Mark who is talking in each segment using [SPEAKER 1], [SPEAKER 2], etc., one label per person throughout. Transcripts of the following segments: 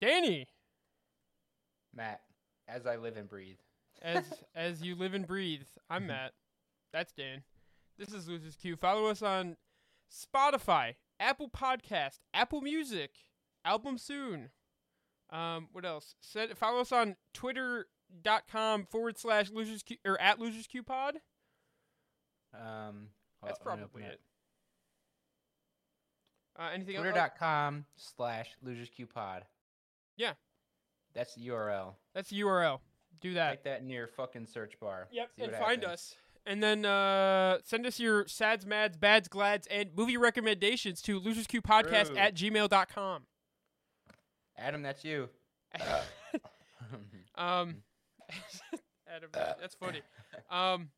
[SPEAKER 1] Danny,
[SPEAKER 2] Matt, as I live and breathe.
[SPEAKER 1] as as you live and breathe, I'm Matt. That's Dan. This is Losers Q. Follow us on Spotify, Apple Podcast, Apple Music, album soon. Um, what else? Set, follow us on twitter.com forward slash losers Q or at losers Q pod.
[SPEAKER 2] Um, hold
[SPEAKER 1] That's
[SPEAKER 2] up, let me
[SPEAKER 1] probably
[SPEAKER 2] open
[SPEAKER 1] it. Uh, anything else?
[SPEAKER 2] Twitter.com slash losersqpod.
[SPEAKER 1] Yeah.
[SPEAKER 2] That's the URL.
[SPEAKER 1] That's the URL. Do that.
[SPEAKER 2] Type that in your fucking search bar.
[SPEAKER 1] Yep,
[SPEAKER 2] See
[SPEAKER 1] and
[SPEAKER 2] what
[SPEAKER 1] find
[SPEAKER 2] happens.
[SPEAKER 1] us. And then uh, send us your sads, mads, bads, glads, and movie recommendations to losersqpodcast
[SPEAKER 2] True.
[SPEAKER 1] at gmail.com.
[SPEAKER 2] Adam, that's you.
[SPEAKER 1] um, Adam, that's funny. Um,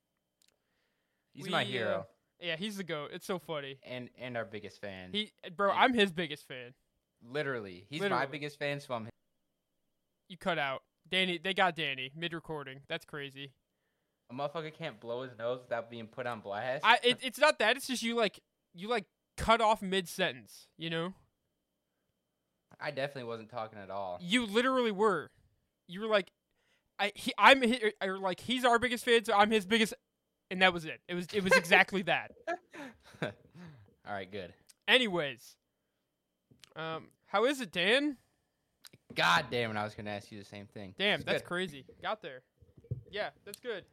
[SPEAKER 2] He's
[SPEAKER 1] We,
[SPEAKER 2] my
[SPEAKER 1] uh,
[SPEAKER 2] hero
[SPEAKER 1] yeah, he's the goat. It's so funny.
[SPEAKER 2] and and our biggest fan.
[SPEAKER 1] He, bro, I'm his biggest fan.
[SPEAKER 2] literally, he's my
[SPEAKER 1] literally.
[SPEAKER 2] biggest fan, so I'm
[SPEAKER 1] You cut out Danny. They got Danny mid recording. That's crazy.
[SPEAKER 2] a motherfucker can't blow his nose without being put on blast.
[SPEAKER 1] I. It, it's not that. It's just you like you like cut off mid sentence. You know.
[SPEAKER 2] I definitely wasn't talking at all.
[SPEAKER 1] You literally were. You were like, I he, I'm hi- or like he's our biggest fan, so I'm his biggest, and that was it. It was it was exactly that.
[SPEAKER 2] all right, good.
[SPEAKER 1] Anyways, um, how is it, Dan?
[SPEAKER 2] God damn it, I was gonna ask you the same thing.
[SPEAKER 1] Damn,
[SPEAKER 2] It's
[SPEAKER 1] that's
[SPEAKER 2] good.
[SPEAKER 1] crazy. Got there. Yeah, that's good.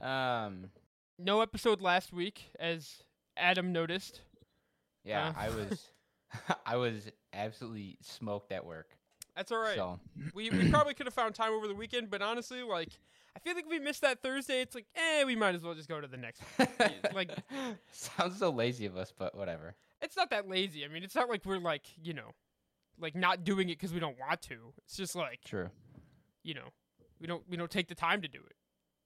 [SPEAKER 2] Um,
[SPEAKER 1] No episode last week, as Adam noticed.
[SPEAKER 2] yeah,
[SPEAKER 1] Uh.
[SPEAKER 2] I was, I was absolutely smoked at work.
[SPEAKER 1] That's all right.
[SPEAKER 2] So
[SPEAKER 1] We we probably could have found time over the weekend, but honestly, like I feel like if we missed that Thursday. It's like, eh, we might as well just go to the next. one. like-
[SPEAKER 2] sounds so lazy of us, but whatever.
[SPEAKER 1] it's not that lazy. I mean, it's not like we're like, you know, like not doing it because we don't want to. It's just like,
[SPEAKER 2] True.
[SPEAKER 1] you know, we don't we don't take the time to do it.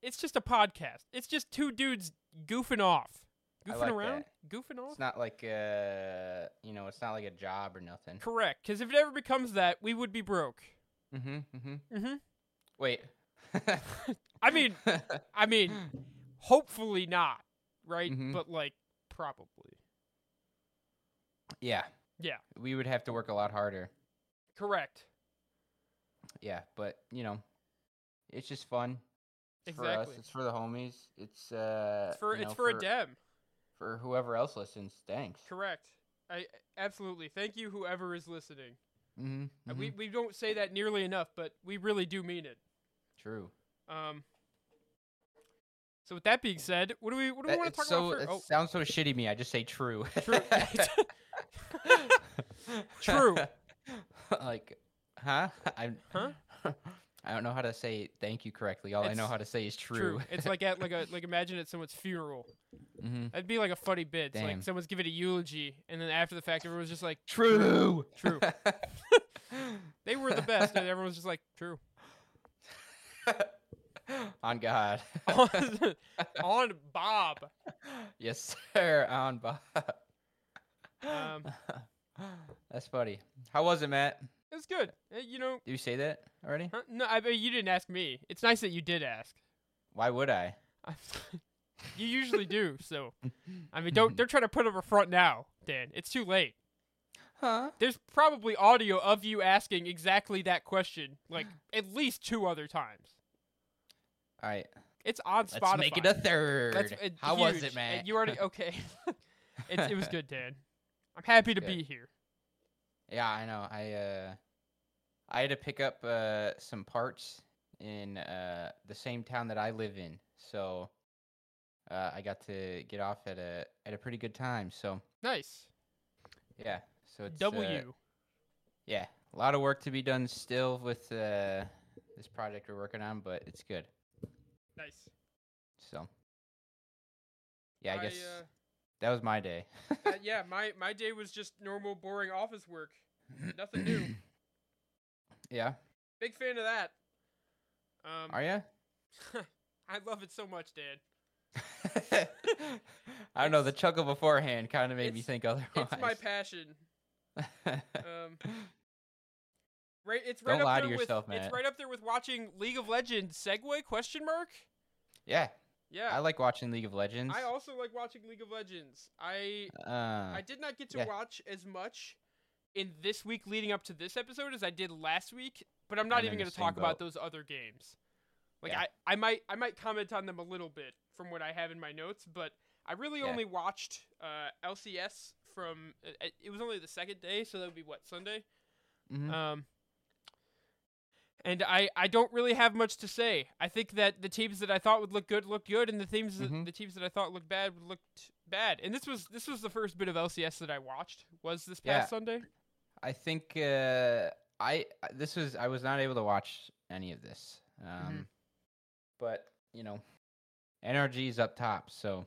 [SPEAKER 1] It's just a podcast. It's just two dudes goofing off,
[SPEAKER 2] I
[SPEAKER 1] goofing
[SPEAKER 2] like
[SPEAKER 1] around, goofing off.
[SPEAKER 2] It's not like uh, you know, it's not like a job or nothing.
[SPEAKER 1] Correct. Because if it ever becomes that, we would be broke.
[SPEAKER 2] Mm-hmm. Mm-hmm.
[SPEAKER 1] hmm
[SPEAKER 2] Wait.
[SPEAKER 1] I mean, I mean, hopefully not, right?
[SPEAKER 2] Mhm.
[SPEAKER 1] But like, probably.
[SPEAKER 2] yeah.
[SPEAKER 1] Yeah.
[SPEAKER 2] We would have to work a lot harder.
[SPEAKER 1] Correct.
[SPEAKER 2] Yeah, but you know, it's just fun. It's For us,
[SPEAKER 1] Exactly.
[SPEAKER 2] it's for the homies. It's uh,
[SPEAKER 1] It's for
[SPEAKER 2] you
[SPEAKER 1] it's
[SPEAKER 2] know,
[SPEAKER 1] for a dem.
[SPEAKER 2] for whoever else listens. Thanks.
[SPEAKER 1] Correct. I absolutely thank you, whoever is listening.
[SPEAKER 2] Mm-hmm.
[SPEAKER 1] Uh, We we don't say that nearly enough, but we really do mean it.
[SPEAKER 2] mm-hmm. True.
[SPEAKER 1] Um. So with that being said, what do we what do we
[SPEAKER 2] That-
[SPEAKER 1] want to
[SPEAKER 2] Uh, it's
[SPEAKER 1] talk
[SPEAKER 2] so,
[SPEAKER 1] about
[SPEAKER 2] It
[SPEAKER 1] first? Oh,
[SPEAKER 2] sounds so shitty. to Me, I just say true.
[SPEAKER 1] True. True.
[SPEAKER 2] like, huh? I'm,
[SPEAKER 1] Huh?
[SPEAKER 2] I don't know how to say thank you correctly. All I know
[SPEAKER 1] It's
[SPEAKER 2] how to say is true.
[SPEAKER 1] true. It's like at like a like imagine at someone's funeral.
[SPEAKER 2] Mhm.
[SPEAKER 1] That'd be like a funny bit. It's
[SPEAKER 2] Damn.
[SPEAKER 1] like someone's giving a eulogy, and then after the fact, everyone's just like,
[SPEAKER 2] True.
[SPEAKER 1] True. they were the best, and everyone's just like, true.
[SPEAKER 2] On God.
[SPEAKER 1] on, on Bob.
[SPEAKER 2] yes, sir. On Bob.
[SPEAKER 1] Um,
[SPEAKER 2] That's funny. How was it, Matt?
[SPEAKER 1] It's good. Uh, You know,
[SPEAKER 2] Did you say that already?
[SPEAKER 1] huh? no, I mean, you didn't ask me. It's nice that you did ask.
[SPEAKER 2] Why would I?
[SPEAKER 1] I'm sorry. you usually do, so I mean, don't don't try to put up a front now, Dan. It's too late.
[SPEAKER 2] Huh?
[SPEAKER 1] There's probably audio of you asking exactly that question, like at least two other times.
[SPEAKER 2] All right.
[SPEAKER 1] It's on
[SPEAKER 2] Let's
[SPEAKER 1] Spotify.
[SPEAKER 2] make it a third.
[SPEAKER 1] That's- it's
[SPEAKER 2] How was
[SPEAKER 1] huge,
[SPEAKER 2] it, Matt?
[SPEAKER 1] and You already okay? it's, it was good, Dan. I'm happy to
[SPEAKER 2] Good.
[SPEAKER 1] be here.
[SPEAKER 2] Yeah, I know. I uh, I had to pick up uh, some parts in uh, the same town that I live in, so uh, I got to get off at a at a pretty good time. So
[SPEAKER 1] Nice.
[SPEAKER 2] yeah, so it's uh,
[SPEAKER 1] W.
[SPEAKER 2] yeah, a lot of work to be done still with uh, this project we're working on, but it's good.
[SPEAKER 1] Nice.
[SPEAKER 2] So yeah, I, guess
[SPEAKER 1] uh,
[SPEAKER 2] that was my day.
[SPEAKER 1] uh, yeah, my my day was just normal, boring office work. Nothing new.
[SPEAKER 2] yeah,
[SPEAKER 1] Big fan of that. Um,
[SPEAKER 2] are you?
[SPEAKER 1] I love it so much, Dan.
[SPEAKER 2] I don't know. The
[SPEAKER 1] It's-
[SPEAKER 2] chuckle beforehand kind of made me
[SPEAKER 1] it's-
[SPEAKER 2] think otherwise.
[SPEAKER 1] It's my passion. Um, right, it's right
[SPEAKER 2] Don't
[SPEAKER 1] up
[SPEAKER 2] lie to
[SPEAKER 1] there
[SPEAKER 2] yourself,
[SPEAKER 1] with,
[SPEAKER 2] Matt.
[SPEAKER 1] It's right up there with watching League of Legends. Segway? Question mark?
[SPEAKER 2] yeah, I
[SPEAKER 1] Yeah.
[SPEAKER 2] like watching League of Legends.
[SPEAKER 1] I, also like watching League of Legends. I
[SPEAKER 2] uh,
[SPEAKER 1] I did not get to
[SPEAKER 2] yeah.
[SPEAKER 1] watch as much in this week leading up to this episode as I did last week, but I'm not
[SPEAKER 2] I'm in
[SPEAKER 1] even
[SPEAKER 2] the
[SPEAKER 1] going to
[SPEAKER 2] same
[SPEAKER 1] talk about
[SPEAKER 2] boat.
[SPEAKER 1] those other games. Like
[SPEAKER 2] Yeah.
[SPEAKER 1] I, I might I might comment on them a little bit from what I have in my notes, but I really
[SPEAKER 2] Yeah.
[SPEAKER 1] only watched uh, LCS from it- it, it was only the second day, so that would be what Sunday.
[SPEAKER 2] Mhm.
[SPEAKER 1] Um, and I, I don't really have much to say. I think that the teams that I thought would look good looked good, and the teams that-
[SPEAKER 2] Mhm.
[SPEAKER 1] the teams that I thought looked bad would looked bad. And this was this was the first bit of LCS that I watched. Was this past
[SPEAKER 2] Yeah.
[SPEAKER 1] Sunday?
[SPEAKER 2] I think uh, I I- this was I was not able to watch any of this, um,
[SPEAKER 1] Mm-hmm.
[SPEAKER 2] but you know, NRG is up top, so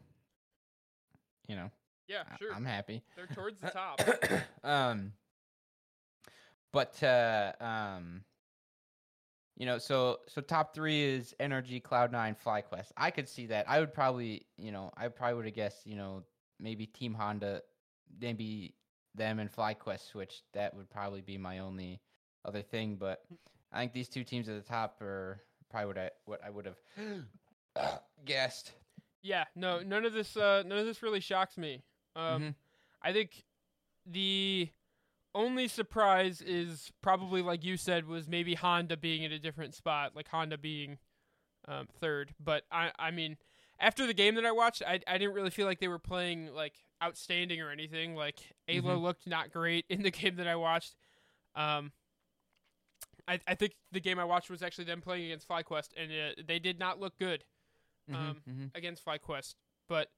[SPEAKER 2] you know
[SPEAKER 1] Yeah,
[SPEAKER 2] I-
[SPEAKER 1] sure.
[SPEAKER 2] I'm happy.
[SPEAKER 1] They're towards the top.
[SPEAKER 2] um, but uh, um, you know, so so top three is NRG, Cloud Nine, FlyQuest. I could see that. I would probably, you know, I probably would have guessed, you know, maybe Team Honda, maybe them and FlyQuest switch. That would probably be my only other thing. But
[SPEAKER 1] Hmm.
[SPEAKER 2] I think these two teams at the top are probably what I what I would have guessed.
[SPEAKER 1] yeah, no, none of this uh, none of this really shocks me. Um,
[SPEAKER 2] Mhm.
[SPEAKER 1] I think the only surprise is probably like you said was maybe Honda being in a different spot, like Honda being um, third. But I, I mean, after the game that I watched, I, I didn't really feel like they were playing like outstanding or anything. Like Alo
[SPEAKER 2] Mhm.
[SPEAKER 1] looked not great in the game that I watched. Um, I, I think the game I watched was actually them playing against FlyQuest, and uh, they did not look good
[SPEAKER 2] Mhm,
[SPEAKER 1] Um,
[SPEAKER 2] mhm.
[SPEAKER 1] against FlyQuest. But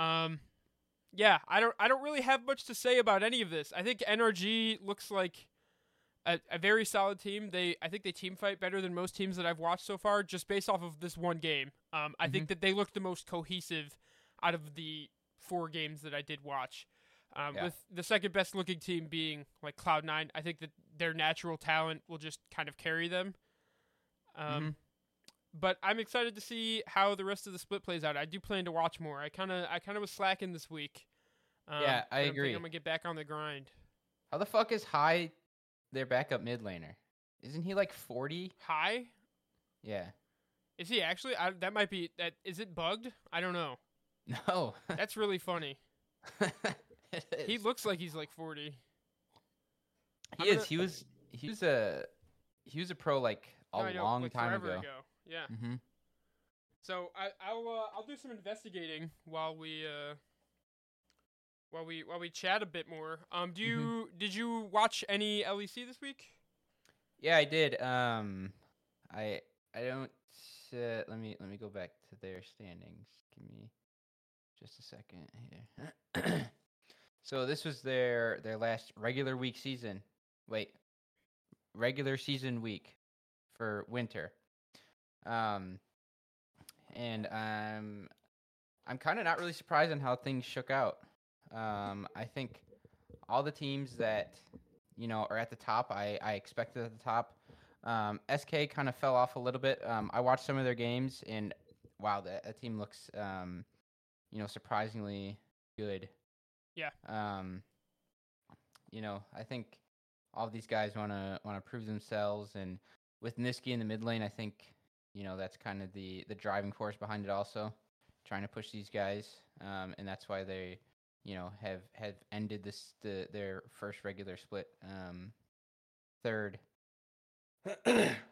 [SPEAKER 1] um yeah, I don't I don't really have much to say about any of this. I think NRG looks like a, a very solid team. They I think they team fight better than most teams that I've watched so far just based off of this one game. Um I
[SPEAKER 2] Mm-hmm.
[SPEAKER 1] think that they look the most cohesive out of the four games that I did watch. Um,
[SPEAKER 2] Yeah.
[SPEAKER 1] With the second best looking team being like Cloud Nine, I think that their natural talent will just kind of carry them. Um,
[SPEAKER 2] Mm-hmm.
[SPEAKER 1] but I'm excited to see how the rest of the split plays out. I do plan to watch more. I kind of I kind of was slacking this week. Um,
[SPEAKER 2] Yeah,
[SPEAKER 1] but
[SPEAKER 2] I
[SPEAKER 1] I'm thinking
[SPEAKER 2] agree.
[SPEAKER 1] I'm gonna get back on the grind.
[SPEAKER 2] How the fuck is High their backup mid laner? Isn't he like 40?
[SPEAKER 1] High?
[SPEAKER 2] Yeah.
[SPEAKER 1] Is he actually? I, that might be. That is it bugged? I don't know.
[SPEAKER 2] No.
[SPEAKER 1] That's really funny.
[SPEAKER 2] It
[SPEAKER 1] He
[SPEAKER 2] is.
[SPEAKER 1] looks like he's like 40.
[SPEAKER 2] he
[SPEAKER 1] I'm
[SPEAKER 2] is.
[SPEAKER 1] gonna-
[SPEAKER 2] He was. He was a. He was a pro like a
[SPEAKER 1] No, I know,
[SPEAKER 2] long
[SPEAKER 1] like
[SPEAKER 2] time
[SPEAKER 1] forever
[SPEAKER 2] ago.
[SPEAKER 1] Yeah.
[SPEAKER 2] Mm-hmm.
[SPEAKER 1] So I, I'll uh, I'll do some investigating while we uh, while we while we chat a bit more. Um, do
[SPEAKER 2] Mhm.
[SPEAKER 1] you did you watch any LEC this week?
[SPEAKER 2] Yeah, I did. Um, I I don't. Uh, let me let me go back to their standings. Give me just a second here. so this was their their last regular week season. Wait, regular season week for winter. Um, and I'm I'm kind of not really surprised on how things shook out. Um, I think all the teams that you know, are at the top. I, I expected at the top. Um, SK kind of fell off a little bit. Um, I watched some of their games, and wow, that, that team looks, um, you know, surprisingly good.
[SPEAKER 1] Yeah.
[SPEAKER 2] Um, you know, I think all these guys want to want to prove themselves, and with Niski in the mid lane, I think you know that's kind of the the driving force behind it. Also, trying to push these guys, um, and that's why they you know have have ended this the their first regular split um third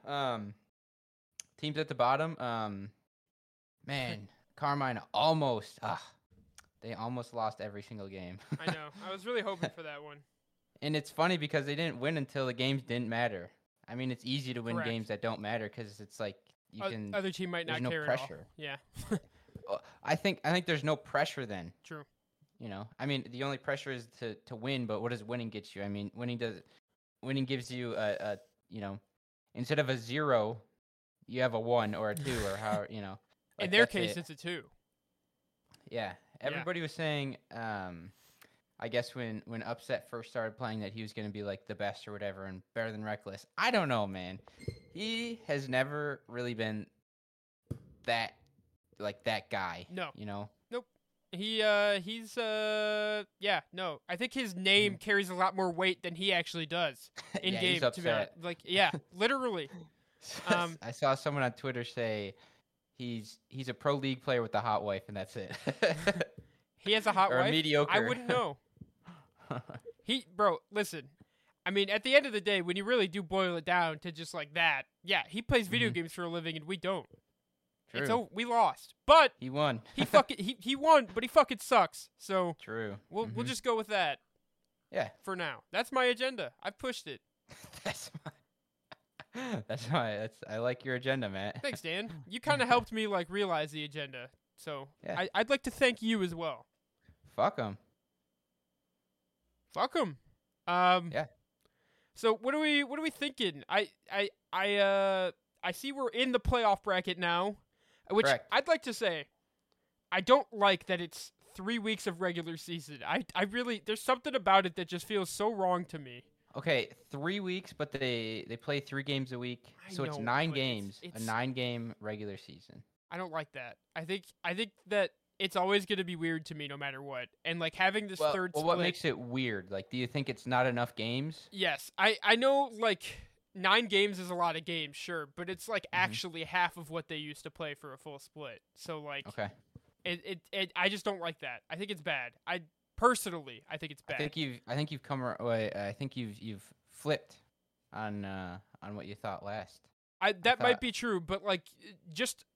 [SPEAKER 2] um teams at the bottom um man carmine almost ah they almost lost every single game
[SPEAKER 1] I know. I was really hoping for that one.
[SPEAKER 2] and it's funny because they didn't win until the games didn't matter i mean it's easy to win
[SPEAKER 1] Correct.
[SPEAKER 2] games that don't matter because it's like you
[SPEAKER 1] O-
[SPEAKER 2] can
[SPEAKER 1] other team might
[SPEAKER 2] there's
[SPEAKER 1] not
[SPEAKER 2] no
[SPEAKER 1] care at all.
[SPEAKER 2] pressure.
[SPEAKER 1] Yeah.
[SPEAKER 2] uh, I think I think there's no pressure then.
[SPEAKER 1] True.
[SPEAKER 2] You know, I mean, the only pressure is to to win, but what does winning get you? I mean, winning does winning gives you a, a you know, instead of a zero, you have a one or a two or how you know.
[SPEAKER 1] In
[SPEAKER 2] like,
[SPEAKER 1] their
[SPEAKER 2] that's
[SPEAKER 1] case,
[SPEAKER 2] it.
[SPEAKER 1] it's a two.
[SPEAKER 2] yeah. Everybody was saying, um, I guess when when upset first started playing that he was going to be like the best or whatever and better than reckless. I don't know, man. He has never really been that like that guy.
[SPEAKER 1] No.
[SPEAKER 2] You know.
[SPEAKER 1] He uh he's uh yeah, no. I think his name carries a lot more weight than he actually does in
[SPEAKER 2] Mm. yeah,
[SPEAKER 1] game
[SPEAKER 2] he's
[SPEAKER 1] to be honest.
[SPEAKER 2] upset.
[SPEAKER 1] Like yeah, literally. Um,
[SPEAKER 2] I saw someone on Twitter say he's he's a pro league player with a hot wife, and that's it.
[SPEAKER 1] He has a hot
[SPEAKER 2] or a
[SPEAKER 1] wife.
[SPEAKER 2] mediocre.
[SPEAKER 1] I wouldn't know. He bro, listen. I mean, at the end of the day, when you really do boil it down to just like that, yeah, he plays video
[SPEAKER 2] Mhm.
[SPEAKER 1] games for a living and we don't.
[SPEAKER 2] True.
[SPEAKER 1] And so we lost. But
[SPEAKER 2] he won.
[SPEAKER 1] he fucking he, he won, but he fucking sucks. So
[SPEAKER 2] True.
[SPEAKER 1] we'll we'll
[SPEAKER 2] Mhm.
[SPEAKER 1] just go with that
[SPEAKER 2] yeah.
[SPEAKER 1] for now. That's my agenda. I pushed it.
[SPEAKER 2] that's my. That's my. That's I like your agenda, Matt.
[SPEAKER 1] Thanks, Dan. You kind of helped me like realize the agenda. So
[SPEAKER 2] Yeah.
[SPEAKER 1] I, I'd like to thank you as well.
[SPEAKER 2] Fuck him.
[SPEAKER 1] Fuck him. Um,
[SPEAKER 2] Yeah.
[SPEAKER 1] So what are we what are we thinking? I I I uh I see we're in the playoff bracket now, which
[SPEAKER 2] Correct.
[SPEAKER 1] I'd like to say, I don't like that it's three weeks of regular season. I I really there's something about it that just feels so wrong to me.
[SPEAKER 2] Okay, three weeks, but they they play three games a week,
[SPEAKER 1] I
[SPEAKER 2] so it's
[SPEAKER 1] know,
[SPEAKER 2] nine
[SPEAKER 1] but it's-
[SPEAKER 2] games,
[SPEAKER 1] it's-
[SPEAKER 2] a nine game regular season.
[SPEAKER 1] I don't like that. I think I think that it's always gonna be weird to me no matter what. And like having this
[SPEAKER 2] Well,
[SPEAKER 1] third
[SPEAKER 2] well,
[SPEAKER 1] split,
[SPEAKER 2] what makes it weird? Like, do you think it's not enough games?
[SPEAKER 1] Yes, I I know like nine games is a lot of games, sure, but it's like
[SPEAKER 2] Mhm.
[SPEAKER 1] actually half of what they used to play for a full split. So like
[SPEAKER 2] Okay,
[SPEAKER 1] it, it it I just don't like that. I think it's bad. I personally I think it's
[SPEAKER 2] I
[SPEAKER 1] bad.
[SPEAKER 2] think you've I think you've come ar- wait, I think you've you've flipped on uh on what you thought last.
[SPEAKER 1] I that might
[SPEAKER 2] thought-
[SPEAKER 1] be true, but like it- just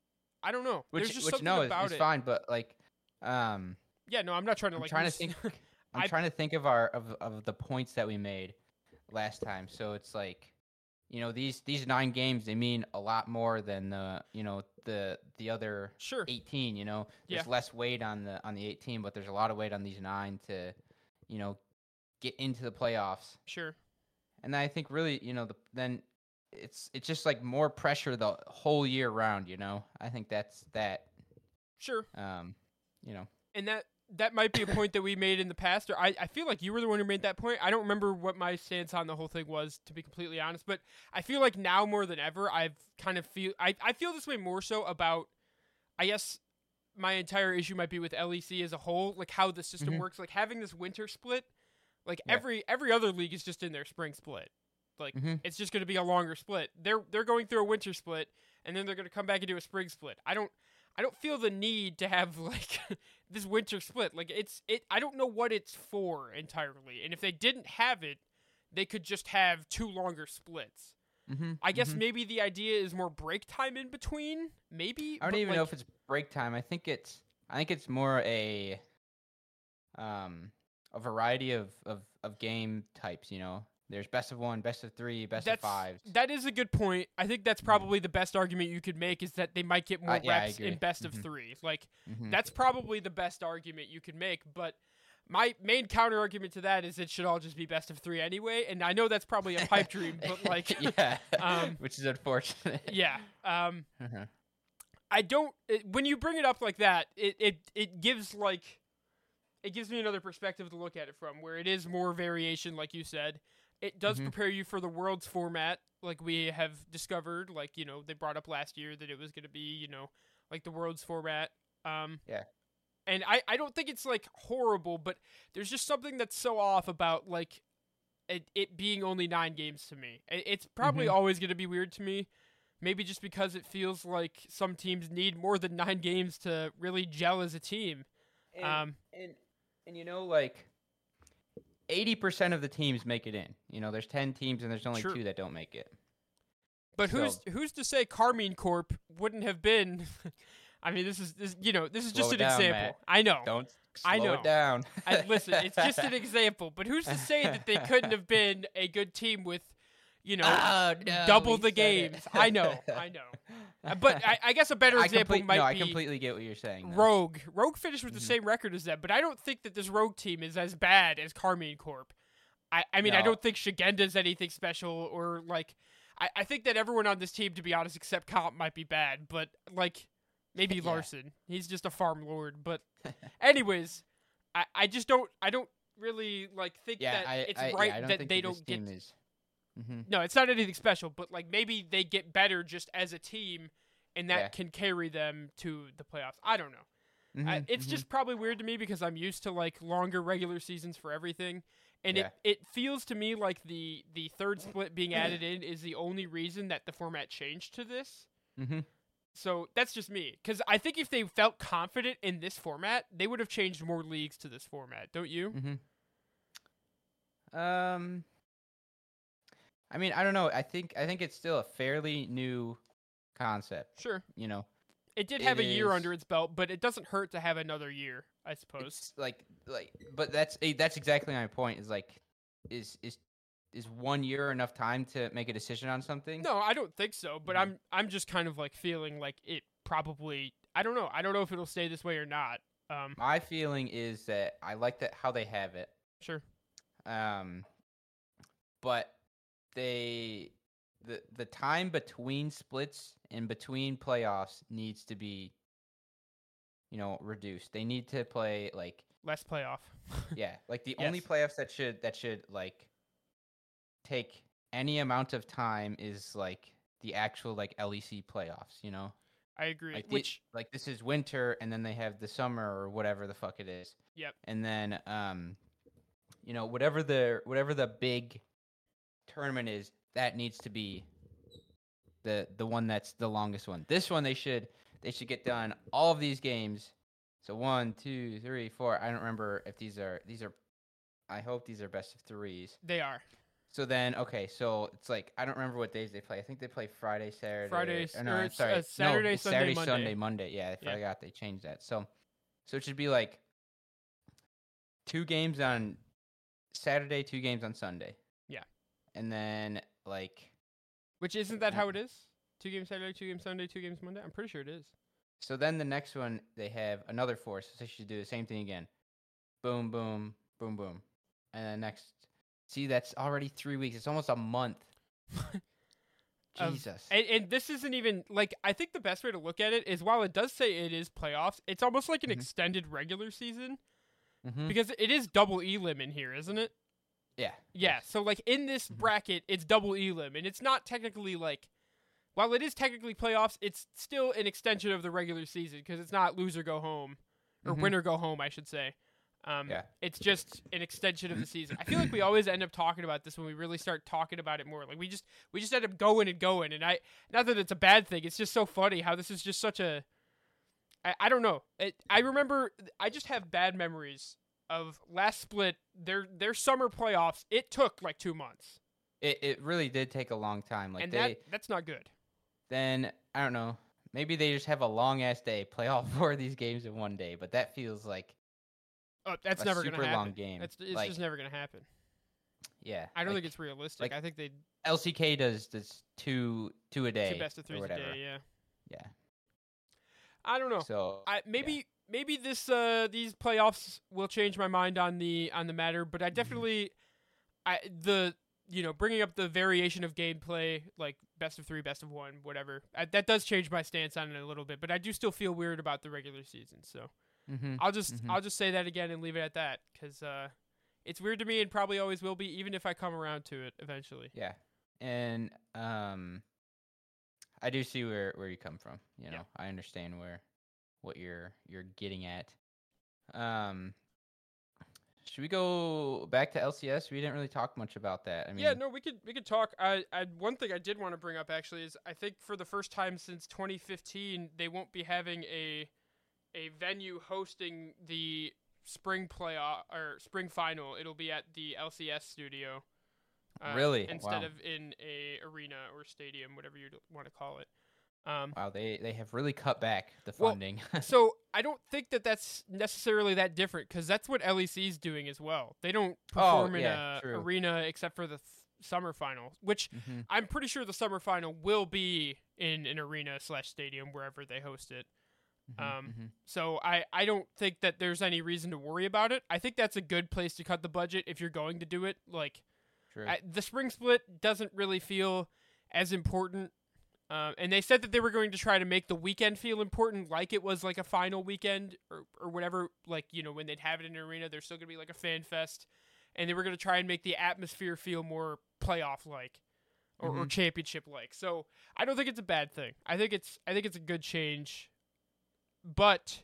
[SPEAKER 1] I don't know.
[SPEAKER 2] Which
[SPEAKER 1] There's just
[SPEAKER 2] which
[SPEAKER 1] something
[SPEAKER 2] no, is,
[SPEAKER 1] about
[SPEAKER 2] is
[SPEAKER 1] it.
[SPEAKER 2] fine, but like, um,
[SPEAKER 1] Yeah, no, I'm not trying to
[SPEAKER 2] I'm
[SPEAKER 1] like
[SPEAKER 2] trying to
[SPEAKER 1] mis-
[SPEAKER 2] think. I'm
[SPEAKER 1] I-
[SPEAKER 2] trying to think of our of of the points that we made last time. So it's like, you know, these these nine games they mean a lot more than the you know the the other
[SPEAKER 1] sure.
[SPEAKER 2] 18 you know there's less weight on the on the 18 but there's a lot of weight on these nine to you know get into the playoffs
[SPEAKER 1] Sure.
[SPEAKER 2] and i think really you know the, then it's it's just like more pressure the whole year round you know i think that's that
[SPEAKER 1] Sure.
[SPEAKER 2] um you know
[SPEAKER 1] And that that might be a point that we made in the past, or I, I feel like you were the one who made that point. I don't remember what my stance on the whole thing was, to be completely honest, but I feel like now more than ever, I've kind of feel I, I feel this way more so about I guess my entire issue might be with LEC as a whole, like how the system
[SPEAKER 2] Mhm.
[SPEAKER 1] works, like having this winter split, like
[SPEAKER 2] Yeah.
[SPEAKER 1] every every other league is just in their spring split. Like
[SPEAKER 2] Mhm.
[SPEAKER 1] it's just going to be a longer split. They're they're going through a winter split and then they're going to come back and do a spring split. I don't I don't feel the need to have like this winter split. Like it's it I don't know what it's for entirely. And if they didn't have it, they could just have two longer splits.
[SPEAKER 2] mm-hmm,
[SPEAKER 1] I guess maybe the idea is more break time in between. Maybe
[SPEAKER 2] i don't
[SPEAKER 1] but,
[SPEAKER 2] even know
[SPEAKER 1] like,
[SPEAKER 2] if it's break time i think it's i think it's more a um a variety of of of game types you know there's best of one best of three best
[SPEAKER 1] that's
[SPEAKER 2] of fives
[SPEAKER 1] that is a good point. I think that's probably the best argument you could make is that they might get more
[SPEAKER 2] Uh, yeah, I
[SPEAKER 1] reps in
[SPEAKER 2] agree.
[SPEAKER 1] best of
[SPEAKER 2] Mhm.
[SPEAKER 1] three. Like
[SPEAKER 2] Mhm.
[SPEAKER 1] that's probably the best argument you could make, but my main counter argument to that is it should all just be best of three anyway. And I know that's probably a pipe dream, but like,
[SPEAKER 2] yeah,
[SPEAKER 1] um,
[SPEAKER 2] which is unfortunate.
[SPEAKER 1] yeah. Um,
[SPEAKER 2] Uh-huh.
[SPEAKER 1] I don't. It, when you bring it up like that, it, it it gives like, it gives me another perspective to look at it from, where it is more variation, like you said. It does
[SPEAKER 2] Mhm.
[SPEAKER 1] prepare you for the world's format, like we have discovered. Like you know, they brought up last year that it was going to be you know, like the world's format. Um,
[SPEAKER 2] Yeah.
[SPEAKER 1] And I I don't think it's like horrible, but there's just something that's so off about like. It, it being only nine games to me. It, it's probably
[SPEAKER 2] Mhm.
[SPEAKER 1] always going to be weird to me maybe just because it feels like some teams need more than nine games to really gel as a team.
[SPEAKER 2] And,
[SPEAKER 1] Um,
[SPEAKER 2] and and you know, like eighty percent of the teams make it in. You know, there's ten teams and there's only
[SPEAKER 1] True.
[SPEAKER 2] two that don't make it.
[SPEAKER 1] but who's
[SPEAKER 2] so-
[SPEAKER 1] who's to say Carmine Corp wouldn't have been? I mean, this is this, you know this is just
[SPEAKER 2] Slow
[SPEAKER 1] an
[SPEAKER 2] it down,
[SPEAKER 1] example.
[SPEAKER 2] Matt.
[SPEAKER 1] I know.
[SPEAKER 2] Don't slow
[SPEAKER 1] I know.
[SPEAKER 2] it down.
[SPEAKER 1] I, listen, it's just an example. But who's to say that they couldn't have been a good team with, you know,
[SPEAKER 2] Oh, no,
[SPEAKER 1] double
[SPEAKER 2] we
[SPEAKER 1] the
[SPEAKER 2] said it.
[SPEAKER 1] games? I know, I know. Uh, But I, I guess a better
[SPEAKER 2] I
[SPEAKER 1] example
[SPEAKER 2] complete-
[SPEAKER 1] might
[SPEAKER 2] no, I
[SPEAKER 1] be
[SPEAKER 2] completely get what you're saying. though.
[SPEAKER 1] Rogue. Rogue finished with
[SPEAKER 2] Mhm.
[SPEAKER 1] the same record as them, but I don't think that this Rogue team is as bad as Carmine Corp. I, I mean, I
[SPEAKER 2] No.
[SPEAKER 1] don't think Shigenda's anything special or like. I, I think that everyone on this team, to be honest, except Comp, might be bad, but like maybe
[SPEAKER 2] Yeah.
[SPEAKER 1] Larson. He's just a farm lord. But, anyways, I, I just don't I don't really like think
[SPEAKER 2] yeah,
[SPEAKER 1] that
[SPEAKER 2] I,
[SPEAKER 1] it's
[SPEAKER 2] I, yeah,
[SPEAKER 1] right
[SPEAKER 2] I don't
[SPEAKER 1] that
[SPEAKER 2] think
[SPEAKER 1] they
[SPEAKER 2] that this
[SPEAKER 1] don't get
[SPEAKER 2] team is. Mhm.
[SPEAKER 1] no, it's not anything special, but like maybe they get better just as a team, and that
[SPEAKER 2] Yeah.
[SPEAKER 1] can carry them to the playoffs. I don't know. I,
[SPEAKER 2] Mhm,
[SPEAKER 1] it's
[SPEAKER 2] mhm.
[SPEAKER 1] just probably weird to me because I'm used to like longer regular seasons for everything, and
[SPEAKER 2] Yeah.
[SPEAKER 1] it, it feels to me like the the third split being added in is the only reason that the format changed to this.
[SPEAKER 2] Mhm.
[SPEAKER 1] So that's just me because I think if they felt confident in this format, they would have changed more leagues to this format, don't you?
[SPEAKER 2] Mm-hmm. Um, I mean, I don't know. I think I think it's still a fairly new concept.
[SPEAKER 1] Sure.
[SPEAKER 2] You know,
[SPEAKER 1] It did have
[SPEAKER 2] Mm. It
[SPEAKER 1] a year
[SPEAKER 2] is-
[SPEAKER 1] under its belt, but it doesn't hurt to have another year, I suppose.
[SPEAKER 2] it's like like, but that's eh, that's exactly my point. Is like, is is is one year enough time to make a decision on something?
[SPEAKER 1] No, I don't think so, but
[SPEAKER 2] Mhm.
[SPEAKER 1] I'm I'm just kind of like feeling like it probably I don't know. I don't know if it'll stay this way or not. Um
[SPEAKER 2] My feeling is that I like that how they have it.
[SPEAKER 1] sure.
[SPEAKER 2] Um, but they the the time between splits and between playoffs needs to be, you know, reduced. They need to play like
[SPEAKER 1] Less playoff.
[SPEAKER 2] yeah, like the only
[SPEAKER 1] Yes.
[SPEAKER 2] playoffs that should that should like take any amount of time is like the actual like LEC playoffs. You know,
[SPEAKER 1] I agree.
[SPEAKER 2] like the-
[SPEAKER 1] Which
[SPEAKER 2] like this is winter and then they have the summer or whatever the fuck it is
[SPEAKER 1] Yep.
[SPEAKER 2] and then um you know whatever the whatever the big tournament is that needs to be the the one that's the longest one this one they should they should get done all of these games so one two three four i don't remember if these are these are i hope these are best of threes
[SPEAKER 1] they are.
[SPEAKER 2] so then okay so it's like i don't remember what days they play i think they play friday saturday
[SPEAKER 1] Friday,
[SPEAKER 2] or
[SPEAKER 1] s-
[SPEAKER 2] no,
[SPEAKER 1] or
[SPEAKER 2] I'm
[SPEAKER 1] it's, uh,
[SPEAKER 2] sorry. No,
[SPEAKER 1] Saturday,
[SPEAKER 2] it's
[SPEAKER 1] Sunday,
[SPEAKER 2] saturday
[SPEAKER 1] Monday.
[SPEAKER 2] sunday monday yeah i
[SPEAKER 1] Yeah.
[SPEAKER 2] forgot they changed that so so it should be like two games on saturday two games on sunday
[SPEAKER 1] Yeah.
[SPEAKER 2] and then like
[SPEAKER 1] Which isn't that how
[SPEAKER 2] uh,
[SPEAKER 1] it is? Two games Saturday, two games Sunday, two games Monday? I'm pretty sure it is. so
[SPEAKER 2] so then the next one they have another four so they should do the same thing again boom boom boom boom and then next see that's already three weeks it's almost a month
[SPEAKER 1] Of-
[SPEAKER 2] jesus
[SPEAKER 1] And, and this isn't even like I think the best way to look at it is while it does say it is playoffs, it's almost like an
[SPEAKER 2] Mhm.
[SPEAKER 1] extended regular season
[SPEAKER 2] Mhm.
[SPEAKER 1] because it is double elim in here, isn't it?
[SPEAKER 2] yeah
[SPEAKER 1] Yeah,
[SPEAKER 2] yes.
[SPEAKER 1] so like in this
[SPEAKER 2] Mhm.
[SPEAKER 1] bracket, it's double elim, and it's not technically like, while it is technically playoffs, it's still an extension of the regular season because it's not loser go home or
[SPEAKER 2] Mhm.
[SPEAKER 1] winner go home, I should say. Um,
[SPEAKER 2] Yeah.
[SPEAKER 1] it's just an extension of the season. I feel like we always end up talking about this when we really start talking about it more. Like we just we just end up going and going, and I not that it's a bad thing. It's just so funny how this is just such a. I, I don't know. It, I remember I just have bad memories of last split. Their their summer playoffs. It took like two months,
[SPEAKER 2] It it really did take a long time. Like
[SPEAKER 1] and
[SPEAKER 2] they
[SPEAKER 1] that that's not good.
[SPEAKER 2] then I don't know. Maybe they just have a long ass day, play all four of these games in one day, but that feels like
[SPEAKER 1] Uh, that's
[SPEAKER 2] a
[SPEAKER 1] never
[SPEAKER 2] super
[SPEAKER 1] gonna happen.
[SPEAKER 2] long game.
[SPEAKER 1] That's it's
[SPEAKER 2] like,
[SPEAKER 1] just never gonna happen.
[SPEAKER 2] yeah.
[SPEAKER 1] I don't
[SPEAKER 2] like,
[SPEAKER 1] think it's realistic.
[SPEAKER 2] like,
[SPEAKER 1] I think they
[SPEAKER 2] LCK does this two two a day.
[SPEAKER 1] two best of
[SPEAKER 2] or
[SPEAKER 1] threes a
[SPEAKER 2] whatever.
[SPEAKER 1] day. Yeah.
[SPEAKER 2] Yeah.
[SPEAKER 1] I don't know.
[SPEAKER 2] So
[SPEAKER 1] I maybe maybe this uh these playoffs will change my mind on the on the matter, but
[SPEAKER 2] Mm-hmm.
[SPEAKER 1] I definitely I the you know bringing up the variation of gameplay like best of three, best of one, whatever I, that does change my stance on it a little bit, but I do still feel weird about the regular season. So
[SPEAKER 2] hmm
[SPEAKER 1] I'll just
[SPEAKER 2] Mhm.
[SPEAKER 1] I'll just say that again and leave it at that because uh, it's weird to me and probably always will be, even if I come around to it eventually.
[SPEAKER 2] yeah. And um I do see where where you come from, you know.
[SPEAKER 1] Yeah.
[SPEAKER 2] I understand where what you're you're getting at. Um should we go back to LCS? We didn't really talk much about that. I mean,
[SPEAKER 1] yeah, no, we could we could talk. I, I one thing I did want to bring up actually is I think for the first time since 2015 they won't be having a a venue hosting the spring playoff or spring final. It'll be at the LCS studio. um,
[SPEAKER 2] Really?
[SPEAKER 1] Instead
[SPEAKER 2] Wow.
[SPEAKER 1] of in a arena or stadium, whatever you want to call it. Um,
[SPEAKER 2] Wow, they they have really cut back the
[SPEAKER 1] Well,
[SPEAKER 2] funding.
[SPEAKER 1] so I don't think that that's necessarily that different because that's what LEC is doing as well. They don't
[SPEAKER 2] Oh,
[SPEAKER 1] perform
[SPEAKER 2] yeah,
[SPEAKER 1] in a
[SPEAKER 2] true.
[SPEAKER 1] arena except for the th- summer final, which
[SPEAKER 2] Mhm.
[SPEAKER 1] I'm pretty sure the summer final will be in an arena slash stadium wherever they host it.
[SPEAKER 2] Mhm,
[SPEAKER 1] Um,
[SPEAKER 2] mhm.
[SPEAKER 1] So I, I don't think that there's any reason to worry about it. I think that's a good place to cut the budget if you're going to do it. Like
[SPEAKER 2] true.
[SPEAKER 1] I, the spring split doesn't really feel as important. Um, and they said that they were going to try to make the weekend feel important, like it was like a final weekend or, or whatever. Like you know when they'd have it in an arena, there's still gonna be like a fan fest, and they were gonna try and make the atmosphere feel more playoff like or, or championship like. So I don't think it's a bad thing. I think it's I think it's a good change, but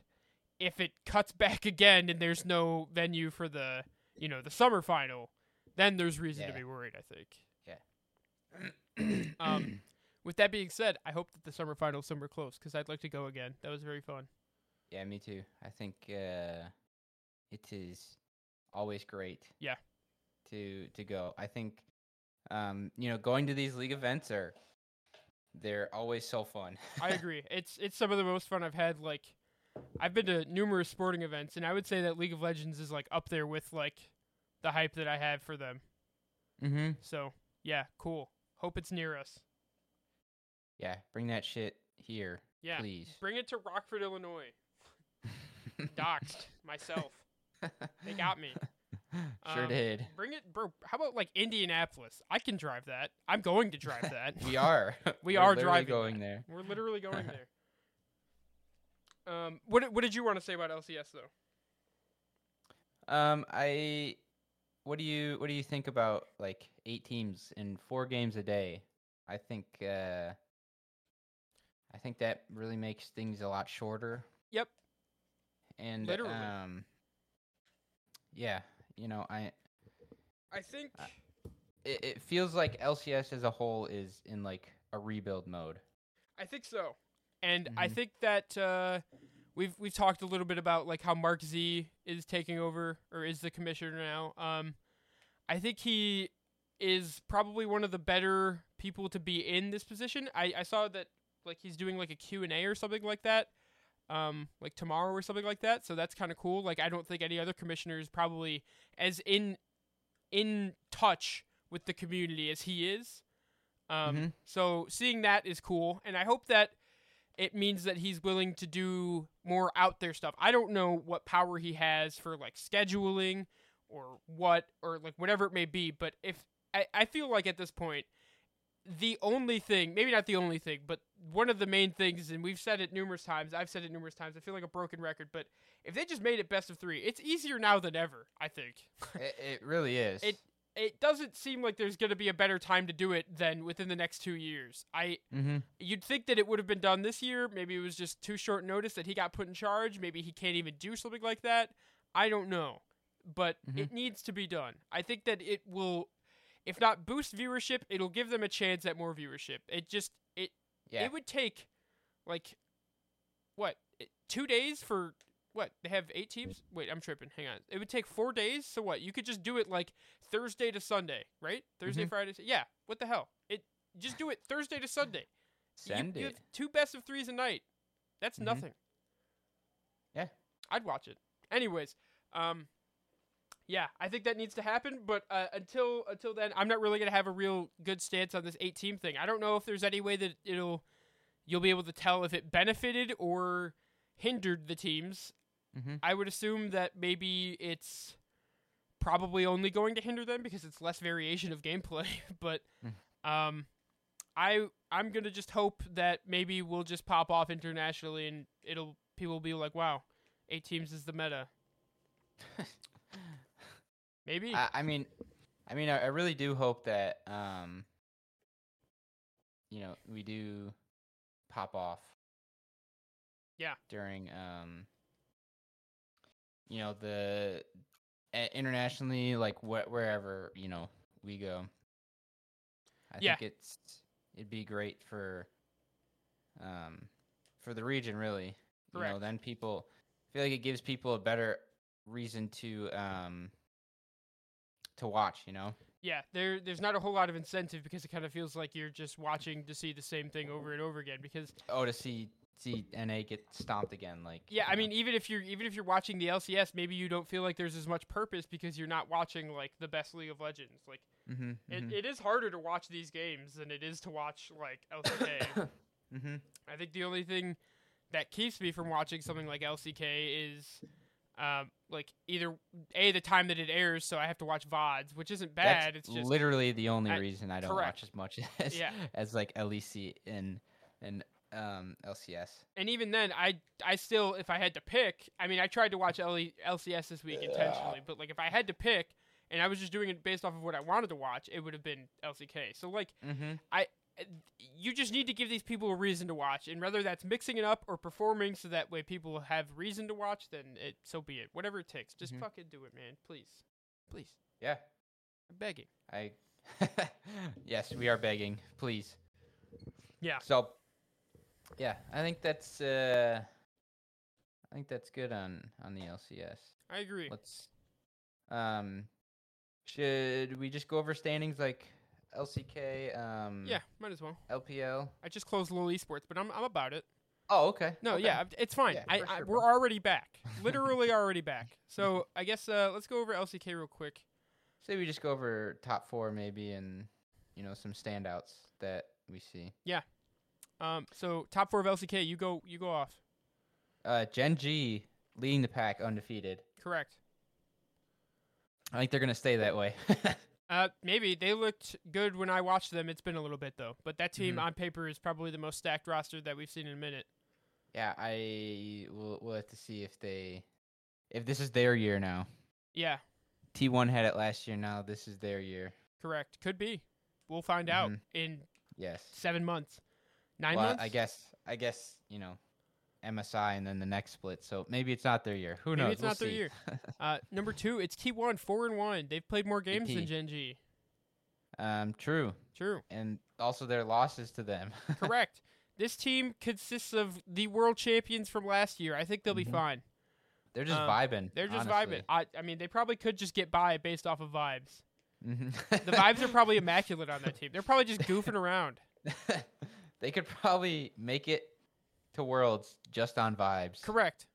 [SPEAKER 1] if it cuts back again and there's no venue for the you know the summer final, then there's reason to
[SPEAKER 2] Yeah.
[SPEAKER 1] be worried. I think.
[SPEAKER 2] um,
[SPEAKER 1] um, With that being said, I hope that the summer final is somewhere close because I'd like to go again. That was very fun.
[SPEAKER 2] yeah, me too. I think uh, it is always great.
[SPEAKER 1] Yeah.
[SPEAKER 2] To to go, I think um, you know, going to these league events are they're always so fun.
[SPEAKER 1] I agree. It's it's some of the most fun I've had. Like, I've been to numerous sporting events, and I would say that League of Legends is like up there with like the hype that I have for them.
[SPEAKER 2] mm-hmm.
[SPEAKER 1] So yeah, cool. Hope it's near us.
[SPEAKER 2] Yeah, bring that shit here,
[SPEAKER 1] Yeah,
[SPEAKER 2] please.
[SPEAKER 1] bring it to Rockford, Illinois. Doxed myself. They got me.
[SPEAKER 2] sure
[SPEAKER 1] Um,
[SPEAKER 2] did.
[SPEAKER 1] Bring it, bro. How about like Indianapolis? I can drive that. I'm going to drive that.
[SPEAKER 2] We are.
[SPEAKER 1] We
[SPEAKER 2] We're
[SPEAKER 1] are
[SPEAKER 2] literally
[SPEAKER 1] driving
[SPEAKER 2] going there.
[SPEAKER 1] We're literally going there. Um, what did- what did you want to say about LCS though?
[SPEAKER 2] Um, I. What do you What do you think about like eight teams and four games a day? I think. Uh, I think that really makes things a lot shorter.
[SPEAKER 1] Yep.
[SPEAKER 2] And
[SPEAKER 1] Literally.
[SPEAKER 2] um. Yeah, you know, I
[SPEAKER 1] I think
[SPEAKER 2] Uh, it, it feels like LCS as a whole is in like a rebuild mode.
[SPEAKER 1] I think so. And I
[SPEAKER 2] Mhm.
[SPEAKER 1] think that uh, we've we've talked a little bit about like how Mark Z is taking over or is the commissioner now. Um, I think he is probably one of the better people to be in this position. I, I saw that like he's doing like a Q&A or something like that. Um, like tomorrow or something like that. So that's kind of cool. Like I don't think any other commissioner is probably as in in touch with the community as he is. Um,
[SPEAKER 2] Mhm.
[SPEAKER 1] so seeing that is cool, and I hope that it means that he's willing to do more out there stuff. I don't know what power he has for like scheduling or what or like whatever it may be, but if I, I feel like at this point the only thing, maybe not the only thing, but one of the main things, and we've said it numerous times, I've said it numerous times, I feel like a broken record, but if they just made it best of three, it's easier now than ever, I think.
[SPEAKER 2] it, it really is.
[SPEAKER 1] It doesn't seem like there's going to be a better time to do it than within the next two years. I
[SPEAKER 2] mm-hmm.
[SPEAKER 1] you'd think that it would have been done this year. Maybe it was just too short notice that he got put in charge. Maybe he can't even do something like that. I don't know. But
[SPEAKER 2] Mhm.
[SPEAKER 1] it needs to be done. I think that it will if not boost viewership, it'll give them a chance at more viewership. It just it
[SPEAKER 2] Yeah.
[SPEAKER 1] it would take like what? i- 2 days for what? They have 8 teams? Wait, I'm tripping. Hang on. It would take 4 days, so what? You could just do it like Thursday to Sunday, right? Thursday,
[SPEAKER 2] Mhm.
[SPEAKER 1] Friday. Sa- Yeah. What the hell? It just do it Thursday to Sunday. You-
[SPEAKER 2] Send
[SPEAKER 1] you
[SPEAKER 2] it.
[SPEAKER 1] have two best of threes a night. That's
[SPEAKER 2] Mhm.
[SPEAKER 1] nothing.
[SPEAKER 2] Yeah.
[SPEAKER 1] I'd watch it. Anyways, um, yeah, I think that needs to happen. But uh, until until then, I'm not really gonna have a real good stance on this eight team thing. I don't know if there's any way that it'll you'll be able to tell if it benefited or hindered the teams.
[SPEAKER 2] mm-hmm.
[SPEAKER 1] I would assume that maybe it's probably only going to hinder them because it's less variation of gameplay. but
[SPEAKER 2] Mm.
[SPEAKER 1] um, I I'm gonna just hope that maybe we'll just pop off internationally and it'll people will be like, wow, eight teams is the meta. Maybe
[SPEAKER 2] I, I mean, I mean, I, I really do hope that um, you know, we do pop off.
[SPEAKER 1] Yeah.
[SPEAKER 2] During um, you know the a- internationally, like what wherever you know we go. I
[SPEAKER 1] Yeah.
[SPEAKER 2] think it's it'd be great for um for the region really. You know,
[SPEAKER 1] Correct.
[SPEAKER 2] then people I feel like it gives people a better reason to um to watch, you know?
[SPEAKER 1] yeah, there there's not a whole lot of incentive because it kind of feels like you're just watching to see the same thing over and over again because
[SPEAKER 2] Oh, to see see NA get stomped again, like
[SPEAKER 1] Yeah,
[SPEAKER 2] you
[SPEAKER 1] I
[SPEAKER 2] know.
[SPEAKER 1] mean, even if you're even if you're watching the LCS, maybe you don't feel like there's as much purpose because you're not watching like the best League of Legends. Like
[SPEAKER 2] Mhm, mhm,
[SPEAKER 1] it, it is harder to watch these games than it is to watch like LCK.
[SPEAKER 2] mhm.
[SPEAKER 1] I think the only thing that keeps me from watching something like LCK is um, like either a the time that it airs, so I have to watch vods, which isn't
[SPEAKER 2] That's
[SPEAKER 1] bad. it's just
[SPEAKER 2] literally the only
[SPEAKER 1] I-
[SPEAKER 2] reason I don't
[SPEAKER 1] correct.
[SPEAKER 2] watch as much as
[SPEAKER 1] Yeah.
[SPEAKER 2] as like LEC and and um LCS.
[SPEAKER 1] and even then, I I still if I had to pick, I mean, I tried to watch E, LE- LCS this week intentionally, but like if I had to pick, and I was just doing it based off of what I wanted to watch, it would have been LCK. So like
[SPEAKER 2] Mm-hmm.
[SPEAKER 1] you just need to give these people a reason to watch, and whether that's mixing it up or performing, so that way people have reason to watch, then it so be it. Whatever it takes, just
[SPEAKER 2] Mhm.
[SPEAKER 1] fucking do it, man. Please, please,
[SPEAKER 2] Yeah.
[SPEAKER 1] I'm begging.
[SPEAKER 2] I Yes, we are begging, please.
[SPEAKER 1] Yeah.
[SPEAKER 2] So yeah, I think that's uh I think that's good on on the LCS.
[SPEAKER 1] I agree.
[SPEAKER 2] Let's um should we just go over standings like LCK. Um,
[SPEAKER 1] Yeah, might as well.
[SPEAKER 2] LPL.
[SPEAKER 1] I just closed Little Esports, but I'm I'm about it.
[SPEAKER 2] Oh, okay.
[SPEAKER 1] No,
[SPEAKER 2] okay.
[SPEAKER 1] yeah, it's fine.
[SPEAKER 2] Yeah,
[SPEAKER 1] I,
[SPEAKER 2] for
[SPEAKER 1] I
[SPEAKER 2] sure,
[SPEAKER 1] we're
[SPEAKER 2] bro. Mm-hmm.
[SPEAKER 1] already back, literally already back. So I guess uh, let's go over LCK real quick.
[SPEAKER 2] Say we just go over top four maybe, and you know some standouts that we see.
[SPEAKER 1] Um, so top four of LCK, you go you go off.
[SPEAKER 2] Uh, Gen G leading the pack, undefeated.
[SPEAKER 1] Correct.
[SPEAKER 2] I think they're gonna stay that way.
[SPEAKER 1] Uh, maybe they looked good when I watched them. It's been a little bit though, but that team
[SPEAKER 2] Mhm.
[SPEAKER 1] on paper is probably the most stacked roster that we've seen in a minute.
[SPEAKER 2] yeah, I will. We'll have to see if they, if this is their year now.
[SPEAKER 1] Yeah,
[SPEAKER 2] T1 had it last year. Now this is their year.
[SPEAKER 1] correct. Could be. We'll find out
[SPEAKER 2] Mhm.
[SPEAKER 1] in
[SPEAKER 2] Yes.
[SPEAKER 1] seven months, nine
[SPEAKER 2] well,
[SPEAKER 1] months.
[SPEAKER 2] I guess. I guess you know, MSI and then the next split. So maybe it's not their year. Who
[SPEAKER 1] Maybe
[SPEAKER 2] knows?
[SPEAKER 1] it's
[SPEAKER 2] We'll
[SPEAKER 1] not their
[SPEAKER 2] see.
[SPEAKER 1] year. Uh, number two, it's T1 four and one. They've played more games than
[SPEAKER 2] AP.
[SPEAKER 1] Gen G.
[SPEAKER 2] um, true.
[SPEAKER 1] True.
[SPEAKER 2] And also their losses to them.
[SPEAKER 1] Correct. This team consists of the world champions from last year. I think they'll be
[SPEAKER 2] Mhm.
[SPEAKER 1] fine.
[SPEAKER 2] they're just
[SPEAKER 1] Um,
[SPEAKER 2] vibing.
[SPEAKER 1] They're just
[SPEAKER 2] honestly.
[SPEAKER 1] vibing. I, I mean, they probably could just get by based off of vibes.
[SPEAKER 2] Mhm.
[SPEAKER 1] The vibes are probably immaculate on that team. They're probably just goofing around.
[SPEAKER 2] they could probably make it to Worlds just on vibes.
[SPEAKER 1] Correct.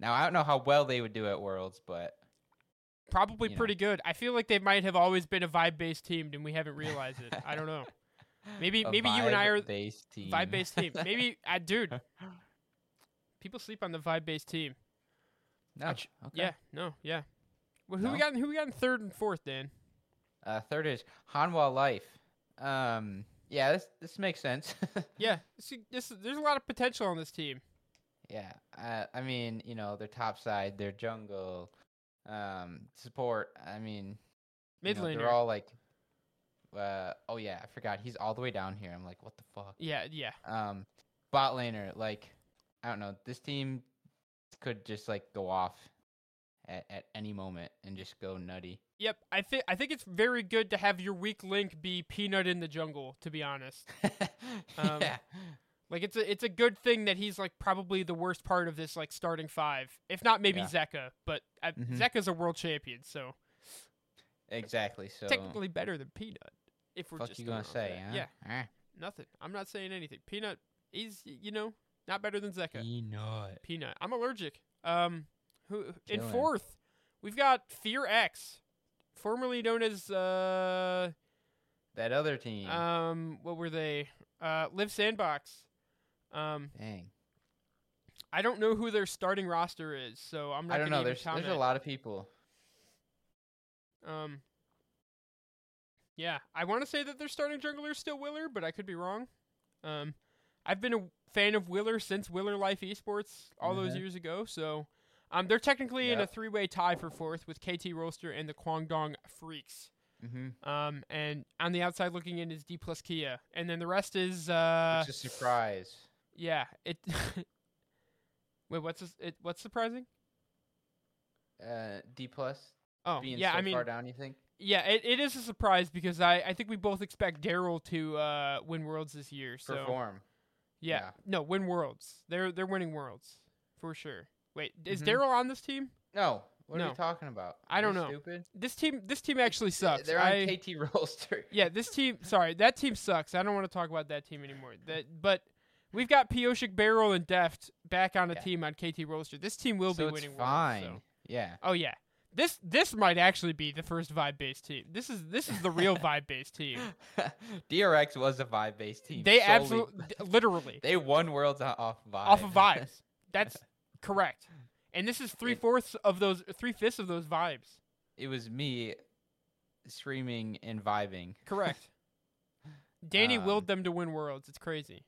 [SPEAKER 2] Now I don't know how well they would do at Worlds, but
[SPEAKER 1] Probably
[SPEAKER 2] You know.
[SPEAKER 1] pretty good. I feel like they might have always been a vibe-based team, and we haven't realized it. I don't know. Maybe-
[SPEAKER 2] a
[SPEAKER 1] maybe you and I are-
[SPEAKER 2] vibe-based team.
[SPEAKER 1] Vibe-based team. Maybe, I dude. People sleep on the vibe-based team.
[SPEAKER 2] no, okay.
[SPEAKER 1] Yeah. No. Yeah. Well, who we
[SPEAKER 2] No?
[SPEAKER 1] got? in- Who we got in third and fourth? Dan.
[SPEAKER 2] Uh, third is Hanwha Life. Um, yeah, this this makes sense.
[SPEAKER 1] Yeah. See, this, there's a lot of potential on this team.
[SPEAKER 2] yeah. Uh, I mean, you know, their top side, their jungle, um, support. I mean, you
[SPEAKER 1] Mid
[SPEAKER 2] know,
[SPEAKER 1] laner.
[SPEAKER 2] they're all like, uh, oh yeah, I forgot. He's all the way down here. I'm like, what the fuck?
[SPEAKER 1] yeah. Yeah.
[SPEAKER 2] um bot laner like i don't know this team could just like go off at, at any moment and just go nutty
[SPEAKER 1] Yep, I think I think it's very good to have your weak link be Peanut in the jungle. To be honest, Um,
[SPEAKER 2] yeah
[SPEAKER 1] like it's a it's a good thing that he's like probably the worst part of this like starting five, if not maybe
[SPEAKER 2] Yeah.
[SPEAKER 1] Zeka. But uh,
[SPEAKER 2] Mhm.
[SPEAKER 1] Zeka's a world champion, so
[SPEAKER 2] exactly so
[SPEAKER 1] technically better than Peanut. If we're
[SPEAKER 2] fuck
[SPEAKER 1] just
[SPEAKER 2] you
[SPEAKER 1] doing
[SPEAKER 2] gonna
[SPEAKER 1] it like
[SPEAKER 2] say
[SPEAKER 1] that.
[SPEAKER 2] huh?
[SPEAKER 1] yeah,
[SPEAKER 2] Huh?
[SPEAKER 1] nothing. I'm not saying anything. Peanut, he's y- you know not better than Zeka.
[SPEAKER 2] you know it
[SPEAKER 1] Peanut, I'm allergic. Um, who in
[SPEAKER 2] Killing.
[SPEAKER 1] fourth? We've got Fear X, formerly known as uh.
[SPEAKER 2] that other team
[SPEAKER 1] Um, what were they? Uh, Live Sandbox. Um,
[SPEAKER 2] dang
[SPEAKER 1] I don't know who their starting roster is, so I'm not.
[SPEAKER 2] i don't
[SPEAKER 1] gonna
[SPEAKER 2] know
[SPEAKER 1] even
[SPEAKER 2] there's there's a
[SPEAKER 1] comment.
[SPEAKER 2] lot of people
[SPEAKER 1] Um, yeah, I want to say that their starting jungler is still Willer, but I could be wrong. Um, I've been a fan of Willer since Willer Life Esports all those
[SPEAKER 2] Mhm.
[SPEAKER 1] years ago, so um, they're technically in a
[SPEAKER 2] Yep.
[SPEAKER 1] three-way tie for fourth with KT Rolster and the Kwangdong Freaks.
[SPEAKER 2] mm-hmm.
[SPEAKER 1] Um, and on the outside looking in is D plus Kia, and then the rest is uh,
[SPEAKER 2] it's a surprise
[SPEAKER 1] Yeah, it. Wait, what's this, it? What's surprising?
[SPEAKER 2] uh d plus
[SPEAKER 1] Oh,
[SPEAKER 2] being
[SPEAKER 1] yeah.
[SPEAKER 2] so
[SPEAKER 1] I mean,
[SPEAKER 2] far down you think
[SPEAKER 1] yeah, it, it is a surprise because I, I think we both expect Daryl to uh, win Worlds this year. So
[SPEAKER 2] perform
[SPEAKER 1] yeah.
[SPEAKER 2] yeah.
[SPEAKER 1] no, win Worlds. They're they're winning Worlds for sure. Wait, is
[SPEAKER 2] Mhm.
[SPEAKER 1] Daryl on this team?
[SPEAKER 2] no what are
[SPEAKER 1] No.
[SPEAKER 2] you talking about
[SPEAKER 1] I
[SPEAKER 2] Are
[SPEAKER 1] don't
[SPEAKER 2] you
[SPEAKER 1] know.
[SPEAKER 2] stupid
[SPEAKER 1] This team this team actually sucks.
[SPEAKER 2] they're on
[SPEAKER 1] I,
[SPEAKER 2] kt roster
[SPEAKER 1] yeah, this team. Sorry, that team sucks. I don't want to talk about that team anymore. That but. We've got Pioshik Barrel and Deft back on a
[SPEAKER 2] Yeah.
[SPEAKER 1] team on KT Roaster. This team will be
[SPEAKER 2] so it's
[SPEAKER 1] winning
[SPEAKER 2] fine
[SPEAKER 1] Worlds. so-
[SPEAKER 2] yeah
[SPEAKER 1] Oh yeah. This this might actually be the first vibe based team. This is this is the real vibe based team.
[SPEAKER 2] DRX was a vibe based team.
[SPEAKER 1] They
[SPEAKER 2] solely-
[SPEAKER 1] absolutely literally
[SPEAKER 2] They won worlds o- off vibe.
[SPEAKER 1] off of vibes. That's correct. And this is three fourths of those three fifths of those vibes.
[SPEAKER 2] it was me screaming and vibing.
[SPEAKER 1] Correct. Danny
[SPEAKER 2] Um,
[SPEAKER 1] willed them to win worlds. It's crazy.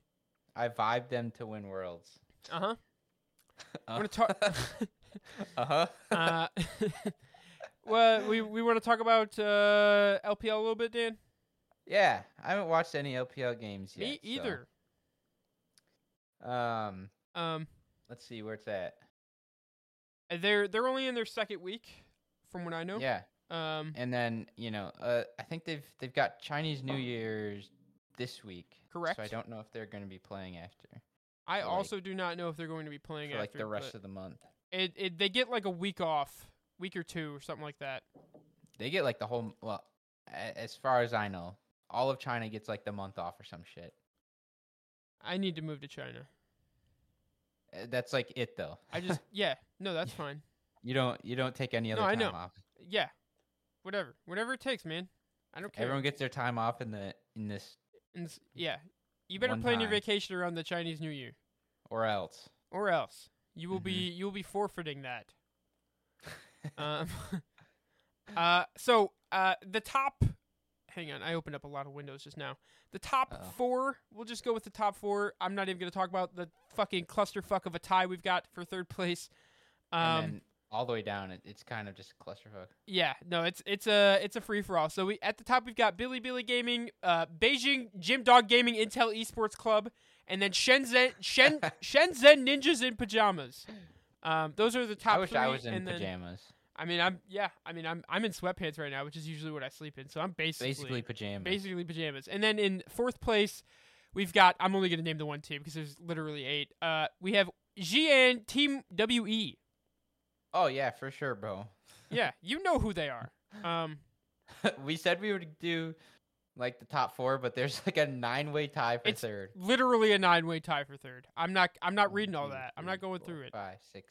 [SPEAKER 2] I vibed them to win worlds.
[SPEAKER 1] Uh huh. I
[SPEAKER 2] Uh
[SPEAKER 1] want to talk.
[SPEAKER 2] huh.
[SPEAKER 1] uh, well, we we want to talk about uh, LPL a little bit, Dan.
[SPEAKER 2] yeah, I haven't watched any LPL games yet.
[SPEAKER 1] Me
[SPEAKER 2] so,
[SPEAKER 1] either.
[SPEAKER 2] Um,
[SPEAKER 1] Um,
[SPEAKER 2] let's see where it's at.
[SPEAKER 1] they're they're only in their second week, from what I know.
[SPEAKER 2] Yeah,
[SPEAKER 1] Um,
[SPEAKER 2] and then you know, uh, I think they've they've got Chinese New Year's this week. So I
[SPEAKER 1] Correct.
[SPEAKER 2] don't know if they're going to be playing after
[SPEAKER 1] I
[SPEAKER 2] for, like-
[SPEAKER 1] also do not know if they're going to be playing
[SPEAKER 2] for
[SPEAKER 1] after
[SPEAKER 2] like the rest
[SPEAKER 1] but
[SPEAKER 2] of the month.
[SPEAKER 1] it, it. They get like a week off, week or two or something like that.
[SPEAKER 2] They get like the whole. Well, a- as far as I know, all of China gets like the month off or some shit.
[SPEAKER 1] I need to move to China.
[SPEAKER 2] Uh, That's like it though.
[SPEAKER 1] I just yeah, no, that's fine.
[SPEAKER 2] you don't you don't take any
[SPEAKER 1] No,
[SPEAKER 2] other
[SPEAKER 1] I
[SPEAKER 2] time
[SPEAKER 1] know.
[SPEAKER 2] off.
[SPEAKER 1] Yeah, whatever, whatever it takes, man. I don't care.
[SPEAKER 2] Everyone gets their time off in the in this
[SPEAKER 1] And s- yeah, you better
[SPEAKER 2] One
[SPEAKER 1] plan your
[SPEAKER 2] time.
[SPEAKER 1] vacation around the Chinese New Year,
[SPEAKER 2] or else.
[SPEAKER 1] or else you will
[SPEAKER 2] Mhm.
[SPEAKER 1] be you will be forfeiting that. um, uh, so uh, the top. Hang on, I opened up a lot of windows just now. The top
[SPEAKER 2] Uh-oh.
[SPEAKER 1] four. We'll just go with the top four. I'm not even gonna talk about the fucking clusterfuck of a tie we've got for third place. Um,
[SPEAKER 2] and then all the way down, it, it's kind of just a clusterfuck.
[SPEAKER 1] Yeah, no, it's it's a it's a free for all. So we at the top we've got Billy Billy Gaming, uh, Beijing Jim Dog Gaming, Intel Esports Club, and then Shenzhen Shen, Shenzhen Ninjas in Pajamas. Um, those are the top
[SPEAKER 2] I wish
[SPEAKER 1] three.
[SPEAKER 2] I was in
[SPEAKER 1] and then,
[SPEAKER 2] pajamas.
[SPEAKER 1] I mean, I'm yeah, I mean, I'm I'm in sweatpants right now, which is usually what I sleep in. So I'm basically
[SPEAKER 2] Basically pajamas.
[SPEAKER 1] basically pajamas. And then in fourth place, we've got I'm only gonna name the one team because there's literally eight. Uh, we have Jian Team WE.
[SPEAKER 2] Oh yeah, for sure, bro.
[SPEAKER 1] Yeah, you know who they are. Um.
[SPEAKER 2] we said we would do like the top four, but there's like a nine way tie for
[SPEAKER 1] It's
[SPEAKER 2] third.
[SPEAKER 1] literally a nine way tie for third. I'm not I'm not
[SPEAKER 2] One,
[SPEAKER 1] reading all
[SPEAKER 2] two,
[SPEAKER 1] that. I'm not
[SPEAKER 2] three,
[SPEAKER 1] going
[SPEAKER 2] four,
[SPEAKER 1] through it.
[SPEAKER 2] Five, six.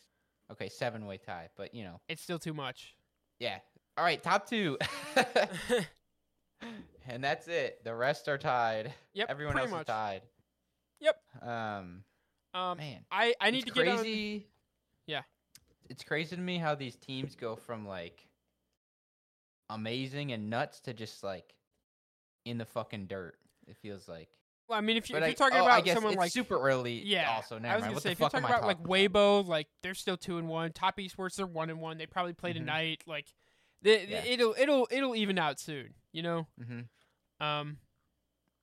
[SPEAKER 2] Okay, seven way tie, but you know,
[SPEAKER 1] It's still too much.
[SPEAKER 2] yeah. All right, top two, and that's it. The rest are tied.
[SPEAKER 1] yep.
[SPEAKER 2] Everyone
[SPEAKER 1] pretty
[SPEAKER 2] else
[SPEAKER 1] much.
[SPEAKER 2] is tied.
[SPEAKER 1] Yep.
[SPEAKER 2] Um,
[SPEAKER 1] Um
[SPEAKER 2] man,
[SPEAKER 1] I I need
[SPEAKER 2] it's
[SPEAKER 1] to get on
[SPEAKER 2] crazy.
[SPEAKER 1] Yeah.
[SPEAKER 2] It's crazy to me how these teams go from like amazing and nuts to just like in the fucking dirt. It feels like.
[SPEAKER 1] well, I mean if you if
[SPEAKER 2] But I-
[SPEAKER 1] you're talking
[SPEAKER 2] oh, I
[SPEAKER 1] about
[SPEAKER 2] guess
[SPEAKER 1] someone
[SPEAKER 2] it's
[SPEAKER 1] like
[SPEAKER 2] super early.
[SPEAKER 1] yeah,
[SPEAKER 2] Also, never
[SPEAKER 1] I was
[SPEAKER 2] mind.
[SPEAKER 1] gonna
[SPEAKER 2] What
[SPEAKER 1] say
[SPEAKER 2] the
[SPEAKER 1] if you're
[SPEAKER 2] fuck am
[SPEAKER 1] talking
[SPEAKER 2] I
[SPEAKER 1] about like
[SPEAKER 2] talking
[SPEAKER 1] Weibo, like they're still two and one. Top esports they're one and one. They probably played
[SPEAKER 2] Mhm.
[SPEAKER 1] tonight. Like the,
[SPEAKER 2] Yeah.
[SPEAKER 1] it'll it'll it'll even out soon, you know?
[SPEAKER 2] Mm-hmm.
[SPEAKER 1] Um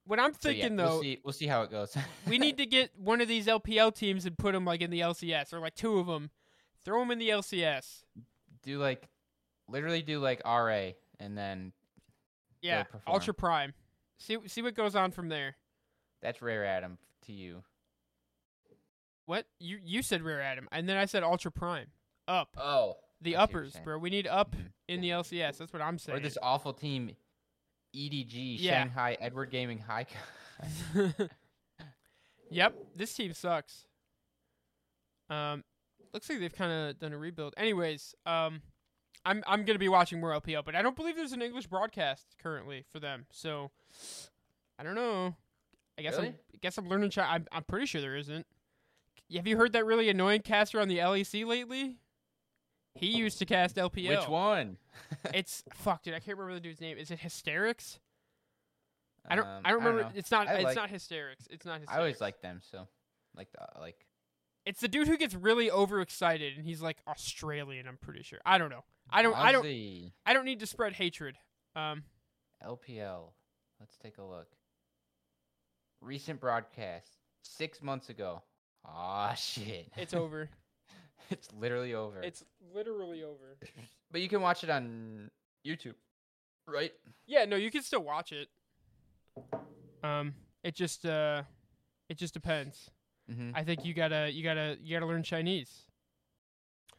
[SPEAKER 1] what I'm
[SPEAKER 2] So, yeah,
[SPEAKER 1] thinking
[SPEAKER 2] we'll
[SPEAKER 1] though
[SPEAKER 2] see, we'll see how it goes.
[SPEAKER 1] we need to get one of these LPL teams and put them like in the LCS or like two of them. Throw them in the LCS.
[SPEAKER 2] do like literally do like RA and then
[SPEAKER 1] Yeah,
[SPEAKER 2] perform.
[SPEAKER 1] Ultra Prime. See see what goes on from there.
[SPEAKER 2] that's rare Adam to you.
[SPEAKER 1] What you you said Rare Adam, and then I said Ultra Prime. Up
[SPEAKER 2] Oh,
[SPEAKER 1] the
[SPEAKER 2] I see what you're
[SPEAKER 1] uppers,
[SPEAKER 2] saying.
[SPEAKER 1] bro. We need up
[SPEAKER 2] Mhm.
[SPEAKER 1] in the LCS. That's what I'm saying.
[SPEAKER 2] Or this awful team, EDG
[SPEAKER 1] Yeah.
[SPEAKER 2] Shanghai Edward Gaming High.
[SPEAKER 1] yep, this team sucks. Um, looks like they've kind of done a rebuild. Anyways, um, I'm I'm gonna be watching more LPL, but I don't believe there's an English broadcast currently for them. So I don't know. I guess I'm
[SPEAKER 2] Really?
[SPEAKER 1] I guess I'm learning. Chi- I'm I'm pretty sure there isn't. Have you heard that really annoying caster on the LEC lately? He used to cast LPL.
[SPEAKER 2] Which one?
[SPEAKER 1] It's fuck, dude. I can't remember the dude's name. Is it Hysterics? I don't.
[SPEAKER 2] Um,
[SPEAKER 1] I don't remember.
[SPEAKER 2] know.
[SPEAKER 1] it's not.
[SPEAKER 2] I
[SPEAKER 1] it's
[SPEAKER 2] like-
[SPEAKER 1] not Hysterics. It's not. Hysterics.
[SPEAKER 2] I always like them so, like the like.
[SPEAKER 1] It's the dude who gets really overexcited, and he's like Australian. I'm pretty sure. I don't know. I don't. I don't.
[SPEAKER 2] Aussie,
[SPEAKER 1] I don't need to spread hatred. Um.
[SPEAKER 2] LPL. Let's take a look. Recent broadcast six months ago. Ah shit.
[SPEAKER 1] It's over.
[SPEAKER 2] it's literally over.
[SPEAKER 1] it's literally over.
[SPEAKER 2] But you can watch it on YouTube, right?
[SPEAKER 1] Yeah. No, you can still watch it. Um. It just. Uh. It just depends.
[SPEAKER 2] Mm-hmm.
[SPEAKER 1] I think you gotta. You gotta. You gotta learn Chinese.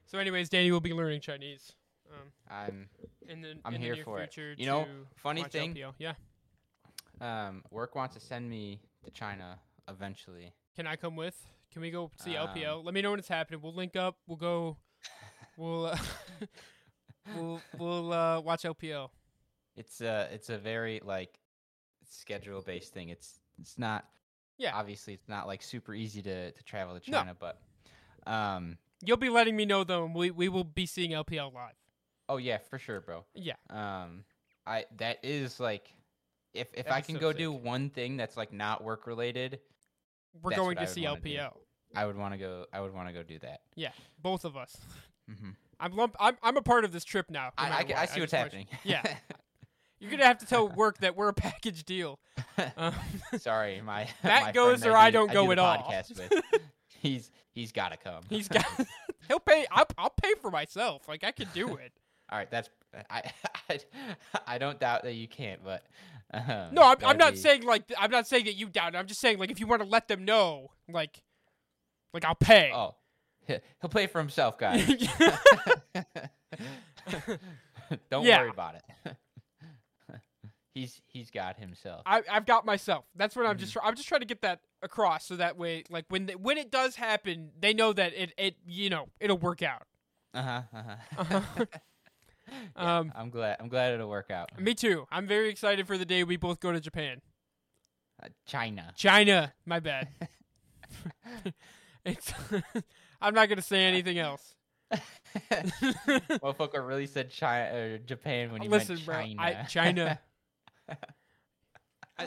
[SPEAKER 1] So, anyways, Danny will be learning Chinese. Um.
[SPEAKER 2] I'm
[SPEAKER 1] in the
[SPEAKER 2] I'm
[SPEAKER 1] in
[SPEAKER 2] here
[SPEAKER 1] the near
[SPEAKER 2] for it.
[SPEAKER 1] future
[SPEAKER 2] You know,
[SPEAKER 1] to
[SPEAKER 2] funny
[SPEAKER 1] watch
[SPEAKER 2] thing-
[SPEAKER 1] LPL. Yeah,
[SPEAKER 2] um work wants to send me to China eventually.
[SPEAKER 1] can I come with? Can we go see LPL?
[SPEAKER 2] Um,
[SPEAKER 1] Let me know when it's happening. We'll link up. We'll go. We'll uh, we'll we'll uh, watch LPL.
[SPEAKER 2] It's uh it's a very like schedule based thing. It's it's not
[SPEAKER 1] Yeah.
[SPEAKER 2] Obviously it's not like super easy to to travel to
[SPEAKER 1] No.
[SPEAKER 2] China, but um
[SPEAKER 1] You'll be letting me know though, and we we will be seeing LPL live.
[SPEAKER 2] oh yeah, for sure, bro.
[SPEAKER 1] Yeah,
[SPEAKER 2] Um I that is like if if
[SPEAKER 1] That'd
[SPEAKER 2] I
[SPEAKER 1] be
[SPEAKER 2] can
[SPEAKER 1] so
[SPEAKER 2] go do
[SPEAKER 1] sick.
[SPEAKER 2] one thing that's like not work related,
[SPEAKER 1] we're
[SPEAKER 2] That's
[SPEAKER 1] going
[SPEAKER 2] what I
[SPEAKER 1] to
[SPEAKER 2] would
[SPEAKER 1] see
[SPEAKER 2] wanna do.
[SPEAKER 1] LPL.
[SPEAKER 2] I would want to go I would want to go do that.
[SPEAKER 1] Both of us.
[SPEAKER 2] Mhm.
[SPEAKER 1] I'm lump. I'm I'm a part of this trip now. no
[SPEAKER 2] I, I,
[SPEAKER 1] matter
[SPEAKER 2] ca-
[SPEAKER 1] what.
[SPEAKER 2] I see what's
[SPEAKER 1] just want you-
[SPEAKER 2] happening.
[SPEAKER 1] Yeah. You're gonna have to tell work that we're a package deal. Um,
[SPEAKER 2] Sorry, my
[SPEAKER 1] That
[SPEAKER 2] my
[SPEAKER 1] goes
[SPEAKER 2] friend
[SPEAKER 1] or I
[SPEAKER 2] do-
[SPEAKER 1] don't go
[SPEAKER 2] do the
[SPEAKER 1] at all.
[SPEAKER 2] podcast with. he's he's got to come.
[SPEAKER 1] he's got. he'll pay. I'll, I'll pay for myself. Like I can do it.
[SPEAKER 2] all right. That's I, I I don't doubt that you can't, but um,
[SPEAKER 1] No, I'm, I'm
[SPEAKER 2] that'd
[SPEAKER 1] not
[SPEAKER 2] be-
[SPEAKER 1] saying like th- I'm not saying that you doubt it. I'm just saying like if you want to let them know, like, like I'll pay.
[SPEAKER 2] Oh, he- he'll play for himself, guys. don't
[SPEAKER 1] Yeah.
[SPEAKER 2] worry about it. He's he's got himself.
[SPEAKER 1] I, I've got myself. That's what I'm
[SPEAKER 2] Mm-hmm.
[SPEAKER 1] just. try- I'm just trying to get that across, so that way, like when the, when it does happen, they know that it it you know it'll work out.
[SPEAKER 2] Uh huh. Uh-huh.
[SPEAKER 1] Uh-huh.
[SPEAKER 2] Yeah,
[SPEAKER 1] Um,
[SPEAKER 2] I'm glad. I'm glad it'll work out.
[SPEAKER 1] Me too. I'm very excited for the day we both go to Japan.
[SPEAKER 2] Uh, China.
[SPEAKER 1] China. My bad. it's. I'm not gonna say anything else.
[SPEAKER 2] Motherfucker really said China or Japan when he
[SPEAKER 1] Listen,
[SPEAKER 2] meant
[SPEAKER 1] bro.
[SPEAKER 2] China.
[SPEAKER 1] I, China. I,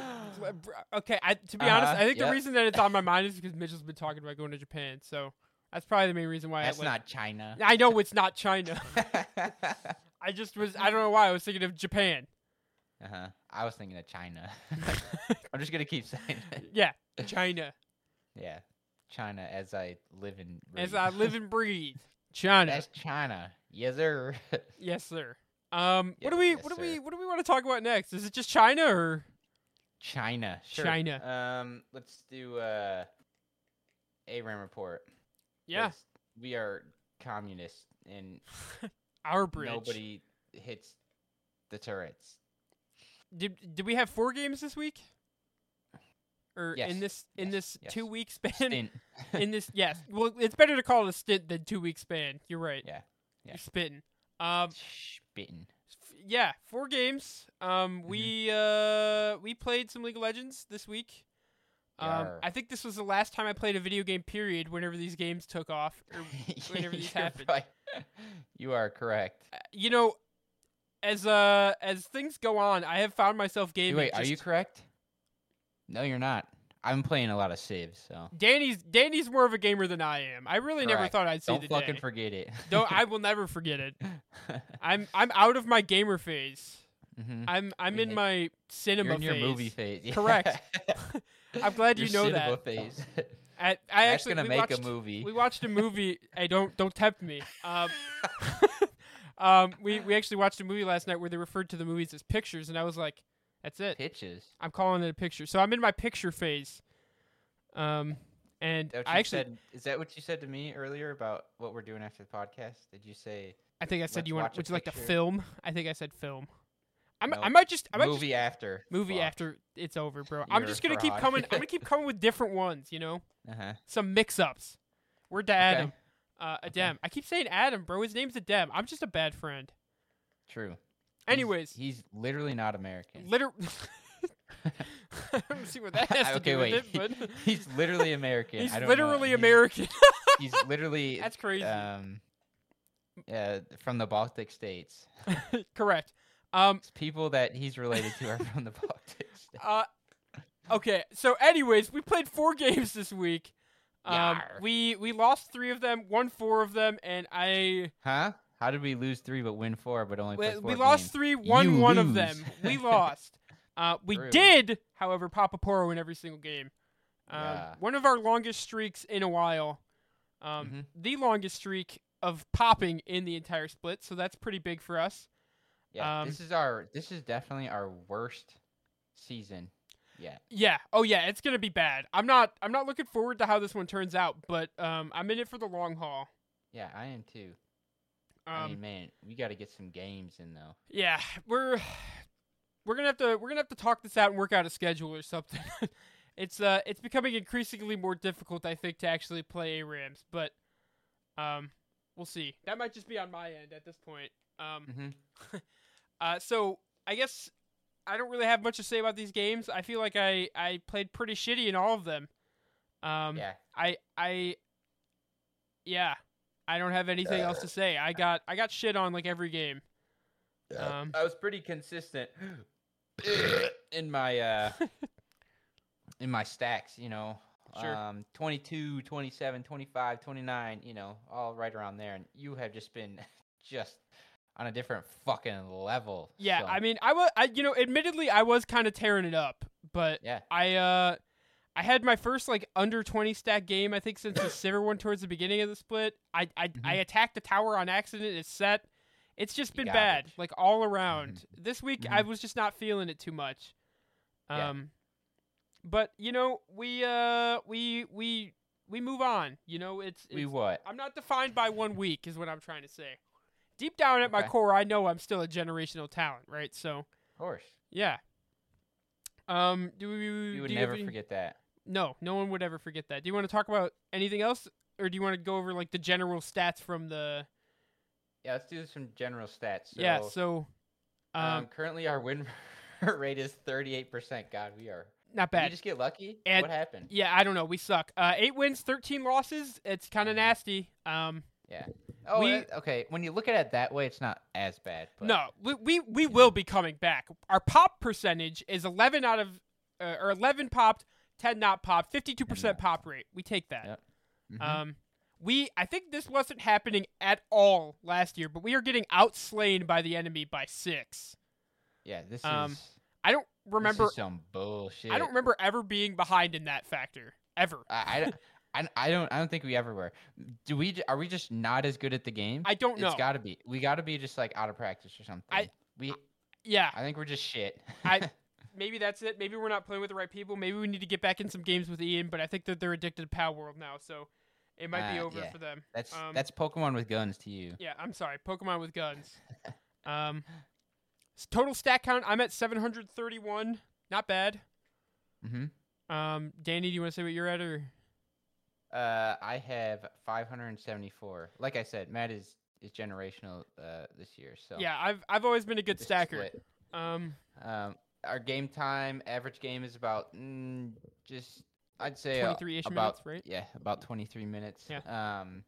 [SPEAKER 1] br- okay. I, to be honest,
[SPEAKER 2] Uh-huh,
[SPEAKER 1] I think the
[SPEAKER 2] yep.
[SPEAKER 1] reason that it's on my mind is because Mitchell's been talking about going to Japan, so that's probably the main reason why.
[SPEAKER 2] That's
[SPEAKER 1] I,
[SPEAKER 2] not China.
[SPEAKER 1] I know it's not China. I just was. I don't know why I was thinking of Japan.
[SPEAKER 2] Uh-huh. I was thinking of China. I'm just gonna keep saying it.
[SPEAKER 1] Yeah, China.
[SPEAKER 2] Yeah, China as I live and breathe.
[SPEAKER 1] As I live and breathe, China.
[SPEAKER 2] That's China. Yes, sir.
[SPEAKER 1] Yes, sir. Um, what
[SPEAKER 2] Yes-
[SPEAKER 1] do we?
[SPEAKER 2] yes,
[SPEAKER 1] what do
[SPEAKER 2] sir.
[SPEAKER 1] we? What do we want to talk about next? Is it just China or?
[SPEAKER 2] China. Sure.
[SPEAKER 1] China.
[SPEAKER 2] Um, let's do uh, a RAM report.
[SPEAKER 1] Yeah,
[SPEAKER 2] 'cause We are communists and
[SPEAKER 1] our bridge.
[SPEAKER 2] nobody hits the turrets.
[SPEAKER 1] Did Did we have four games this week? Or
[SPEAKER 2] Yes,
[SPEAKER 1] in this in
[SPEAKER 2] yes,
[SPEAKER 1] this
[SPEAKER 2] yes.
[SPEAKER 1] two week span?
[SPEAKER 2] Stint.
[SPEAKER 1] in this yes. Well, it's better to call it a stint than two week span. You're right.
[SPEAKER 2] Yeah, yeah.
[SPEAKER 1] You're spitting. Um,
[SPEAKER 2] Spitting.
[SPEAKER 1] f- yeah, four games.
[SPEAKER 2] Mm-hmm.
[SPEAKER 1] Um, we uh we played some League of Legends this week. Um,
[SPEAKER 2] Yar.
[SPEAKER 1] I think this was the last time I played a video game. Period. Whenever these games took off, Er, or whenever these
[SPEAKER 2] You're
[SPEAKER 1] happen.
[SPEAKER 2] right. You are correct.
[SPEAKER 1] you know, as uh as things go on, I have found myself gaming.
[SPEAKER 2] Wait, are
[SPEAKER 1] just-
[SPEAKER 2] you correct? No, you're not. I'm playing a lot of Civ, so
[SPEAKER 1] Danny's Danny's more of a gamer than I am. I really never
[SPEAKER 2] Correct.
[SPEAKER 1] thought I'd see
[SPEAKER 2] don't
[SPEAKER 1] the
[SPEAKER 2] fucking
[SPEAKER 1] day.
[SPEAKER 2] forget it.
[SPEAKER 1] Don't- I will never forget it. I'm I'm out of my gamer phase.
[SPEAKER 2] Mhm.
[SPEAKER 1] I'm I'm in
[SPEAKER 2] Yeah.
[SPEAKER 1] my cinema
[SPEAKER 2] You're in your
[SPEAKER 1] phase.
[SPEAKER 2] movie phase.
[SPEAKER 1] Correct. I'm glad
[SPEAKER 2] Your
[SPEAKER 1] you know
[SPEAKER 2] cinema
[SPEAKER 1] that.
[SPEAKER 2] phase.
[SPEAKER 1] I, I
[SPEAKER 2] That's
[SPEAKER 1] actually
[SPEAKER 2] gonna
[SPEAKER 1] we
[SPEAKER 2] make
[SPEAKER 1] watched,
[SPEAKER 2] a movie.
[SPEAKER 1] We watched a movie. hey, don't don't tempt me. Um, um, we we actually watched a movie last night where they referred to the movies as pictures, and I was like, that's it.
[SPEAKER 2] Pitches.
[SPEAKER 1] I'm calling it a picture. So I'm in my picture phase. Um, and
[SPEAKER 2] Is that what
[SPEAKER 1] I
[SPEAKER 2] you
[SPEAKER 1] actually,
[SPEAKER 2] said- is that what you said to me earlier about what we're doing after the podcast? Did you say
[SPEAKER 1] I think I said
[SPEAKER 2] let's
[SPEAKER 1] you want.
[SPEAKER 2] watch a
[SPEAKER 1] Would you like to
[SPEAKER 2] picture?
[SPEAKER 1] film? I think I said film. I'm, I
[SPEAKER 2] No,
[SPEAKER 1] might just. I might
[SPEAKER 2] movie after?
[SPEAKER 1] just movie
[SPEAKER 2] Fuck.
[SPEAKER 1] after it's over, bro. I'm
[SPEAKER 2] You're
[SPEAKER 1] just
[SPEAKER 2] a
[SPEAKER 1] gonna keep
[SPEAKER 2] fraud.
[SPEAKER 1] coming. I'm gonna keep coming with different ones. You know,
[SPEAKER 2] Uh-huh.
[SPEAKER 1] some mix-ups. We're to Adam.
[SPEAKER 2] Okay.
[SPEAKER 1] Uh, Adam. I keep saying Adam, bro. His name's Adam. I'm just a bad friend.
[SPEAKER 2] True. He's-
[SPEAKER 1] Anyways,
[SPEAKER 2] he's, literally not American.
[SPEAKER 1] liter. I don't see what that has to
[SPEAKER 2] okay,
[SPEAKER 1] do
[SPEAKER 2] wait.
[SPEAKER 1] with it, but
[SPEAKER 2] he's literally American.
[SPEAKER 1] he's
[SPEAKER 2] I don't know.
[SPEAKER 1] literally
[SPEAKER 2] He's-
[SPEAKER 1] American.
[SPEAKER 2] He's literally
[SPEAKER 1] That's crazy.
[SPEAKER 2] um, uh, from the Baltic states.
[SPEAKER 1] Correct. Um,
[SPEAKER 2] It's people that he's related to are from the Baltic states.
[SPEAKER 1] Uh, okay. So, anyways, we played four games this week. Um,
[SPEAKER 2] Yar.
[SPEAKER 1] we we lost three of them, won four of them, and I
[SPEAKER 2] Huh? How did we lose three but win four but only play
[SPEAKER 1] we,
[SPEAKER 2] four
[SPEAKER 1] we lost
[SPEAKER 2] games?
[SPEAKER 1] three, won
[SPEAKER 2] You
[SPEAKER 1] one of
[SPEAKER 2] lose.
[SPEAKER 1] them. We lost. Uh, we
[SPEAKER 2] True.
[SPEAKER 1] did, however, pop a poro in every single game. Um,
[SPEAKER 2] Yeah.
[SPEAKER 1] One of our longest streaks in a while. Um,
[SPEAKER 2] Mhm.
[SPEAKER 1] The longest streak of popping in the entire split, so that's pretty big for us.
[SPEAKER 2] Yeah,
[SPEAKER 1] um,
[SPEAKER 2] this is our. This is definitely our worst season yet.
[SPEAKER 1] Yeah. Oh yeah, it's gonna be bad. I'm not. I'm not looking forward to how this one turns out, but um, I'm in it for the long haul.
[SPEAKER 2] Yeah, I am too.
[SPEAKER 1] Um,
[SPEAKER 2] I mean, man, we got to get some games in though.
[SPEAKER 1] Yeah, we're we're gonna have to we're gonna have to talk this out and work out a schedule or something. it's uh it's becoming increasingly more difficult, I think, to actually play A Rams, but um we'll see. That might just be on my end at this point. Um
[SPEAKER 2] Mm-hmm.
[SPEAKER 1] uh so I guess I don't really have much to say about these games. I feel like I I played pretty shitty in all of them. Um
[SPEAKER 2] yeah,
[SPEAKER 1] I I yeah. I don't have anything else to say. I got I got shit on like every game. um,
[SPEAKER 2] I was pretty consistent in my uh, in my stacks. You know,
[SPEAKER 1] Sure.
[SPEAKER 2] um, 22, 27, 25, 29. You know, all right around there. And you have just been just on a different fucking level.
[SPEAKER 1] Yeah,
[SPEAKER 2] so,
[SPEAKER 1] I mean, I was, I, you know, admittedly, I was kind of tearing it up, but
[SPEAKER 2] yeah,
[SPEAKER 1] I, uh, I had my first like under twenty stack game I think since the Sivir one towards the beginning of the split. I, I,
[SPEAKER 2] Mm-hmm.
[SPEAKER 1] I attacked the tower on accident. It's set. It's just been bad,
[SPEAKER 2] Garbage.
[SPEAKER 1] like all around. This week, I
[SPEAKER 2] Mhm.
[SPEAKER 1] was just not feeling it too much.
[SPEAKER 2] Yeah.
[SPEAKER 1] Um, but you know, we, uh, we, we, we move on. You know, it's, it's
[SPEAKER 2] we what?
[SPEAKER 1] I'm not defined by one week, is what I'm trying to say. Deep down at my
[SPEAKER 2] Okay.
[SPEAKER 1] core, I know I'm still a generational talent, right? So.
[SPEAKER 2] Of course.
[SPEAKER 1] Yeah. Um, do we?
[SPEAKER 2] You would
[SPEAKER 1] do
[SPEAKER 2] never
[SPEAKER 1] have any-
[SPEAKER 2] forget that.
[SPEAKER 1] No, no one would ever forget that. Do you want to talk about anything else, or do you want to go over like the general stats from the?
[SPEAKER 2] Yeah, let's do some general stats. So,
[SPEAKER 1] yeah. So, um,
[SPEAKER 2] um, currently our win rate is 38%. God, we are.
[SPEAKER 1] not
[SPEAKER 2] Did
[SPEAKER 1] bad.
[SPEAKER 2] we just get lucky?
[SPEAKER 1] And-
[SPEAKER 2] what happened?
[SPEAKER 1] Yeah, I don't know. We suck. Uh, eight wins, thirteen losses. It's kind of
[SPEAKER 2] Mhm.
[SPEAKER 1] nasty. Um,
[SPEAKER 2] Oh,
[SPEAKER 1] we-
[SPEAKER 2] that- okay. When you look at it that way, it's not as bad. But
[SPEAKER 1] no, we we, we will be coming back. Our pop percentage is eleven out of, uh, or eleven popped, ten not popped, fifty-two percent pop rate. We take that.
[SPEAKER 2] Yep. Mhm.
[SPEAKER 1] Um, we I think this wasn't happening at all last year, but we are getting outslain by the enemy by six.
[SPEAKER 2] yeah, this
[SPEAKER 1] um,
[SPEAKER 2] is this
[SPEAKER 1] I don't remember.
[SPEAKER 2] is some bullshit.
[SPEAKER 1] I don't remember ever being behind in that factor ever.
[SPEAKER 2] I, I don't- I, I don't. I don't think we ever were. Do we? j- Are we just not as good at the game?
[SPEAKER 1] I don't know.
[SPEAKER 2] It's got to be. We got to be just like out of practice or something. we.
[SPEAKER 1] yeah,
[SPEAKER 2] I think we're just shit.
[SPEAKER 1] I- maybe that's it. Maybe we're not playing with the right people. Maybe we need to get back in some games with Ian. But I think that they're addicted to Pow World now, so it might be
[SPEAKER 2] Uh,
[SPEAKER 1] over
[SPEAKER 2] yeah.
[SPEAKER 1] for them.
[SPEAKER 2] that's
[SPEAKER 1] um,
[SPEAKER 2] that's Pokemon with guns to you.
[SPEAKER 1] Yeah, I'm sorry. Pokemon with guns. um, s- total stat count. I'm at 731. Not bad.
[SPEAKER 2] hmm
[SPEAKER 1] Um, Danny, do you want to say what you're at or?
[SPEAKER 2] Uh, I have 574. Like I said, Matt is is generational uh, this year. So
[SPEAKER 1] Yeah, I've I've always been a good
[SPEAKER 2] just
[SPEAKER 1] stacker.
[SPEAKER 2] split.
[SPEAKER 1] Um,
[SPEAKER 2] Um, our game time average game is about mm, just I'd say uh,
[SPEAKER 1] 23-ish
[SPEAKER 2] about
[SPEAKER 1] minutes, right?
[SPEAKER 2] yeah about 23 minutes. Yeah. Um,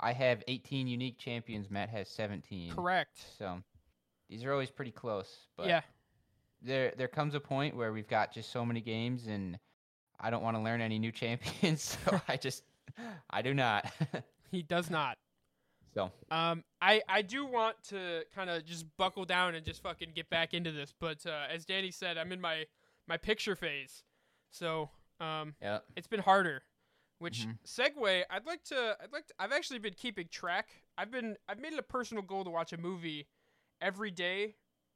[SPEAKER 2] I have 18 unique champions. Matt has 17.
[SPEAKER 1] Correct.
[SPEAKER 2] So these are always pretty close. But
[SPEAKER 1] yeah,
[SPEAKER 2] there there comes a point where we've got just so many games and I don't want to learn any new champions, so I just I do not.
[SPEAKER 1] he does not.
[SPEAKER 2] so
[SPEAKER 1] Um, I I do want to kind of just buckle down and just fucking get back into this, but uh, as Danny said, I'm in my my picture phase, so um,
[SPEAKER 2] yeah.
[SPEAKER 1] it's been harder. Which
[SPEAKER 2] Mhm.
[SPEAKER 1] segue, I'd like to, I'd like to, I've actually been keeping track. I've been, I've made it a personal goal to watch a movie every day,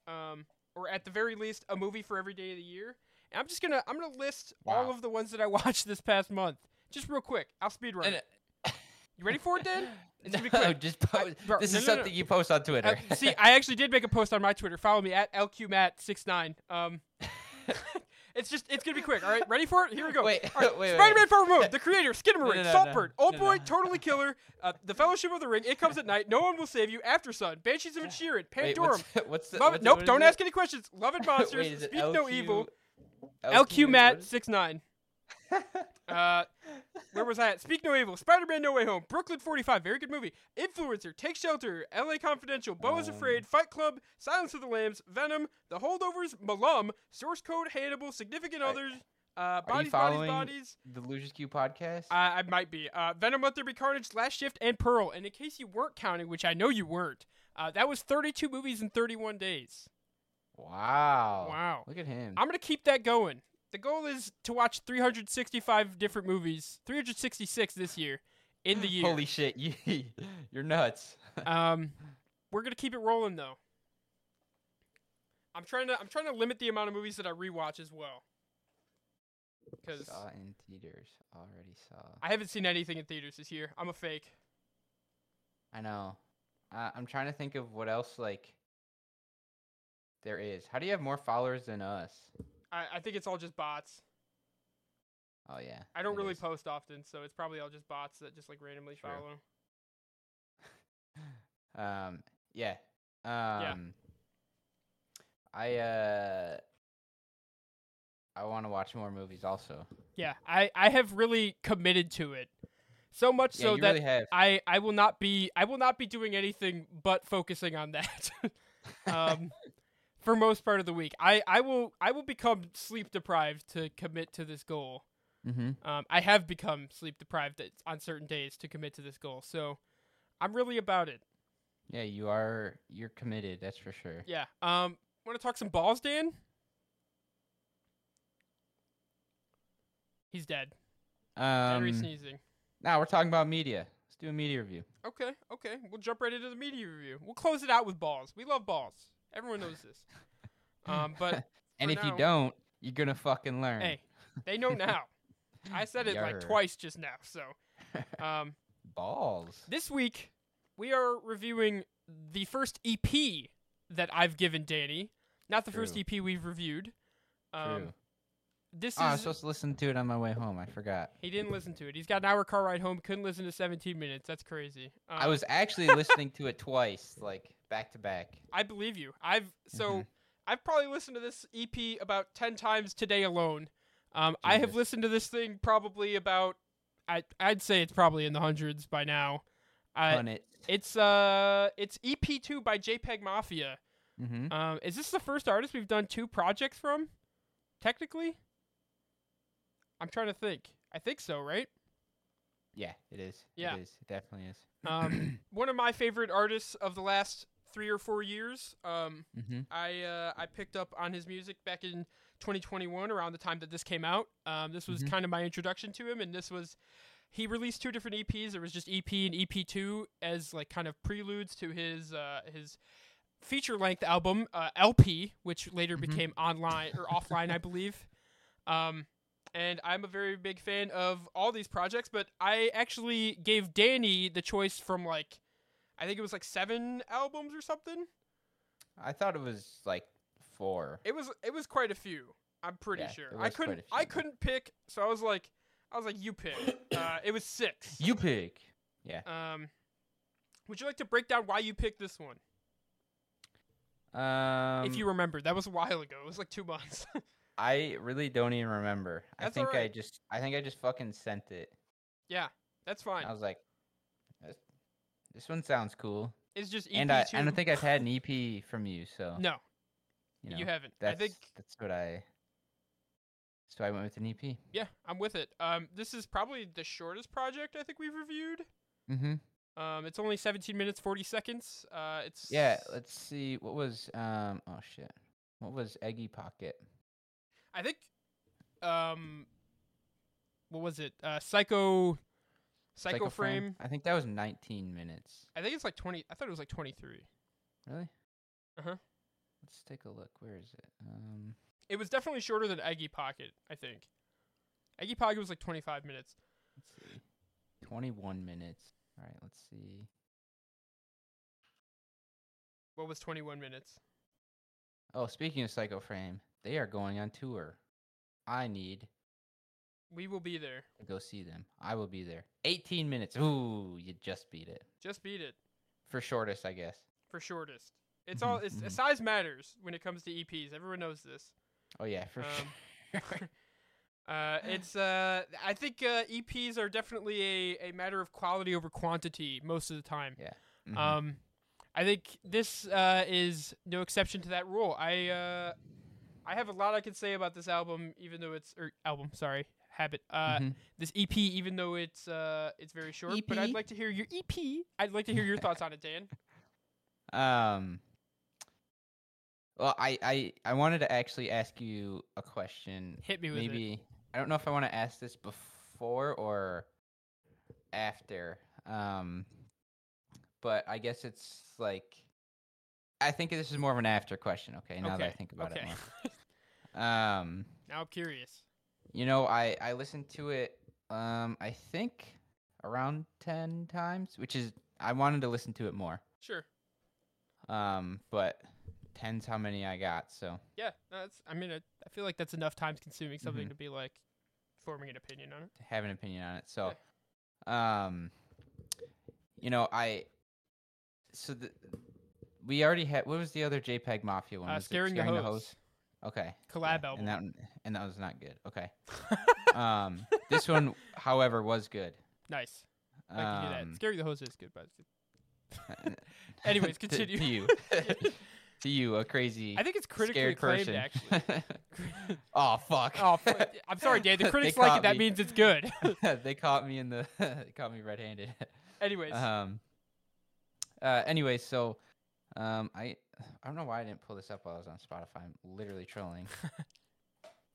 [SPEAKER 1] um, or at the very least, a movie for every day of the year. And I'm just gonna, I'm gonna list all
[SPEAKER 2] Wow.
[SPEAKER 1] of the ones that I watched this past month, just real quick. I'll speed run.
[SPEAKER 2] And,
[SPEAKER 1] it. You ready for it, Dan? It's gonna be
[SPEAKER 2] No,
[SPEAKER 1] quick.
[SPEAKER 2] just post.
[SPEAKER 1] bro,
[SPEAKER 2] this
[SPEAKER 1] no,
[SPEAKER 2] is
[SPEAKER 1] no, no.
[SPEAKER 2] something you post on Twitter.
[SPEAKER 1] Uh, see, I actually did make a post on my Twitter. Follow me at lqmat69. Um, it's just it's gonna be quick. All right, ready for it? Here we go.
[SPEAKER 2] Wait,
[SPEAKER 1] All right,
[SPEAKER 2] wait, wait.
[SPEAKER 1] Spider-Man: Far From Home, The Creator,
[SPEAKER 2] No,
[SPEAKER 1] Skinnamarink,
[SPEAKER 2] no, no,
[SPEAKER 1] Saltburn,
[SPEAKER 2] no,
[SPEAKER 1] Old
[SPEAKER 2] no,
[SPEAKER 1] Boy,
[SPEAKER 2] no.
[SPEAKER 1] Totally Killer, uh, The Fellowship of the Ring, It Comes at Night, No One Will Save You, After Sun, Banshees of Inisherin,
[SPEAKER 2] Wait,
[SPEAKER 1] Pandorum,
[SPEAKER 2] what's, what's the,
[SPEAKER 1] Love
[SPEAKER 2] what's
[SPEAKER 1] It.
[SPEAKER 2] the-
[SPEAKER 1] Nope,
[SPEAKER 2] what is
[SPEAKER 1] don't
[SPEAKER 2] it?
[SPEAKER 1] ask any questions. Love It Monsters,
[SPEAKER 2] Wait, is it
[SPEAKER 1] Speak No Evil,
[SPEAKER 2] LQ
[SPEAKER 1] LQmat
[SPEAKER 2] what is-
[SPEAKER 1] 69. Uh, where was I at? Speak No Evil, Spider Man No Way Home, Brooklyn 45, very good movie. Influencer, Take Shelter, LA Confidential, Bo is
[SPEAKER 2] Um.
[SPEAKER 1] Afraid, Fight Club, Silence of the Lambs, Venom, The Holdovers, Malum, Source Code, Hannibal, Significant
[SPEAKER 2] Are-
[SPEAKER 1] Others, uh,
[SPEAKER 2] you
[SPEAKER 1] Bodies, Bodies,
[SPEAKER 2] following-
[SPEAKER 1] Bodies.
[SPEAKER 2] The Losers Q podcast.
[SPEAKER 1] I, I might be. Uh, Venom, Let There Be Carnage, Last Shift, and Pearl. And in case you weren't counting, which I know you weren't, uh, that was 32 movies in 31 days.
[SPEAKER 2] wow.
[SPEAKER 1] Wow.
[SPEAKER 2] Look at him.
[SPEAKER 1] I'm gonna keep that going. The goal is to watch 365 different movies, 366 this year, in the year.
[SPEAKER 2] Holy shit, you you're nuts.
[SPEAKER 1] Um, we're gonna keep it rolling though. I'm trying to I'm trying to limit the amount of movies that I rewatch as well, because
[SPEAKER 2] saw in theaters. Already saw.
[SPEAKER 1] I haven't seen anything in theaters this year. I'm a fake.
[SPEAKER 2] I know. Uh, I'm trying to think of what else like there is. How do you have more followers than us?
[SPEAKER 1] I, I think it's all just bots.
[SPEAKER 2] Oh yeah.
[SPEAKER 1] I don't
[SPEAKER 2] it
[SPEAKER 1] really
[SPEAKER 2] is.
[SPEAKER 1] post often, so it's probably all just bots that just like randomly
[SPEAKER 2] True.
[SPEAKER 1] follow.
[SPEAKER 2] Um. Yeah. Um. I uh. I want to watch more movies. Also.
[SPEAKER 1] Yeah, I I have really committed to it, so much
[SPEAKER 2] Yeah,
[SPEAKER 1] so
[SPEAKER 2] you
[SPEAKER 1] that
[SPEAKER 2] really have.
[SPEAKER 1] I I will not be I will not be doing anything but focusing on that. um for most part of the week. I I will I will become sleep deprived to commit to this goal.
[SPEAKER 2] mm-hmm.
[SPEAKER 1] Um I have become sleep deprived at- on certain days to commit to this goal. So I'm really about it.
[SPEAKER 2] Yeah, you are. You're committed. That's for sure.
[SPEAKER 1] Yeah. Um want to talk some balls, Dan? He's dead.
[SPEAKER 2] Um.
[SPEAKER 1] Henry sneezing.
[SPEAKER 2] Now we're talking about media. Let's do a media review.
[SPEAKER 1] Okay, okay. We'll jump right into the media review. We'll close it out with balls. We love balls. Everyone knows this. Um but
[SPEAKER 2] and
[SPEAKER 1] for
[SPEAKER 2] if
[SPEAKER 1] now-
[SPEAKER 2] you don't, you're gonna fucking learn.
[SPEAKER 1] Hey, they know now. I said it like
[SPEAKER 2] Yarr.
[SPEAKER 1] twice just now. So, um,
[SPEAKER 2] Balls.
[SPEAKER 1] this week we are reviewing the first E EP that I've given Danny. Not the first
[SPEAKER 2] True.
[SPEAKER 1] EP we've reviewed. Um,
[SPEAKER 2] True.
[SPEAKER 1] This
[SPEAKER 2] Oh, I was
[SPEAKER 1] is
[SPEAKER 2] supposed to listen to it on my way home. I forgot.
[SPEAKER 1] he didn't listen to it. He's got an hour car ride home. Couldn't listen to 17 minutes. That's crazy. Um,
[SPEAKER 2] I was actually listening to it twice, like back to back.
[SPEAKER 1] I believe you. I've so I've probably listened to this EP about ten times today alone. Um, I have
[SPEAKER 2] Jesus.
[SPEAKER 1] listened to this thing probably about I I'd say it's probably in the hundreds by now. I,
[SPEAKER 2] On it.
[SPEAKER 1] it's uh it's EP two by JPEG Mafia.
[SPEAKER 2] Mm-hmm.
[SPEAKER 1] Um, is this the first artist we've done two projects from? Technically, I'm trying to think. I think so, right?
[SPEAKER 2] Yeah, it is.
[SPEAKER 1] Yeah.
[SPEAKER 2] It is. It definitely is.
[SPEAKER 1] Um, one of my favorite artists of the last three or four years. Um,
[SPEAKER 2] Mm-hmm.
[SPEAKER 1] I uh, I picked up on his music back in 2021 around the time that this came out. Um, this was
[SPEAKER 2] Mhm.
[SPEAKER 1] kind of my introduction to him, and this was he released two different EPs. There was just EP and EP two as like kind of preludes to his uh, his feature length album uh, LP, which later
[SPEAKER 2] Mhm.
[SPEAKER 1] became online or offline, I believe. Um, and I'm a very big fan of all these projects, but I actually gave Danny the choice from like I think it was like seven albums or something.
[SPEAKER 2] I thought it was like four.
[SPEAKER 1] It was it was quite a few. I'm pretty
[SPEAKER 2] Yeah,
[SPEAKER 1] sure.
[SPEAKER 2] there
[SPEAKER 1] I
[SPEAKER 2] was quite
[SPEAKER 1] couldn't
[SPEAKER 2] a
[SPEAKER 1] I
[SPEAKER 2] few.
[SPEAKER 1] couldn't pick, so I was like I was like you pick. uh, it was six.
[SPEAKER 2] You pick.
[SPEAKER 1] Um, would you like to break down why you picked this one?
[SPEAKER 2] Um,
[SPEAKER 1] if you remember, that was a while ago. It was like two months.
[SPEAKER 2] I really don't even remember. I
[SPEAKER 1] That's
[SPEAKER 2] think I
[SPEAKER 1] alright.
[SPEAKER 2] just, I think I just fucking sent it.
[SPEAKER 1] That's fine.
[SPEAKER 2] I was like, "This- this one sounds cool,
[SPEAKER 1] It's just EP
[SPEAKER 2] and I,
[SPEAKER 1] E two.
[SPEAKER 2] and I think I've had an EP from you, so
[SPEAKER 1] no,
[SPEAKER 2] you,
[SPEAKER 1] you,
[SPEAKER 2] know,
[SPEAKER 1] haven't. I
[SPEAKER 2] That's,
[SPEAKER 1] think
[SPEAKER 2] that's what I. So I went with an E EP.
[SPEAKER 1] yeah, I'm with it. Um, this is probably the shortest project I think we've reviewed.
[SPEAKER 2] Mm-hmm.
[SPEAKER 1] Um, it's only 17 minutes 40 seconds. Uh, it's
[SPEAKER 2] Yeah. Let's see. What was um? Oh shit. What was Eggy Pocket?
[SPEAKER 1] I think, um, what was it? Uh, Psycho, Psycho, Frame.
[SPEAKER 2] I think that was 19 minutes.
[SPEAKER 1] I think it's like twenty. I thought it was like twenty three.
[SPEAKER 2] Really?
[SPEAKER 1] Uh-huh.
[SPEAKER 2] Let's take a look. Where is it? Um.
[SPEAKER 1] It was definitely shorter than Eggy Pocket. I think. Eggy Pocket was like twenty five minutes.
[SPEAKER 2] Let's see. 21 minutes. All right. Let's see.
[SPEAKER 1] What was twenty one minutes?
[SPEAKER 2] Oh, speaking of Psycho Frame, they are going on tour. I need
[SPEAKER 1] We will be there.
[SPEAKER 2] to go see them. I will be there. 18 minutes. Ooh, you just beat it.
[SPEAKER 1] Just beat it
[SPEAKER 2] For shortest, I guess.
[SPEAKER 1] for shortest. It's
[SPEAKER 2] Mhm,
[SPEAKER 1] all. It's
[SPEAKER 2] mhm.
[SPEAKER 1] size matters when it comes to EPs. Everyone knows this.
[SPEAKER 2] Oh, yeah, for
[SPEAKER 1] Um,
[SPEAKER 2] sure.
[SPEAKER 1] Uh, it's uh, I think uh, EPs are definitely a, a matter of quality over quantity most of the time.
[SPEAKER 2] Mhm.
[SPEAKER 1] Um, I think this uh, is no exception to that rule. I uh, I have a lot I can say about this album, even though it's or album, sorry, habit. Uh,
[SPEAKER 2] Mhm.
[SPEAKER 1] This EP, even though it's uh, it's very short, but I'd
[SPEAKER 2] EP?
[SPEAKER 1] like to hear your EP. I'd like to hear your thoughts on it, Dan.
[SPEAKER 2] Um, well, I, I, I wanted to actually ask you a question.
[SPEAKER 1] Hit me with it.
[SPEAKER 2] Maybe, I don't know if I want to ask this before or after. Um, but I guess it's like, I think this is more of an after question, okay, now that I
[SPEAKER 1] Okay,
[SPEAKER 2] think about
[SPEAKER 1] okay.
[SPEAKER 2] it more. Um,
[SPEAKER 1] now I'm curious.
[SPEAKER 2] you know, I I listened to it. Um, I think around ten times, which is I wanted to listen to it more.
[SPEAKER 1] Sure.
[SPEAKER 2] Um, but ten's how many I got. So
[SPEAKER 1] Yeah. No, that's. I mean, I, I feel like that's enough time consuming something
[SPEAKER 2] Mm-hmm.
[SPEAKER 1] to be like forming an opinion on it.
[SPEAKER 2] to have an opinion on it. So, um, you know, I so the, we already had. What was the other JPEG Mafia one?
[SPEAKER 1] Uh,
[SPEAKER 2] was it
[SPEAKER 1] scaring, the hose.
[SPEAKER 2] Okay.
[SPEAKER 1] Collab
[SPEAKER 2] yeah,
[SPEAKER 1] album.
[SPEAKER 2] And that one, and that was not good. Okay. um, this one, however, was good.
[SPEAKER 1] nice. I like to hear
[SPEAKER 2] Um,
[SPEAKER 1] that. Scaring the hose is good, but Anyways,
[SPEAKER 2] To-
[SPEAKER 1] continue.
[SPEAKER 2] to you, to you, a crazy,
[SPEAKER 1] I think it's critically
[SPEAKER 2] scared
[SPEAKER 1] acclaimed,
[SPEAKER 2] person.
[SPEAKER 1] actually.
[SPEAKER 2] oh fuck!
[SPEAKER 1] oh, f- I'm sorry, Dan. The
[SPEAKER 2] They
[SPEAKER 1] critics like it.
[SPEAKER 2] caught
[SPEAKER 1] That
[SPEAKER 2] me.
[SPEAKER 1] means it's good.
[SPEAKER 2] they caught me in the they caught me red-handed.
[SPEAKER 1] Anyways,
[SPEAKER 2] Um. Uh. Anyway, so, um, I I don't know why I didn't pull this up while I was on Spotify. I'm literally trolling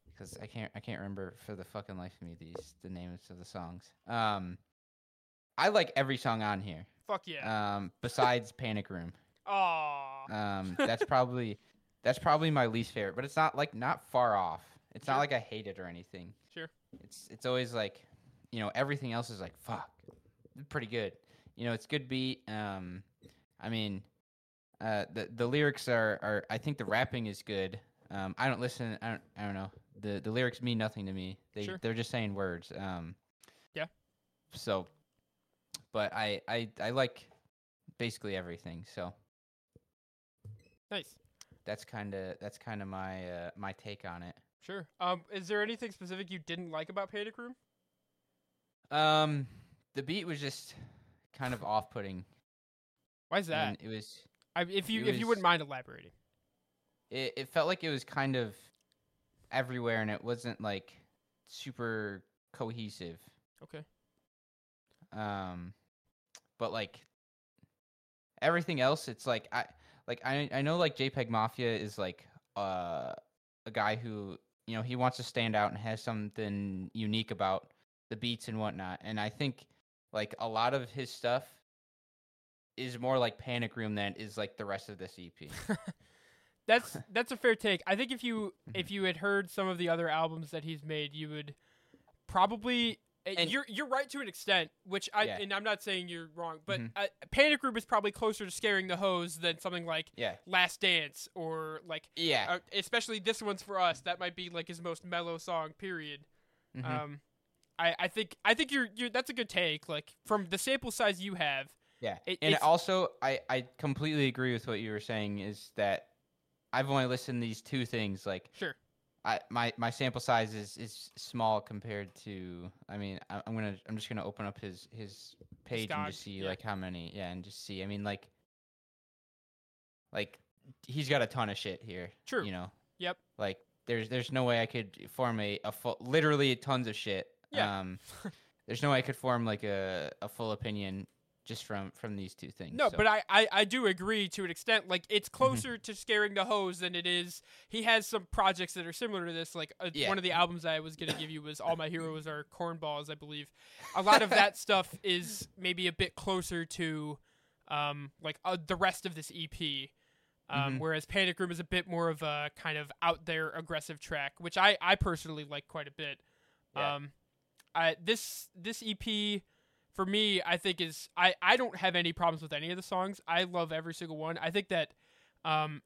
[SPEAKER 2] because I can't I can't remember for the fucking life of me these the names of the songs. Um, I like every song on here.
[SPEAKER 1] fuck yeah.
[SPEAKER 2] Um, besides Panic Room.
[SPEAKER 1] Aw.
[SPEAKER 2] Um, that's probably that's probably my least favorite, but it's not like not far off. It's
[SPEAKER 1] Sure.
[SPEAKER 2] not like I hate it or anything.
[SPEAKER 1] Sure.
[SPEAKER 2] It's it's always like, you know, everything else is like fuck, pretty good. You know, it's good beat. Um, I mean, uh, the the lyrics are are I think the rapping is good. Um, I don't listen. I don't I don't know. the the lyrics mean nothing to me. They
[SPEAKER 1] Sure.
[SPEAKER 2] they're just saying words. Um,
[SPEAKER 1] Yeah.
[SPEAKER 2] So, but I I I like basically everything. So
[SPEAKER 1] Nice.
[SPEAKER 2] that's kind of that's kind of my uh, my take on it.
[SPEAKER 1] Sure. Um, is there anything specific you didn't like about Panic Room?
[SPEAKER 2] Um, the beat was just kind of off putting.
[SPEAKER 1] Why is that?
[SPEAKER 2] It was
[SPEAKER 1] I, if you
[SPEAKER 2] it
[SPEAKER 1] if you wouldn't
[SPEAKER 2] was-
[SPEAKER 1] mind elaborating.
[SPEAKER 2] it, it felt like it was kind of everywhere and it wasn't like super cohesive.
[SPEAKER 1] Okay.
[SPEAKER 2] um but like everything else it's like i like i i know like jpeg mafia is like uh a guy who you know he wants to stand out and has something unique about the beats and whatnot and i think like a lot of his stuff is more like panic room than is like the rest of this E ep
[SPEAKER 1] That's that's a fair take. I think if you
[SPEAKER 2] Mm-hmm.
[SPEAKER 1] if you had heard some of the other albums that he's made, you would probably eh,
[SPEAKER 2] And-
[SPEAKER 1] you're you're right to an extent, which I
[SPEAKER 2] Yeah.
[SPEAKER 1] and I'm not saying you're wrong, but
[SPEAKER 2] Mhm.
[SPEAKER 1] uh, Panic Room is probably closer to scaring the hose than something like
[SPEAKER 2] yeah
[SPEAKER 1] Last Dance or like
[SPEAKER 2] yeah
[SPEAKER 1] uh, especially this one's for us. That might be like his most mellow song. Period.
[SPEAKER 2] mhm.
[SPEAKER 1] Um, I, I think I think you're you're that's a good take. Like from the sample size you have,
[SPEAKER 2] Yeah.
[SPEAKER 1] It-
[SPEAKER 2] and
[SPEAKER 1] it's-
[SPEAKER 2] also I, I completely agree with what you were saying is that I've only listened to these two things. Like
[SPEAKER 1] sure.
[SPEAKER 2] I my, my sample size is, is small compared to I mean, I, I'm gonna I'm just gonna open up his his page and
[SPEAKER 1] Discog,
[SPEAKER 2] just see
[SPEAKER 1] yeah.
[SPEAKER 2] like how many yeah, and just see. I mean like like he's got a ton of shit here.
[SPEAKER 1] True.
[SPEAKER 2] You know?
[SPEAKER 1] Yep.
[SPEAKER 2] Like there's there's no way I could form a, a full literally tons of shit.
[SPEAKER 1] Yeah.
[SPEAKER 2] Um there's no way I could form like a, a full opinion just from from these two things.
[SPEAKER 1] No,
[SPEAKER 2] so. Mm-hmm.
[SPEAKER 1] but I, I I do agree to an extent. Like it's closer to scaring the hose than it is. He has some projects that are similar to this. Like uh,
[SPEAKER 2] Yeah.
[SPEAKER 1] one of the albums I was gonna give you was All My Heroes Are Cornballs, I believe. A lot of that stuff is maybe a bit closer to, um, like uh, the rest of this EP. Um,
[SPEAKER 2] Mhm.
[SPEAKER 1] Whereas Panic Room is a bit more of a kind of out there aggressive track, which I, I personally like quite a bit.
[SPEAKER 2] Yeah.
[SPEAKER 1] Um, I this this EP for me I think is I I don't have any problems with any of the songs. I love every single one. I think that um,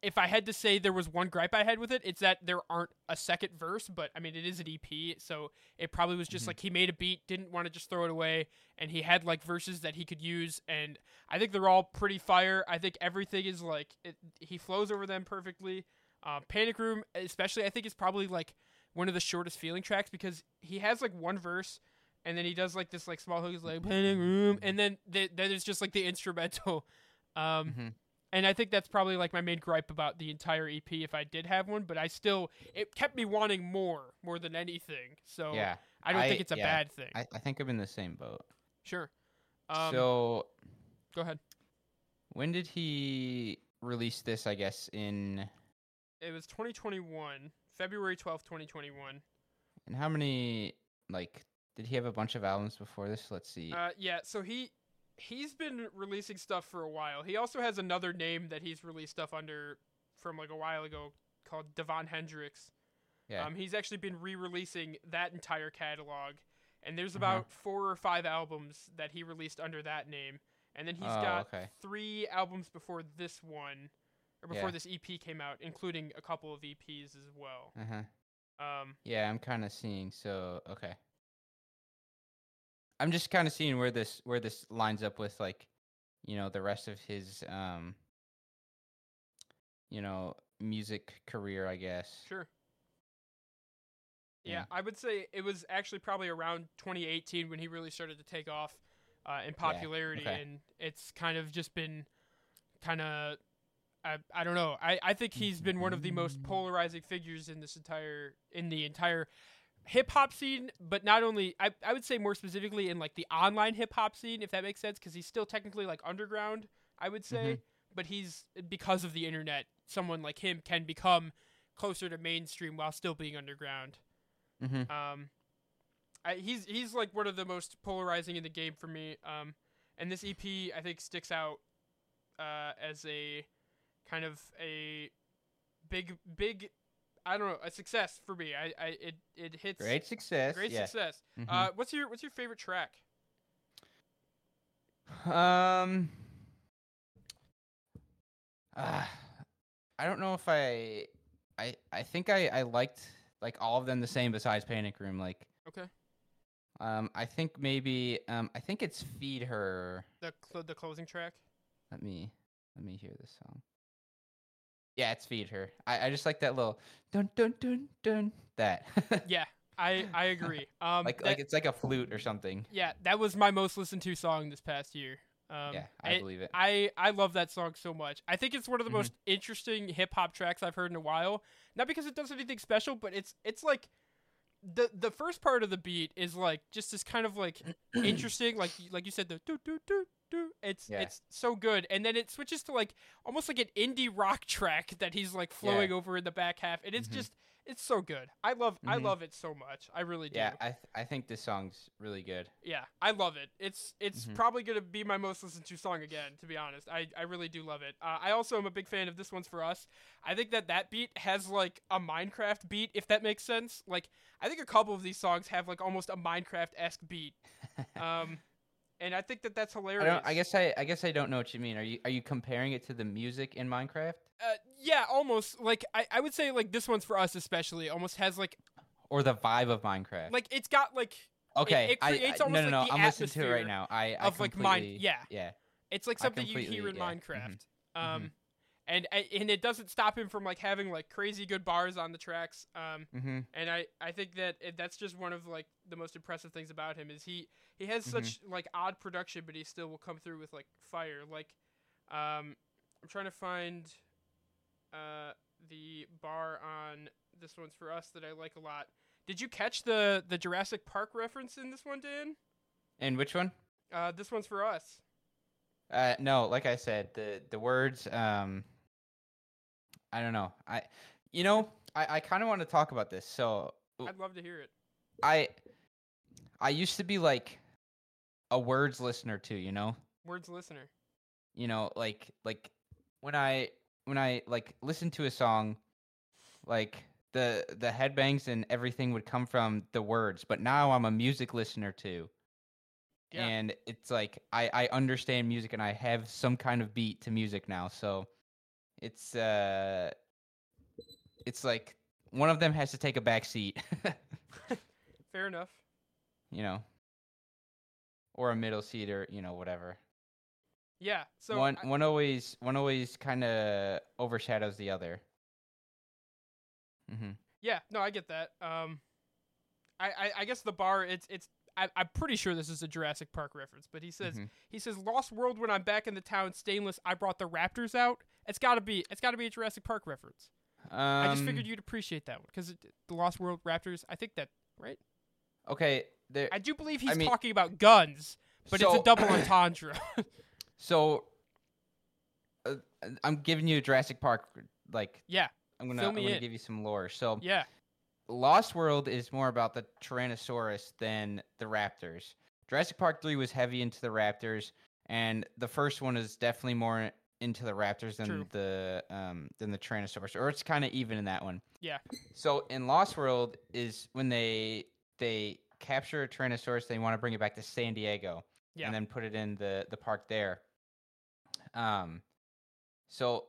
[SPEAKER 1] if I had to say there was one gripe I had with it, it's that there aren't a second verse. But I mean, it is an EP, so it probably was just
[SPEAKER 2] Mhm.
[SPEAKER 1] like he made a beat, didn't want to just throw it away, and he had like verses that he could use, and I think they're all pretty fire. I think everything is like it, he flows over them perfectly. Um, Panic Room, especially, I think is probably like one of the shortest feeling tracks because he has like one verse, and then he does like this like small hook, he's like Panic Room, and then th- then it's just like the instrumental. Um,
[SPEAKER 2] Mhm.
[SPEAKER 1] and I think that's probably like my main gripe about the entire EP if I did have one, but I still it kept me wanting more more than anything. So
[SPEAKER 2] yeah,
[SPEAKER 1] I don't think
[SPEAKER 2] I-
[SPEAKER 1] it's a
[SPEAKER 2] yeah,
[SPEAKER 1] bad thing.
[SPEAKER 2] I, I think I'm in the same boat.
[SPEAKER 1] sure. Um,
[SPEAKER 2] so
[SPEAKER 1] go ahead.
[SPEAKER 2] when did he release this? I guess in
[SPEAKER 1] It was 2021, February 12th, 2021.
[SPEAKER 2] and how many like did he have a bunch of albums before this? Let's see.
[SPEAKER 1] Uh, yeah, so he he's been releasing stuff for a while. He also has another name that he's released stuff under from like a while ago called Devon Hendrix.
[SPEAKER 2] Yeah.
[SPEAKER 1] Um, he's actually been re-releasing that entire catalog, and there's
[SPEAKER 2] Uh-huh.
[SPEAKER 1] about four or five albums that he released under that name, and then he's
[SPEAKER 2] Oh,
[SPEAKER 1] got
[SPEAKER 2] okay.
[SPEAKER 1] three albums before this one, or before
[SPEAKER 2] Yeah.
[SPEAKER 1] this EP came out, including a couple of EPs as well.
[SPEAKER 2] uh huh.
[SPEAKER 1] Um,
[SPEAKER 2] Yeah, I'm kind of seeing. So okay. I'm just kind of seeing where this where this lines up with like, you know, the rest of his um, you know, music career. I guess.
[SPEAKER 1] Sure. Yeah,
[SPEAKER 2] Yeah.
[SPEAKER 1] I would say it was actually probably around 2018 when he really started to take off uh, in popularity,
[SPEAKER 2] okay.
[SPEAKER 1] and it's kind of just been kind of. I, I don't know. I, I think he's been one of the most polarizing figures in this entire in the entire hip hop scene, but not only I, I would say more specifically in like the online hip hop scene, if that makes sense, because he's still technically like underground, I would say. But he's because of the internet, someone like him can become closer to mainstream while still being underground.
[SPEAKER 2] Mm-hmm.
[SPEAKER 1] Um, I, he's he's like one of the most polarizing in the game for me. Um, and this EP I think sticks out uh, as a kind of a big big I don't know a success for me. I, I it it hits
[SPEAKER 2] Great success.
[SPEAKER 1] great
[SPEAKER 2] yeah.
[SPEAKER 1] success.
[SPEAKER 2] Mhm.
[SPEAKER 1] Uh, what's your what's your favorite track?
[SPEAKER 2] Um, uh, ah, I don't know if I, I, I think I, I liked like all of them the same besides Panic Room. Like
[SPEAKER 1] Okay.
[SPEAKER 2] um, I think maybe um, I think it's Feed Her.
[SPEAKER 1] The cl- the closing track.
[SPEAKER 2] Let me let me hear this song. Yeah, it's Feed Her. I, I just like that little dun dun dun dun that.
[SPEAKER 1] Yeah, I I agree. Um,
[SPEAKER 2] like
[SPEAKER 1] that-
[SPEAKER 2] like it's like a flute or something.
[SPEAKER 1] yeah, that was my most listened to song this past year. Um,
[SPEAKER 2] yeah, I
[SPEAKER 1] it-
[SPEAKER 2] believe it.
[SPEAKER 1] I I love that song so much. I think it's one of the
[SPEAKER 2] Mhm.
[SPEAKER 1] most interesting hip hop tracks I've heard in a while. Not because it does anything special, but it's it's like the the first part of the beat is like just this kind of like interesting, like y- like you said the do do do do. It's
[SPEAKER 2] Yeah.
[SPEAKER 1] it's so good, and then it switches to like almost like an indie rock track that he's like flowing over in the back half, and it's
[SPEAKER 2] Mhm.
[SPEAKER 1] just it's so good. I love I
[SPEAKER 2] Mhm.
[SPEAKER 1] love it so much. I really do.
[SPEAKER 2] yeah, I th- I think this song's really good.
[SPEAKER 1] Yeah, I love it. It's it's
[SPEAKER 2] Mhm.
[SPEAKER 1] probably gonna be my most listened to song again. To be honest, I I really do love it. Uh, I also am a big fan of this one's for us. I think that that beat has like a Minecraft beat, if that makes sense. Like I think a couple of these songs have like almost a Minecraft esque beat. Um, and I think that that's
[SPEAKER 2] I
[SPEAKER 1] hilarious.
[SPEAKER 2] don't. I guess I I guess I don't know what you mean. Are you are you comparing it to the music in Minecraft?
[SPEAKER 1] Uh, yeah, almost. Like I I would say like this one's for us especially almost has like
[SPEAKER 2] or the vibe of Minecraft.
[SPEAKER 1] like it's got like
[SPEAKER 2] okay,
[SPEAKER 1] it
[SPEAKER 2] I-
[SPEAKER 1] creates
[SPEAKER 2] I,
[SPEAKER 1] almost
[SPEAKER 2] no,
[SPEAKER 1] like
[SPEAKER 2] no,
[SPEAKER 1] the
[SPEAKER 2] no. I'm listening to it
[SPEAKER 1] atmosphere
[SPEAKER 2] right now. I, I
[SPEAKER 1] of, like, Mine-
[SPEAKER 2] completely-
[SPEAKER 1] yeah.
[SPEAKER 2] yeah.
[SPEAKER 1] It's like
[SPEAKER 2] I
[SPEAKER 1] something you hear
[SPEAKER 2] completely-
[SPEAKER 1] in
[SPEAKER 2] yeah, Mm-hmm. mhm,
[SPEAKER 1] Minecraft. Um, and I- and it doesn't stop him from like having like crazy good bars on the tracks. Um,
[SPEAKER 2] Mm-hmm.
[SPEAKER 1] and I I think that it, that's just one of like the most impressive things about him is he he has
[SPEAKER 2] Mhm.
[SPEAKER 1] such like odd production, but he still will come through with like fire. Like, um, I'm trying to find, uh, the bar on this one's for us that I like a lot. Did you catch the the Jurassic Park reference in this one, Dan?
[SPEAKER 2] And which one?
[SPEAKER 1] Uh, this one's for us.
[SPEAKER 2] Uh, no, like I said, the the words. Um, I don't know. I, you know, I, I kind of want to talk about this. So
[SPEAKER 1] I'd love to hear it.
[SPEAKER 2] I, I used to be like a words listener too. You know,
[SPEAKER 1] Words listener.
[SPEAKER 2] you know like like when i when i like listened to a song like the the headbangs and everything would come from the words but now i'm a music listener too
[SPEAKER 1] Yeah.
[SPEAKER 2] and it's like i i understand music and i have some kind of beat to music now so it's uh it's like one of them has to take a back seat
[SPEAKER 1] Fair enough.
[SPEAKER 2] you know or a middle seat or you know whatever
[SPEAKER 1] Yeah. So
[SPEAKER 2] one
[SPEAKER 1] I-
[SPEAKER 2] one always one always kind of overshadows the other. Mm-hmm.
[SPEAKER 1] yeah, no, I get that. Um, I, I, I guess the bar it's it's I, I'm pretty sure this is a Jurassic Park reference, but he
[SPEAKER 2] Mm-hmm.
[SPEAKER 1] says he says Lost World when I'm back in the town, stainless. I brought the Raptors out. It's gotta be it's gotta be a Jurassic Park reference.
[SPEAKER 2] Um,
[SPEAKER 1] I just figured you'd appreciate that one because the Lost World Raptors. I think that right.
[SPEAKER 2] Okay, there.
[SPEAKER 1] I do believe he's
[SPEAKER 2] mean-
[SPEAKER 1] talking about guns, but it's
[SPEAKER 2] so-
[SPEAKER 1] a double entendre.
[SPEAKER 2] So uh, uh, I'm giving you Jurassic Park. Like
[SPEAKER 1] yeah,
[SPEAKER 2] I'm gonna
[SPEAKER 1] Fill
[SPEAKER 2] I'm
[SPEAKER 1] me
[SPEAKER 2] gonna
[SPEAKER 1] in.
[SPEAKER 2] give you some lore. So
[SPEAKER 1] yeah,
[SPEAKER 2] Lost World is more about the Tyrannosaurus than the Raptors. Jurassic Park three was heavy into the Raptors, and the first one is definitely more into the Raptors than
[SPEAKER 1] True.
[SPEAKER 2] the um than the Tyrannosaurus, or it's kind of even in that one.
[SPEAKER 1] Yeah.
[SPEAKER 2] So in Lost World is when they they capture a Tyrannosaurus, they want to bring it back to San Diego,
[SPEAKER 1] Yeah.
[SPEAKER 2] and then put it in the the park there. Um, so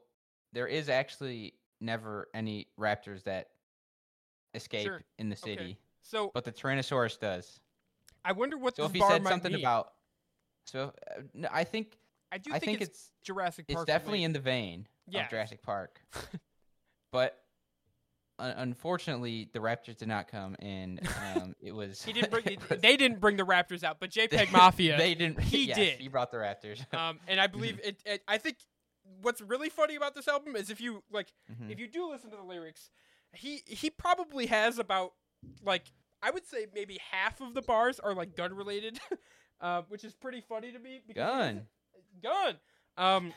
[SPEAKER 2] there is actually never any Raptors that escape
[SPEAKER 1] Sure.
[SPEAKER 2] in the
[SPEAKER 1] Okay.
[SPEAKER 2] city,
[SPEAKER 1] so
[SPEAKER 2] but the Tyrannosaurus does.
[SPEAKER 1] I wonder what
[SPEAKER 2] So if
[SPEAKER 1] this
[SPEAKER 2] he
[SPEAKER 1] bar
[SPEAKER 2] said
[SPEAKER 1] might
[SPEAKER 2] something
[SPEAKER 1] mean.
[SPEAKER 2] about, so uh, no, I think
[SPEAKER 1] I do
[SPEAKER 2] I think
[SPEAKER 1] it's,
[SPEAKER 2] it's it's,
[SPEAKER 1] Jurassic Park.
[SPEAKER 2] definitely
[SPEAKER 1] related.
[SPEAKER 2] in the vein
[SPEAKER 1] Yeah.
[SPEAKER 2] of Jurassic Park, but un- unfortunately the Raptors did not come, and um, it was
[SPEAKER 1] He didn't bring.
[SPEAKER 2] it was-
[SPEAKER 1] they didn't bring the Raptors out, but JPEG Mafia.
[SPEAKER 2] They didn't.
[SPEAKER 1] He
[SPEAKER 2] yes,
[SPEAKER 1] did.
[SPEAKER 2] He brought the Raptors.
[SPEAKER 1] um, and I believe it, it. I think what's really funny about this album is if you like,
[SPEAKER 2] Mhm.
[SPEAKER 1] if you do listen to the lyrics, he he probably has about like I would say maybe half of the bars are like gun related, uh, which is pretty funny to me. Because he
[SPEAKER 2] Gun.
[SPEAKER 1] doesn't- gun. Um,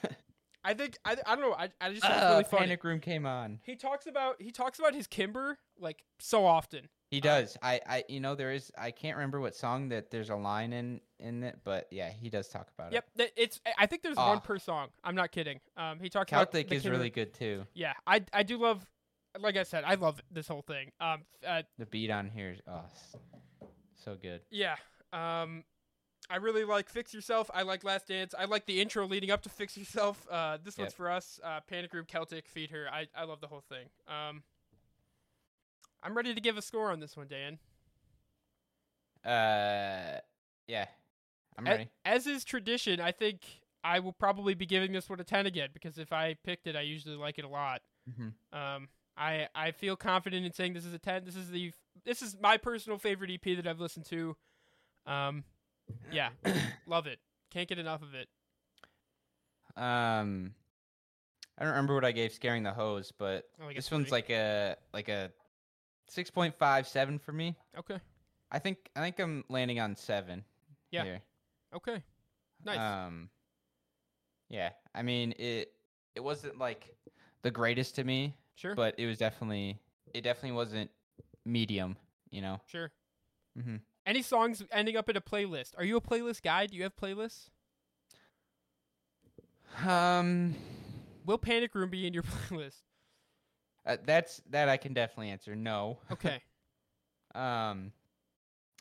[SPEAKER 1] I think I, I don't know. I, I just think it's
[SPEAKER 2] Ah,
[SPEAKER 1] really funny.
[SPEAKER 2] Panic Room came on.
[SPEAKER 1] He talks about he talks about his Kimber like so often.
[SPEAKER 2] He does. I, I, you know, there is. I can't remember what song that there's a line in in it, but yeah, he does talk about
[SPEAKER 1] Yep,
[SPEAKER 2] it.
[SPEAKER 1] th- it's. I- I think there's
[SPEAKER 2] Ah.
[SPEAKER 1] one per song. I'm not kidding. Um, he talks about
[SPEAKER 2] Celtic
[SPEAKER 1] the
[SPEAKER 2] is
[SPEAKER 1] Kimber-
[SPEAKER 2] really good too.
[SPEAKER 1] Yeah, I I do love, like I said, I love this whole thing. Um, uh,
[SPEAKER 2] The beat on here is oh, s- so good.
[SPEAKER 1] yeah. Um, I really like Fix Yourself. I like Last Dance. I like the intro leading up to Fix Yourself. Uh, this one's
[SPEAKER 2] Yep.
[SPEAKER 1] for us. Uh, Panic Room Celtic, Feed Her. I I love the whole thing. Um, I'm ready to give a score on this one, Dan.
[SPEAKER 2] Uh, yeah, I'm
[SPEAKER 1] A-
[SPEAKER 2] ready.
[SPEAKER 1] As is tradition, I think I will probably be giving this one a 10 again because if I picked it, I usually like it a lot.
[SPEAKER 2] hmm
[SPEAKER 1] Um, I I feel confident in saying this is a ten. This is the this is my personal favorite EP that I've listened to. Um, yeah, love it. Can't get enough of it.
[SPEAKER 2] Um, I don't remember what I gave "Scaring the Hose," but
[SPEAKER 1] I like a
[SPEAKER 2] this one's
[SPEAKER 1] three.
[SPEAKER 2] like a like a six point five seven for me.
[SPEAKER 1] Okay,
[SPEAKER 2] I think I think I'm landing on seven.
[SPEAKER 1] Yeah.
[SPEAKER 2] Here.
[SPEAKER 1] okay, nice.
[SPEAKER 2] Um, yeah, I mean it. It wasn't like the greatest to me,
[SPEAKER 1] sure,
[SPEAKER 2] but it was definitely it definitely wasn't medium. You know.
[SPEAKER 1] sure.
[SPEAKER 2] Mm-hmm.
[SPEAKER 1] Any songs ending up in a playlist? Are you a playlist guy? Do you have playlists?
[SPEAKER 2] Um,
[SPEAKER 1] Will Panic Room be in your playlist?
[SPEAKER 2] uh, that's that I can definitely answer no.
[SPEAKER 1] Okay,
[SPEAKER 2] Um,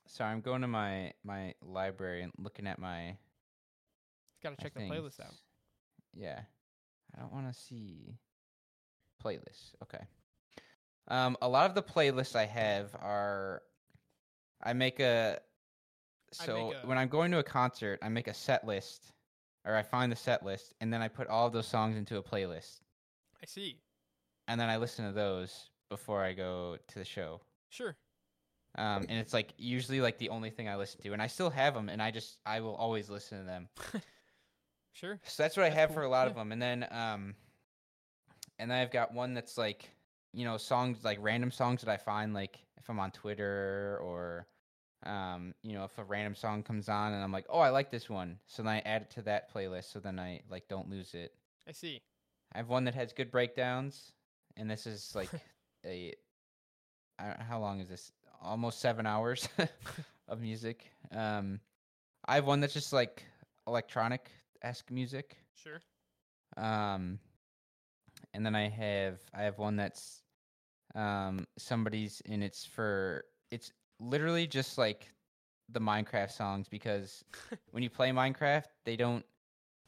[SPEAKER 2] sorry, I'm going to my my library and looking at my
[SPEAKER 1] gotta
[SPEAKER 2] my
[SPEAKER 1] check the playlist out.
[SPEAKER 2] things. Yeah, I don't want to see playlists. Okay. Um, a lot of the playlists I have are I make
[SPEAKER 1] I
[SPEAKER 2] a
[SPEAKER 1] make
[SPEAKER 2] so
[SPEAKER 1] a-
[SPEAKER 2] when I'm going to a concert, I make a set list or I find the set list and then I put all of those songs into a playlist.
[SPEAKER 1] I see.
[SPEAKER 2] and then I listen to those before I go to the show.
[SPEAKER 1] Sure,
[SPEAKER 2] Um, and it's like usually like the only thing I listen to, and I still have them, and I just I will always listen to them.
[SPEAKER 1] sure.
[SPEAKER 2] So that's what I
[SPEAKER 1] That's
[SPEAKER 2] have
[SPEAKER 1] cool.
[SPEAKER 2] for a lot of
[SPEAKER 1] Yeah.
[SPEAKER 2] them. And then um, and then I've got one that's like you know songs like random songs that I find like if I'm on Twitter or um you know if a random song comes on and I'm like oh I like this one, so then I add it to that playlist, so then I like don't lose it.
[SPEAKER 1] I see.
[SPEAKER 2] I have one that has good breakdowns, and this is like a I don't, how long is this? Almost seven hours of music. Um, I have one that's just like electronic esque music.
[SPEAKER 1] Sure.
[SPEAKER 2] Um, and then I have I have one that's um somebody's and it's for it's literally just like the Minecraft songs because when you play Minecraft they don't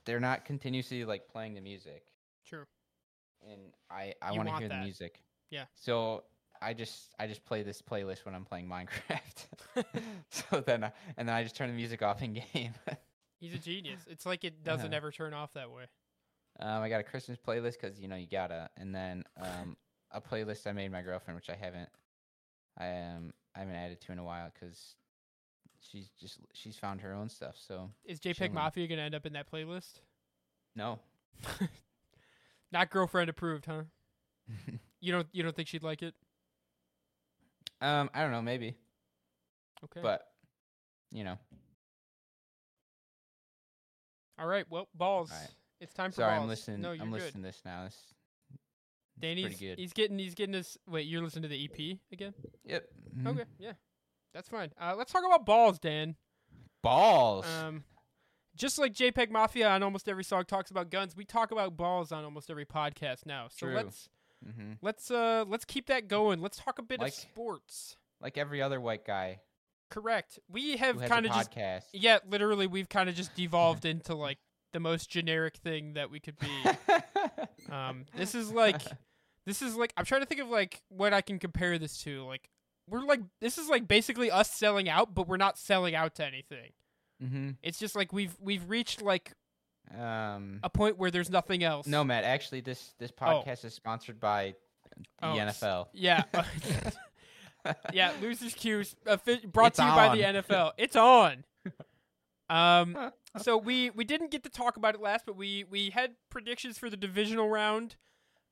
[SPEAKER 2] they're not continuously like playing the music
[SPEAKER 1] True.
[SPEAKER 2] and I I
[SPEAKER 1] You
[SPEAKER 2] want to
[SPEAKER 1] want
[SPEAKER 2] hear
[SPEAKER 1] that.
[SPEAKER 2] the music.
[SPEAKER 1] Yeah.
[SPEAKER 2] So I just I just play this playlist when I'm playing Minecraft. so then I, and then I just turn the music off in game.
[SPEAKER 1] He's a genius. It's like it doesn't
[SPEAKER 2] Yeah.
[SPEAKER 1] ever turn off that way.
[SPEAKER 2] um, I got a Christmas playlist because you know you gotta, and then um, a playlist I made my girlfriend, which I haven't I um I haven't added to in a while because she's just she's found her own stuff. So
[SPEAKER 1] Is JPEG
[SPEAKER 2] Chilling.
[SPEAKER 1] Mafia gonna end up in that playlist?
[SPEAKER 2] no,
[SPEAKER 1] Not girlfriend approved, huh? You don't you don't think she'd like it?
[SPEAKER 2] um I don't know maybe,
[SPEAKER 1] Okay.
[SPEAKER 2] but you know
[SPEAKER 1] All right. Well, balls.
[SPEAKER 2] All right.
[SPEAKER 1] It's time for
[SPEAKER 2] sorry
[SPEAKER 1] balls.
[SPEAKER 2] I'm listening
[SPEAKER 1] No, you're
[SPEAKER 2] I'm
[SPEAKER 1] good.
[SPEAKER 2] listening to this now. This,
[SPEAKER 1] Danny's
[SPEAKER 2] good.
[SPEAKER 1] he's getting he's getting his wait. You're listening to the EP again?
[SPEAKER 2] yep. mhm.
[SPEAKER 1] Okay. Yeah. That's fine. Uh, let's talk about balls, Dan.
[SPEAKER 2] Balls.
[SPEAKER 1] Um, just like JPEG Mafia on almost every song talks about guns, we talk about balls on almost every podcast now. So
[SPEAKER 2] True.
[SPEAKER 1] let's
[SPEAKER 2] hmm
[SPEAKER 1] let's uh let's keep that going. Let's talk a bit
[SPEAKER 2] Like-
[SPEAKER 1] of sports.
[SPEAKER 2] like every other white guy
[SPEAKER 1] Correct. We
[SPEAKER 2] who
[SPEAKER 1] have
[SPEAKER 2] has a
[SPEAKER 1] kind of just
[SPEAKER 2] podcast.
[SPEAKER 1] yeah, literally we've kind of just devolved into like the most generic thing that we could be. Um, this is like, this is like, I'm trying to think of like what I can compare this to. Like, we're like, this is like basically us selling out, but we're not selling out to anything.
[SPEAKER 2] mm-hmm.
[SPEAKER 1] It's just like we've we've reached like
[SPEAKER 2] um,
[SPEAKER 1] a point where there's nothing else.
[SPEAKER 2] no, Matt. Actually, this this
[SPEAKER 1] Oh.
[SPEAKER 2] podcast is sponsored by the
[SPEAKER 1] Oh, s-
[SPEAKER 2] NFL.
[SPEAKER 1] Yeah. yeah. Losers Q brought
[SPEAKER 2] It's
[SPEAKER 1] to you by the
[SPEAKER 2] on.
[SPEAKER 1] NFL. It's on. Um. So we we didn't get to talk about it last, but we we had predictions for the divisional round.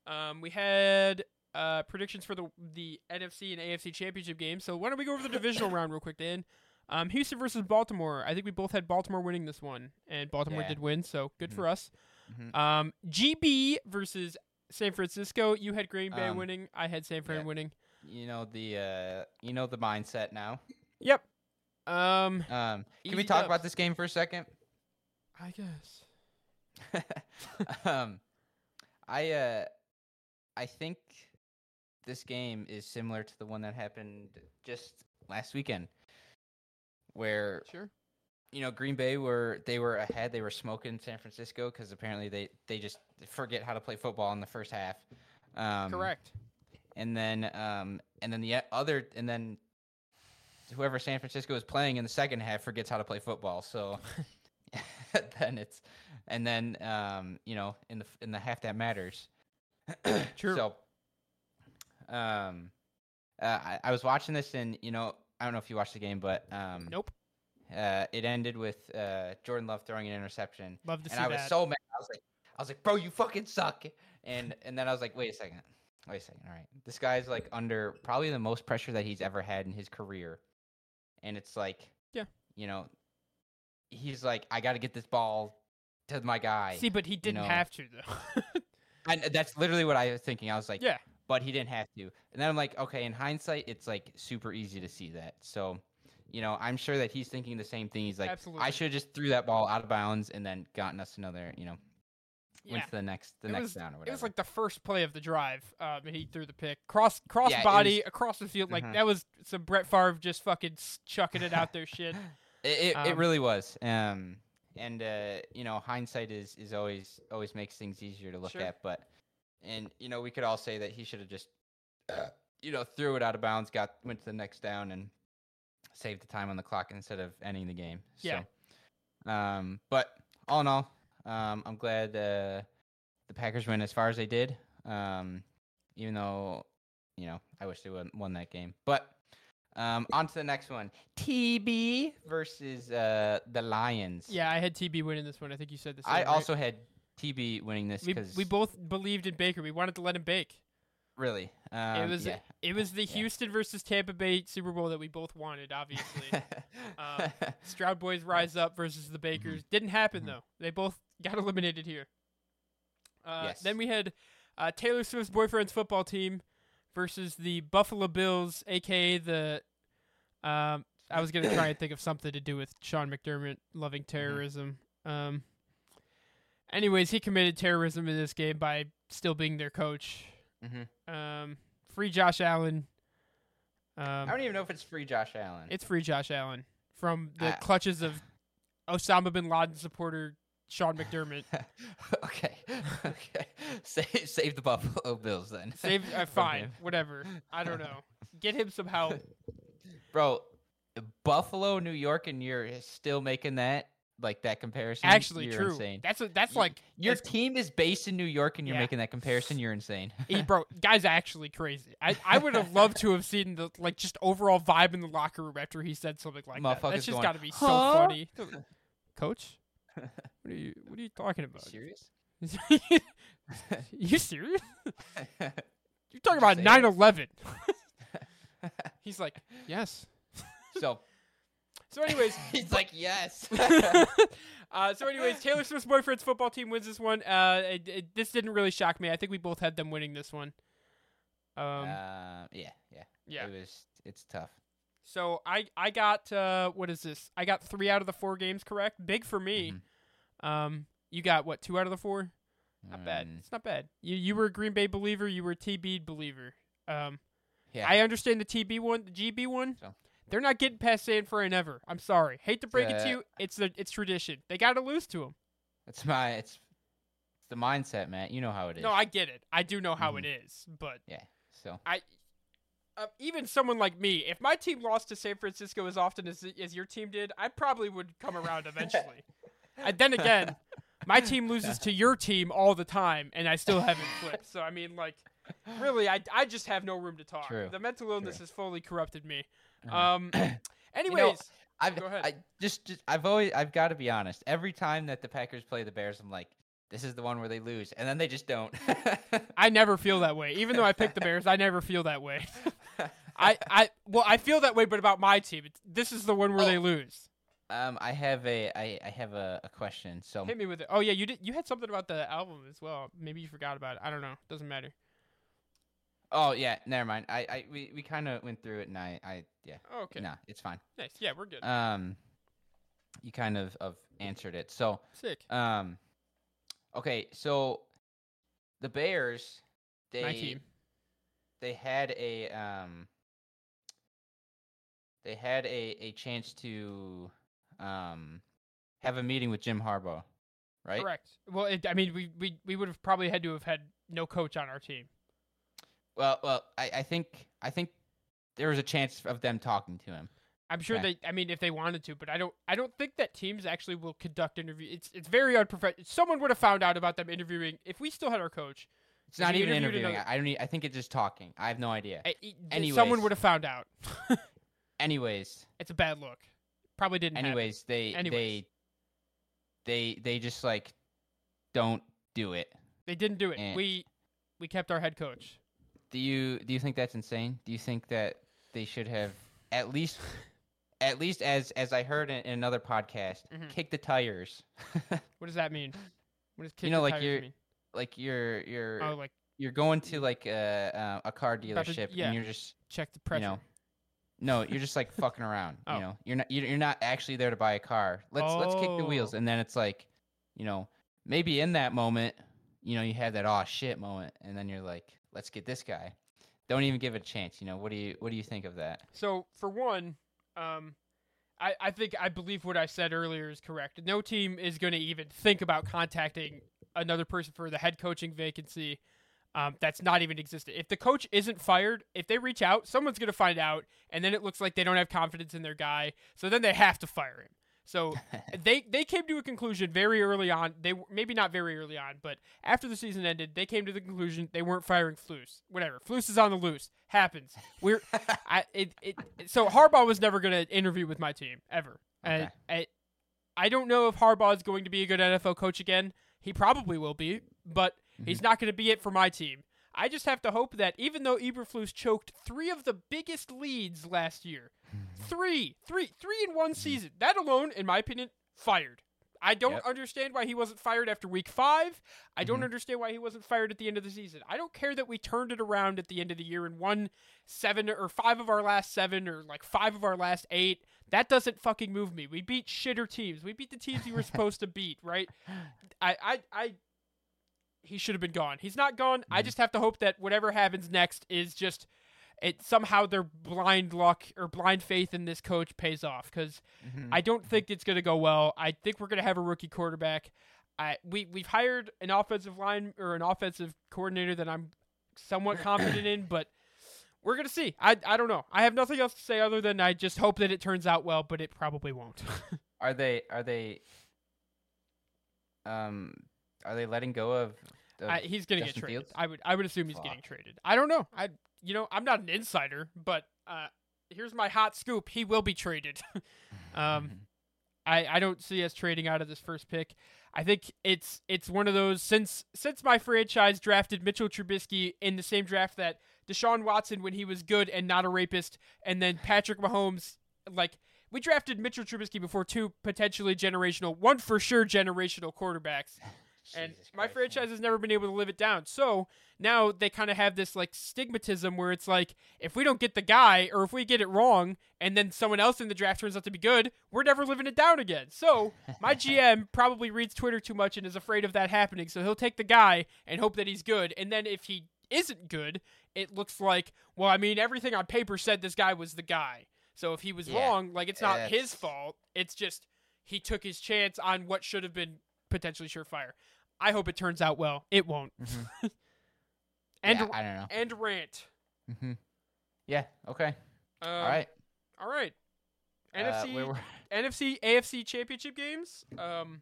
[SPEAKER 1] Um. We had uh predictions for the the NFC and AFC championship game. So why don't we go over the divisional round real quick, Dan? Um, Houston versus Baltimore. I think we both had Baltimore winning this one, and Baltimore
[SPEAKER 2] Yeah.
[SPEAKER 1] did win, so good
[SPEAKER 2] Mhm.
[SPEAKER 1] for us.
[SPEAKER 2] Mhm.
[SPEAKER 1] Um, GB versus San Francisco. You had Green Bay
[SPEAKER 2] Um,
[SPEAKER 1] winning. I had San Fran
[SPEAKER 2] yeah.
[SPEAKER 1] winning.
[SPEAKER 2] You know the uh, you know the mindset now.
[SPEAKER 1] Yep. Um,
[SPEAKER 2] Um, can we
[SPEAKER 1] Easy
[SPEAKER 2] talk
[SPEAKER 1] dubs.
[SPEAKER 2] about this game for a second?
[SPEAKER 1] I guess.
[SPEAKER 2] um, I uh, I think this game is similar to the one that happened just last weekend, where
[SPEAKER 1] Sure.
[SPEAKER 2] you know Green Bay were they were ahead. They were smoking San Francisco because apparently they they just forget how to play football in the first half. Um,
[SPEAKER 1] Correct.
[SPEAKER 2] And then um, and then the e- other, and then whoever San Francisco is playing in the second half forgets how to play football. So then it's, and then um, you know, in the f- in the half that matters.
[SPEAKER 1] True.
[SPEAKER 2] So, um, uh, I, I was watching this, and you know, I don't know if you watched the game, but um,
[SPEAKER 1] Nope.
[SPEAKER 2] uh, it ended with uh, Jordan Love throwing an interception,
[SPEAKER 1] Love to see
[SPEAKER 2] and I was
[SPEAKER 1] that.
[SPEAKER 2] so mad. I was like, I was like, bro, you fucking suck. And and then I was like, wait a second, wait a second. All right, this guy's like under probably the most pressure that he's ever had in his career, and it's like,
[SPEAKER 1] Yeah.
[SPEAKER 2] you know, he's like, I got to get this ball to my guy.
[SPEAKER 1] see, but he didn't
[SPEAKER 2] know.
[SPEAKER 1] have to though.
[SPEAKER 2] And that's literally what I was thinking. I was like,
[SPEAKER 1] yeah.
[SPEAKER 2] but he didn't have to. And then I'm like, okay, in hindsight, it's like super easy to see that. So, you know, I'm sure that he's thinking the same thing. He's like,
[SPEAKER 1] Absolutely.
[SPEAKER 2] I should have just threw that ball out of bounds and then gotten us another, you know,
[SPEAKER 1] Yeah.
[SPEAKER 2] went to the next, the
[SPEAKER 1] It
[SPEAKER 2] next
[SPEAKER 1] was-
[SPEAKER 2] down or
[SPEAKER 1] It
[SPEAKER 2] whatever.
[SPEAKER 1] was like the first play of the drive. Um, and he threw the pick cross cross
[SPEAKER 2] Yeah, it
[SPEAKER 1] body across the field. Like
[SPEAKER 2] Mhm.
[SPEAKER 1] that was some Brett Favre just fucking s- chucking it out there shit.
[SPEAKER 2] it, it, it
[SPEAKER 1] um,
[SPEAKER 2] really was. Um, and uh, you know, hindsight is is always always makes things easier to look
[SPEAKER 1] Sure.
[SPEAKER 2] at. But, and you know, we could all say that he should have just, you know, threw it out of bounds, got went to the next down, and saved the time on the clock instead of ending the game.
[SPEAKER 1] Yeah.
[SPEAKER 2] So, um, but all in all, um, I'm glad uh, the Packers went as far as they did. Um, even though, you know, I wish they won, won that game. But um, on to the next one. TB versus uh, the Lions.
[SPEAKER 1] Yeah, I had TB winning this one. I think you said this.
[SPEAKER 2] I also had TB winning this
[SPEAKER 1] we
[SPEAKER 2] because
[SPEAKER 1] we both believed in Baker. We wanted to let him bake.
[SPEAKER 2] really um,
[SPEAKER 1] it was
[SPEAKER 2] yeah.
[SPEAKER 1] it was the Houston versus Tampa Bay Super Bowl that we both wanted. Obviously, Um, Stroud boys rise up versus the Bakers. Didn't happen
[SPEAKER 2] Mhm.
[SPEAKER 1] though. They both got eliminated here. Uh,
[SPEAKER 2] Yes.
[SPEAKER 1] Then we had uh, Taylor Swift's boyfriend's football team versus the Buffalo Bills, aka the. Um, I was gonna try and think of something to do with Sean McDermott loving
[SPEAKER 2] Mm-hmm.
[SPEAKER 1] terrorism. Um, anyways, he committed terrorism in this game by still being their coach.
[SPEAKER 2] Mhm.
[SPEAKER 1] Um, free Josh Allen.
[SPEAKER 2] I
[SPEAKER 1] Um,
[SPEAKER 2] don't even know if it's free Josh Allen.
[SPEAKER 1] it's free Josh Allen from the
[SPEAKER 2] I-
[SPEAKER 1] clutches of Osama bin Laden supporter Sean McDermott.
[SPEAKER 2] okay, okay. Save save the Buffalo Bills then.
[SPEAKER 1] Save uh,
[SPEAKER 2] From
[SPEAKER 1] fine,
[SPEAKER 2] him.
[SPEAKER 1] whatever. I don't know. Get him some help.
[SPEAKER 2] bro. Buffalo, New York, and you're still making that like that comparison.
[SPEAKER 1] Actually,
[SPEAKER 2] you're
[SPEAKER 1] true.
[SPEAKER 2] Insane.
[SPEAKER 1] That's a, that's
[SPEAKER 2] Y-
[SPEAKER 1] like
[SPEAKER 2] Your
[SPEAKER 1] that's-
[SPEAKER 2] team is based in New York, and you're
[SPEAKER 1] Yeah.
[SPEAKER 2] making that comparison. You're insane.
[SPEAKER 1] he, bro, guy's actually crazy. I, I would have loved to have seen the like just overall vibe in the locker room after he said something like that. That's
[SPEAKER 2] Motherfucker's
[SPEAKER 1] just
[SPEAKER 2] going,
[SPEAKER 1] got to be so
[SPEAKER 2] "Huh?"
[SPEAKER 1] funny. Coach, what are you what are you talking about?
[SPEAKER 2] serious?
[SPEAKER 1] you serious?
[SPEAKER 2] Did
[SPEAKER 1] You're talking about
[SPEAKER 2] Say it.
[SPEAKER 1] 9/11. He's like, yes.
[SPEAKER 2] so
[SPEAKER 1] So, anyways,
[SPEAKER 2] he's like, yes.
[SPEAKER 1] uh, so, anyways, Taylor Swift's boyfriend's football team wins this one. Uh, it, it- this didn't really shock me. I think we both had them winning this one. Um,
[SPEAKER 2] Uh, yeah, yeah,
[SPEAKER 1] yeah.
[SPEAKER 2] It was. It's tough.
[SPEAKER 1] So I I got uh, what is this? I got three out of the four games correct. Big for me.
[SPEAKER 2] Mm-hmm.
[SPEAKER 1] Um, you got what? Two out of the four? Not bad.
[SPEAKER 2] Um,
[SPEAKER 1] It's not bad. You you were a Green Bay believer. You were a TB believer. Um,
[SPEAKER 2] Yeah.
[SPEAKER 1] I understand the TB one, the GB one.
[SPEAKER 2] So.
[SPEAKER 1] They're not getting past San Fran ever. I'm sorry. Hate to break it to
[SPEAKER 2] Uh,
[SPEAKER 1] you. It's the it's tradition. They got to lose to them.
[SPEAKER 2] it's my. It's, it's the mindset, Matt. You know how it is. Mm-hmm.
[SPEAKER 1] No, I get it. I do know how it is, but
[SPEAKER 2] So
[SPEAKER 1] I uh, even someone like me, if my team lost to San Francisco as often as as your team did, I probably would come around eventually. and then again, my team loses to your team all the time, and I still haven't flipped. So I mean, like, really, I I just have no room to talk.
[SPEAKER 2] True.
[SPEAKER 1] The mental illness
[SPEAKER 2] True.
[SPEAKER 1] has fully corrupted me.
[SPEAKER 2] Uh-huh.
[SPEAKER 1] Um. Anyways,
[SPEAKER 2] I've
[SPEAKER 1] Go ahead.
[SPEAKER 2] I just, just I've always I've got to be honest. Every time that the Packers play the Bears, I'm like, this is the one where they lose, and then they just don't.
[SPEAKER 1] I never feel that way. Even though I picked the Bears, I never feel that way. I, I well, I feel that way, but about my team, it's, this is the one where they
[SPEAKER 2] Oh.
[SPEAKER 1] lose.
[SPEAKER 2] um, I have a I, I have a, a question. So
[SPEAKER 1] Hit me with it. Oh yeah, you did. You had something about the album as well. Maybe you forgot about it. I don't know. Doesn't matter.
[SPEAKER 2] oh yeah, never mind. I, I we, we kind of went through it, and I I yeah,
[SPEAKER 1] Oh, okay.
[SPEAKER 2] nah, it's fine.
[SPEAKER 1] Nice. Yeah, we're good.
[SPEAKER 2] Um, you kind of of answered it. So
[SPEAKER 1] Sick.
[SPEAKER 2] um, okay, so the Bears they
[SPEAKER 1] My team.
[SPEAKER 2] they had a um they had a a chance to um have a meeting with Jim Harbaugh, right?
[SPEAKER 1] Correct. Well, it, I mean, we we we would have probably had to have had no coach on our team.
[SPEAKER 2] Well, well, I I think I think there was a chance of them talking to him.
[SPEAKER 1] I'm sure
[SPEAKER 2] Okay.
[SPEAKER 1] they. I mean, if they wanted to, but I don't. I don't think that teams actually will conduct interview. It's it's very unprofessional. Someone would have found out about them interviewing if we still had our coach.
[SPEAKER 2] It's
[SPEAKER 1] If
[SPEAKER 2] not
[SPEAKER 1] you
[SPEAKER 2] even
[SPEAKER 1] interviewed
[SPEAKER 2] interviewing.
[SPEAKER 1] another-
[SPEAKER 2] I don't. e- I think it's just talking. I have no idea.
[SPEAKER 1] I, I- eh, e, th- someone
[SPEAKER 2] Anyways.
[SPEAKER 1] would have found out.
[SPEAKER 2] Anyways,
[SPEAKER 1] it's a bad look. Probably didn't. happen.
[SPEAKER 2] anyways, they
[SPEAKER 1] Anyways.
[SPEAKER 2] they they they just like don't do it.
[SPEAKER 1] they didn't do it.
[SPEAKER 2] Eh.
[SPEAKER 1] We we kept our head coach.
[SPEAKER 2] Do you do you think that's insane? Do you think that they should have at least at least as as I heard in, in another podcast,
[SPEAKER 1] Mhm.
[SPEAKER 2] kick the tires.
[SPEAKER 1] What does that mean? What does kick
[SPEAKER 2] know,
[SPEAKER 1] the
[SPEAKER 2] like
[SPEAKER 1] tires
[SPEAKER 2] you're-
[SPEAKER 1] mean?
[SPEAKER 2] like you're you're
[SPEAKER 1] Oh, like
[SPEAKER 2] you're going to like a uh, a car
[SPEAKER 1] About to-
[SPEAKER 2] dealership
[SPEAKER 1] yeah.
[SPEAKER 2] and you're just
[SPEAKER 1] check the pressure.
[SPEAKER 2] you know no you're just like fucking around
[SPEAKER 1] Oh.
[SPEAKER 2] you know you're not you're you're not actually there to buy a car let's let's kick the wheels
[SPEAKER 1] Oh.
[SPEAKER 2] and then it's like you know maybe in that moment you know you have that oh shit moment and then you're like let's get this guy don't even give it a chance you know what do you what do you think of that
[SPEAKER 1] So for one, um, I I think I believe what I said earlier is correct. No team is going to even think about contacting another person for the head coaching vacancy. Um, that's not even existent. If the coach isn't fired, if they reach out, someone's going to find out, and then it looks like they don't have confidence in their guy. So then they have to fire him. So they they came to a conclusion very early on. They w- maybe not very early on, but after the season ended, they came to the conclusion they weren't firing Flus. Whatever, Flus is on the loose. Happens. We're I it, it so Harbaugh was never going to interview with my team ever. And
[SPEAKER 2] Okay.
[SPEAKER 1] I, I don't know if Harbaugh is going to be a good NFL coach again. He probably will be, but he's not going to be it for my team. I just have to hope that even though Eberflus choked three of the biggest leads last year, three, three, three in one season, that alone, in my opinion, fired. I don't
[SPEAKER 2] Yep.
[SPEAKER 1] understand why he wasn't fired after week five. I don't
[SPEAKER 2] Mhm.
[SPEAKER 1] understand why he wasn't fired at the end of the season. I don't care that we turned it around at the end of the year and won seven or five of our last seven or like five of our last eight. That doesn't fucking move me. We beat shitter teams. We beat the teams you were supposed to beat, right? I, I, I. He should have been gone. He's not gone. I
[SPEAKER 2] Mhm.
[SPEAKER 1] just have to hope that whatever happens next is just it. Somehow their blind luck or blind faith in this coach pays off because
[SPEAKER 2] Mhm.
[SPEAKER 1] I don't think it's going to go well. I think we're going to have a rookie quarterback. I we we've hired an offensive line or an offensive coordinator that I'm somewhat confident in, but we're going to see. I I don't know. I have nothing else to say other than I just hope that it turns out well, but it probably won't.
[SPEAKER 2] are they are they um are they letting go of, of
[SPEAKER 1] I, he's going to get
[SPEAKER 2] Justin
[SPEAKER 1] traded.
[SPEAKER 2] Fields?
[SPEAKER 1] I would I would assume he's getting
[SPEAKER 2] Fuck.
[SPEAKER 1] traded. I don't know. I you know, I'm not an insider, but uh here's my hot scoop. He will be traded. um I, I don't see us trading out of this first pick. I think it's it's one of those since since my franchise drafted Mitchell Trubisky in the same draft that Deshaun Watson when he was good and not a rapist, and then Patrick Mahomes like we drafted Mitchell Trubisky before two potentially generational, one for sure generational quarterbacks and
[SPEAKER 2] Mm-hmm. Jesus
[SPEAKER 1] my
[SPEAKER 2] Christ, man.
[SPEAKER 1] franchise has never been able to live it down. So now they kind of have this like stigmatism where it's like, if we don't get the guy or if we get it wrong, and then someone else in the draft turns out to be good, we're never living it down again. So my GM probably reads Twitter too much and is afraid of that happening. So he'll take the guy and hope that he's good. And then if he isn't good, it looks like, well, I mean, everything on paper said this guy was the guy. So if he was
[SPEAKER 2] Yeah.
[SPEAKER 1] wrong, like it's not
[SPEAKER 2] That's-
[SPEAKER 1] his fault. It's just he took his chance on what should have been potentially surefire. I hope it turns out well. It won't.
[SPEAKER 2] Mhm.
[SPEAKER 1] End
[SPEAKER 2] Yeah, I don't know.
[SPEAKER 1] end rant.
[SPEAKER 2] hmm Yeah. Okay.
[SPEAKER 1] Um,
[SPEAKER 2] All right.
[SPEAKER 1] All right.
[SPEAKER 2] Uh,
[SPEAKER 1] NFC
[SPEAKER 2] where were-
[SPEAKER 1] NFC AFC championship games. Um,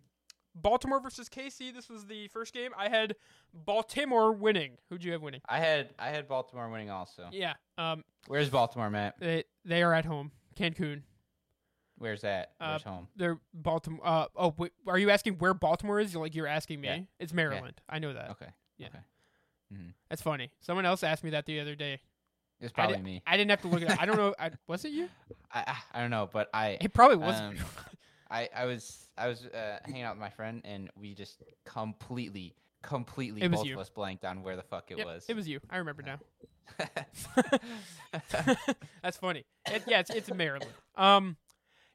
[SPEAKER 1] Baltimore versus KC. This was the first game. I had Baltimore winning. Who'd you have winning?
[SPEAKER 2] I had I had Baltimore winning also.
[SPEAKER 1] Yeah. Um,
[SPEAKER 2] Where's Baltimore, Matt?
[SPEAKER 1] they they are at home. Cancun.
[SPEAKER 2] Where's that?
[SPEAKER 1] Uh,
[SPEAKER 2] Where's home?
[SPEAKER 1] They're Baltimore. Uh, oh, wait, are you asking where Baltimore is? Like you're asking me.
[SPEAKER 2] Yeah.
[SPEAKER 1] It's Maryland. I know that.
[SPEAKER 2] Okay.
[SPEAKER 1] That's funny. Someone else asked me that the other day.
[SPEAKER 2] It's
[SPEAKER 1] I di-
[SPEAKER 2] probably me.
[SPEAKER 1] I didn't have to look it up. I don't know. I, was it you?
[SPEAKER 2] I, I I don't know, but I
[SPEAKER 1] It probably wasn't.
[SPEAKER 2] Um,
[SPEAKER 1] you.
[SPEAKER 2] I I was I was uh, hanging out with my friend and we just completely completely
[SPEAKER 1] It was
[SPEAKER 2] both
[SPEAKER 1] you.
[SPEAKER 2] of us blanked on where the fuck it
[SPEAKER 1] Yep,
[SPEAKER 2] was.
[SPEAKER 1] It was you. I remember now.
[SPEAKER 2] was.
[SPEAKER 1] That's funny. It, yeah, it's, it's in Maryland. Um,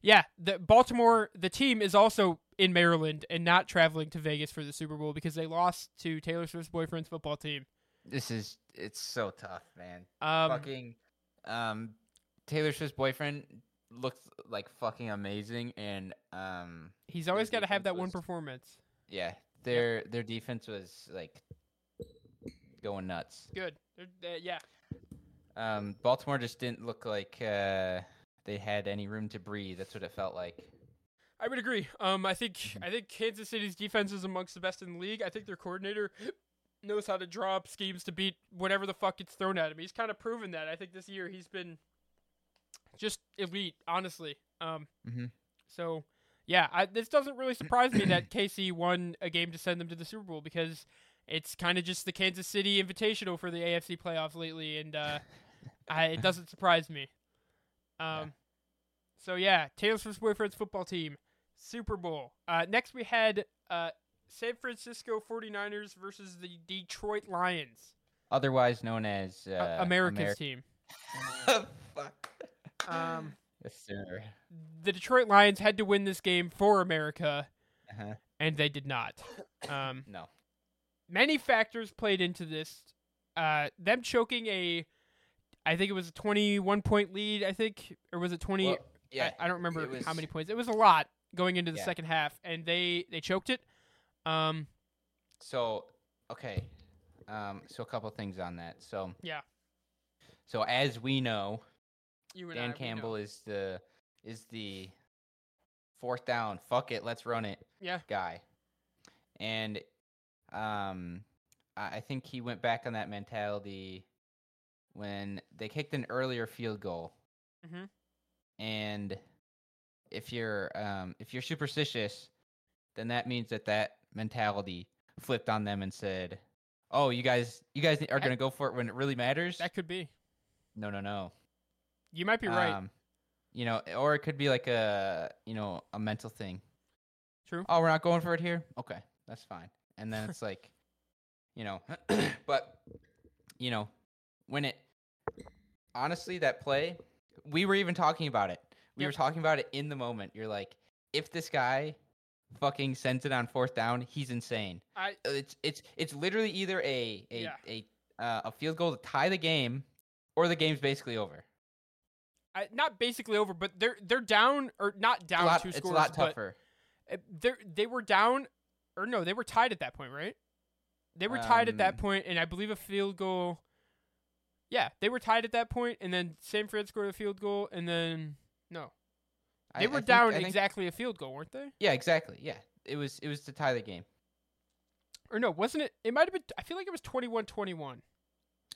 [SPEAKER 1] yeah, the Baltimore the team is also in Maryland and not traveling to Vegas for the Super Bowl because they lost to Taylor Swift's boyfriend's football team.
[SPEAKER 2] this is it's so tough, man.
[SPEAKER 1] Um,
[SPEAKER 2] fucking um Taylor Swift's boyfriend looked like fucking amazing and um
[SPEAKER 1] he's always got to have that
[SPEAKER 2] defense
[SPEAKER 1] one
[SPEAKER 2] was-
[SPEAKER 1] performance.
[SPEAKER 2] yeah, their their defense was like going nuts.
[SPEAKER 1] Good. They're- they- yeah.
[SPEAKER 2] Um, Baltimore just didn't look like uh, they had any room to breathe. That's what it felt like.
[SPEAKER 1] I would agree. Um, I think I think Kansas City's defense is amongst the best in the league. I think their coordinator knows how to draw up schemes to beat whatever the fuck gets thrown at him. He's kind of proven that. I think this year he's been just elite, honestly. Um,
[SPEAKER 2] Mhm.
[SPEAKER 1] so yeah, I, this doesn't really surprise me that KC won a game to send them to the Super Bowl because it's kind of just the Kansas City Invitational for the AFC playoffs lately, and uh, I, it doesn't surprise me. Um,
[SPEAKER 2] Yeah.
[SPEAKER 1] so yeah, Taylor Swift's boyfriend's football team, Super Bowl. Uh, next we had uh, San Francisco 49ers versus the Detroit Lions,
[SPEAKER 2] Otherwise known as uh,
[SPEAKER 1] uh, America's
[SPEAKER 2] Ameri- Oh,
[SPEAKER 1] team.
[SPEAKER 2] Fuck.
[SPEAKER 1] Um,
[SPEAKER 2] Yes, sir.
[SPEAKER 1] the Detroit Lions had to win this game for America,
[SPEAKER 2] Uh-huh.
[SPEAKER 1] and they did not. Um,
[SPEAKER 2] No.
[SPEAKER 1] many factors played into this. Uh, them choking a, I think it was a 21 point lead. I think, or was it 20?
[SPEAKER 2] Well, yeah.
[SPEAKER 1] I, I don't remember
[SPEAKER 2] it was-
[SPEAKER 1] how many points. It was a lot going into the
[SPEAKER 2] Yeah.
[SPEAKER 1] second half, and they they choked it. Um,
[SPEAKER 2] So okay, um, so a couple things on that. So
[SPEAKER 1] Yeah.
[SPEAKER 2] So as we know,
[SPEAKER 1] you and I,
[SPEAKER 2] Dan
[SPEAKER 1] we know.
[SPEAKER 2] Campbell is the is the fourth down. Fuck it, let's run it.
[SPEAKER 1] Yeah.
[SPEAKER 2] Guy, and um, I I think he went back on that mentality when they kicked an earlier field goal,
[SPEAKER 1] Mhm.
[SPEAKER 2] and if you're um if you're superstitious, then that means that that mentality flipped on them and said, "Oh, you guys, you guys are gonna go for it when it really matters."
[SPEAKER 1] That could be.
[SPEAKER 2] No, no, no.
[SPEAKER 1] You might be right.
[SPEAKER 2] Um, you know, or it could be like a you know a mental thing.
[SPEAKER 1] True.
[SPEAKER 2] Oh, we're not going for it here. Okay, that's fine. And then it's like, you know, but you know, when it honestly that play, we were even talking about it. We
[SPEAKER 1] Yep.
[SPEAKER 2] were talking about it in the moment. You're like, if this guy fucking sends it on fourth down, he's insane. Uh,
[SPEAKER 1] I-
[SPEAKER 2] it's it's it's literally either a a
[SPEAKER 1] Yeah.
[SPEAKER 2] a uh, a field goal to tie the game, or the game's basically over.
[SPEAKER 1] I, not basically over, but they're they're down or not
[SPEAKER 2] It's a
[SPEAKER 1] down
[SPEAKER 2] lot,
[SPEAKER 1] two
[SPEAKER 2] it's
[SPEAKER 1] scores,
[SPEAKER 2] a lot
[SPEAKER 1] but
[SPEAKER 2] tougher.
[SPEAKER 1] uh, they're they were down or no, they were tied at that point, right? They were tied at that
[SPEAKER 2] Um,
[SPEAKER 1] point, and I believe a field goal. Yeah, they were tied at that point, and then San Fran scored a field goal, and then no,
[SPEAKER 2] I-
[SPEAKER 1] they
[SPEAKER 2] I
[SPEAKER 1] were
[SPEAKER 2] think-
[SPEAKER 1] down
[SPEAKER 2] I think-
[SPEAKER 1] exactly a field goal, weren't they?
[SPEAKER 2] Yeah, exactly. Yeah, it was it was to tie the game.
[SPEAKER 1] Or no, wasn't it? It might have been. I feel like it was 21-21.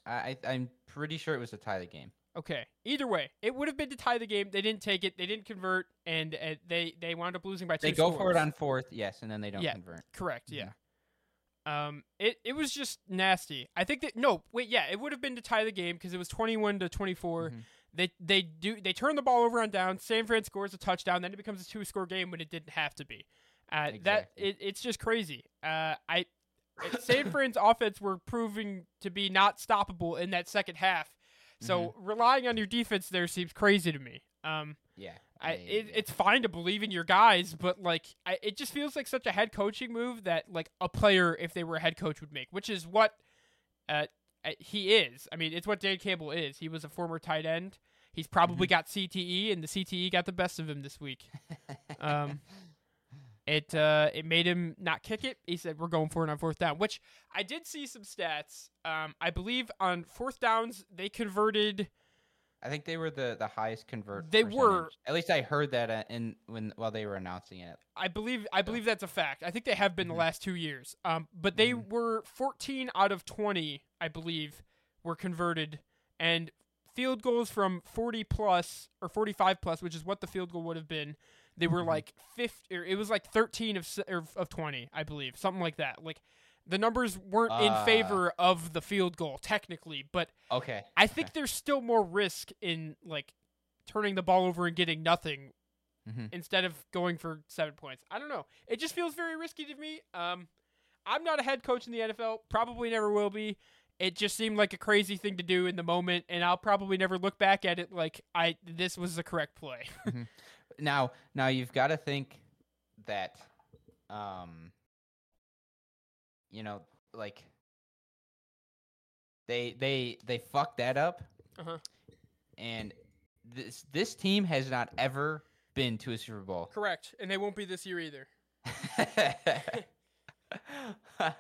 [SPEAKER 2] I I- I'm pretty sure it was to tie the game.
[SPEAKER 1] Okay. Either way, it would have been to tie the game. They didn't take it. They didn't convert, and uh, they they wound up losing by two.
[SPEAKER 2] They go for
[SPEAKER 1] scores.
[SPEAKER 2] it on fourth, yes, and then they don't
[SPEAKER 1] Yeah.
[SPEAKER 2] convert.
[SPEAKER 1] Correct.
[SPEAKER 2] Mhm.
[SPEAKER 1] Yeah. Um. It it was just nasty. I think that no. Wait. Yeah. It would have been to tie the game because it was twenty one to twenty
[SPEAKER 2] Mhm.
[SPEAKER 1] They they do they turn the ball over on down. San Fran scores a touchdown. Then it becomes a two score game when it didn't have to be. Uh, That
[SPEAKER 2] Exactly.
[SPEAKER 1] it, it's just crazy. Uh. I. it- San Fran's offense were proving to be not stoppable in that second half. So relying on your defense there seems crazy to me. Um.
[SPEAKER 2] Yeah,
[SPEAKER 1] I, it,
[SPEAKER 2] yeah.
[SPEAKER 1] it's fine to believe in your guys, but like, I, it just feels like such a head coaching move that like a player, if they were a head coach, would make, which is what uh, uh, he is. I mean, it's what Dan Campbell is. He was a former tight end. He's probably got CTE, and the CTE got the best of him this week. Um, it uh, it made him not kick it. He said, "We're going for it on fourth down," which I did see some stats. Um, I believe on fourth downs they converted.
[SPEAKER 2] I think they were the the highest convert.
[SPEAKER 1] They were-
[SPEAKER 2] percentage. At least I heard that uh, in when while they were announcing it.
[SPEAKER 1] I believe I believe that's a fact. I think they have been
[SPEAKER 2] Mhm.
[SPEAKER 1] the last two years. Um, but they
[SPEAKER 2] Mhm.
[SPEAKER 1] were 14 out of 20, I believe, were converted, and field goals from 40 plus or 45 plus, which is what the field goal would have been. They were
[SPEAKER 2] Mhm.
[SPEAKER 1] like 50, or it was like 13 of s- or of 20, I believe, something like that. Like the numbers weren't
[SPEAKER 2] Ah.
[SPEAKER 1] in favor of the field goal technically, but
[SPEAKER 2] Okay.
[SPEAKER 1] I think there's still more risk in like turning the ball over and getting nothing
[SPEAKER 2] Mhm.
[SPEAKER 1] instead of going for seven points. I don't know. It just feels very risky to me. Um, I'm not a head coach in the NFL. Probably never will be. It just seemed like a crazy thing to do in the moment, and I'll probably never look back at it like I this was the correct play.
[SPEAKER 2] now now you've got to think that um you know like they they they fucked that up
[SPEAKER 1] Uh-huh.
[SPEAKER 2] and this this team has not ever been to a super bowl
[SPEAKER 1] correct, and they won't be this year either.
[SPEAKER 2] and
[SPEAKER 1] uh,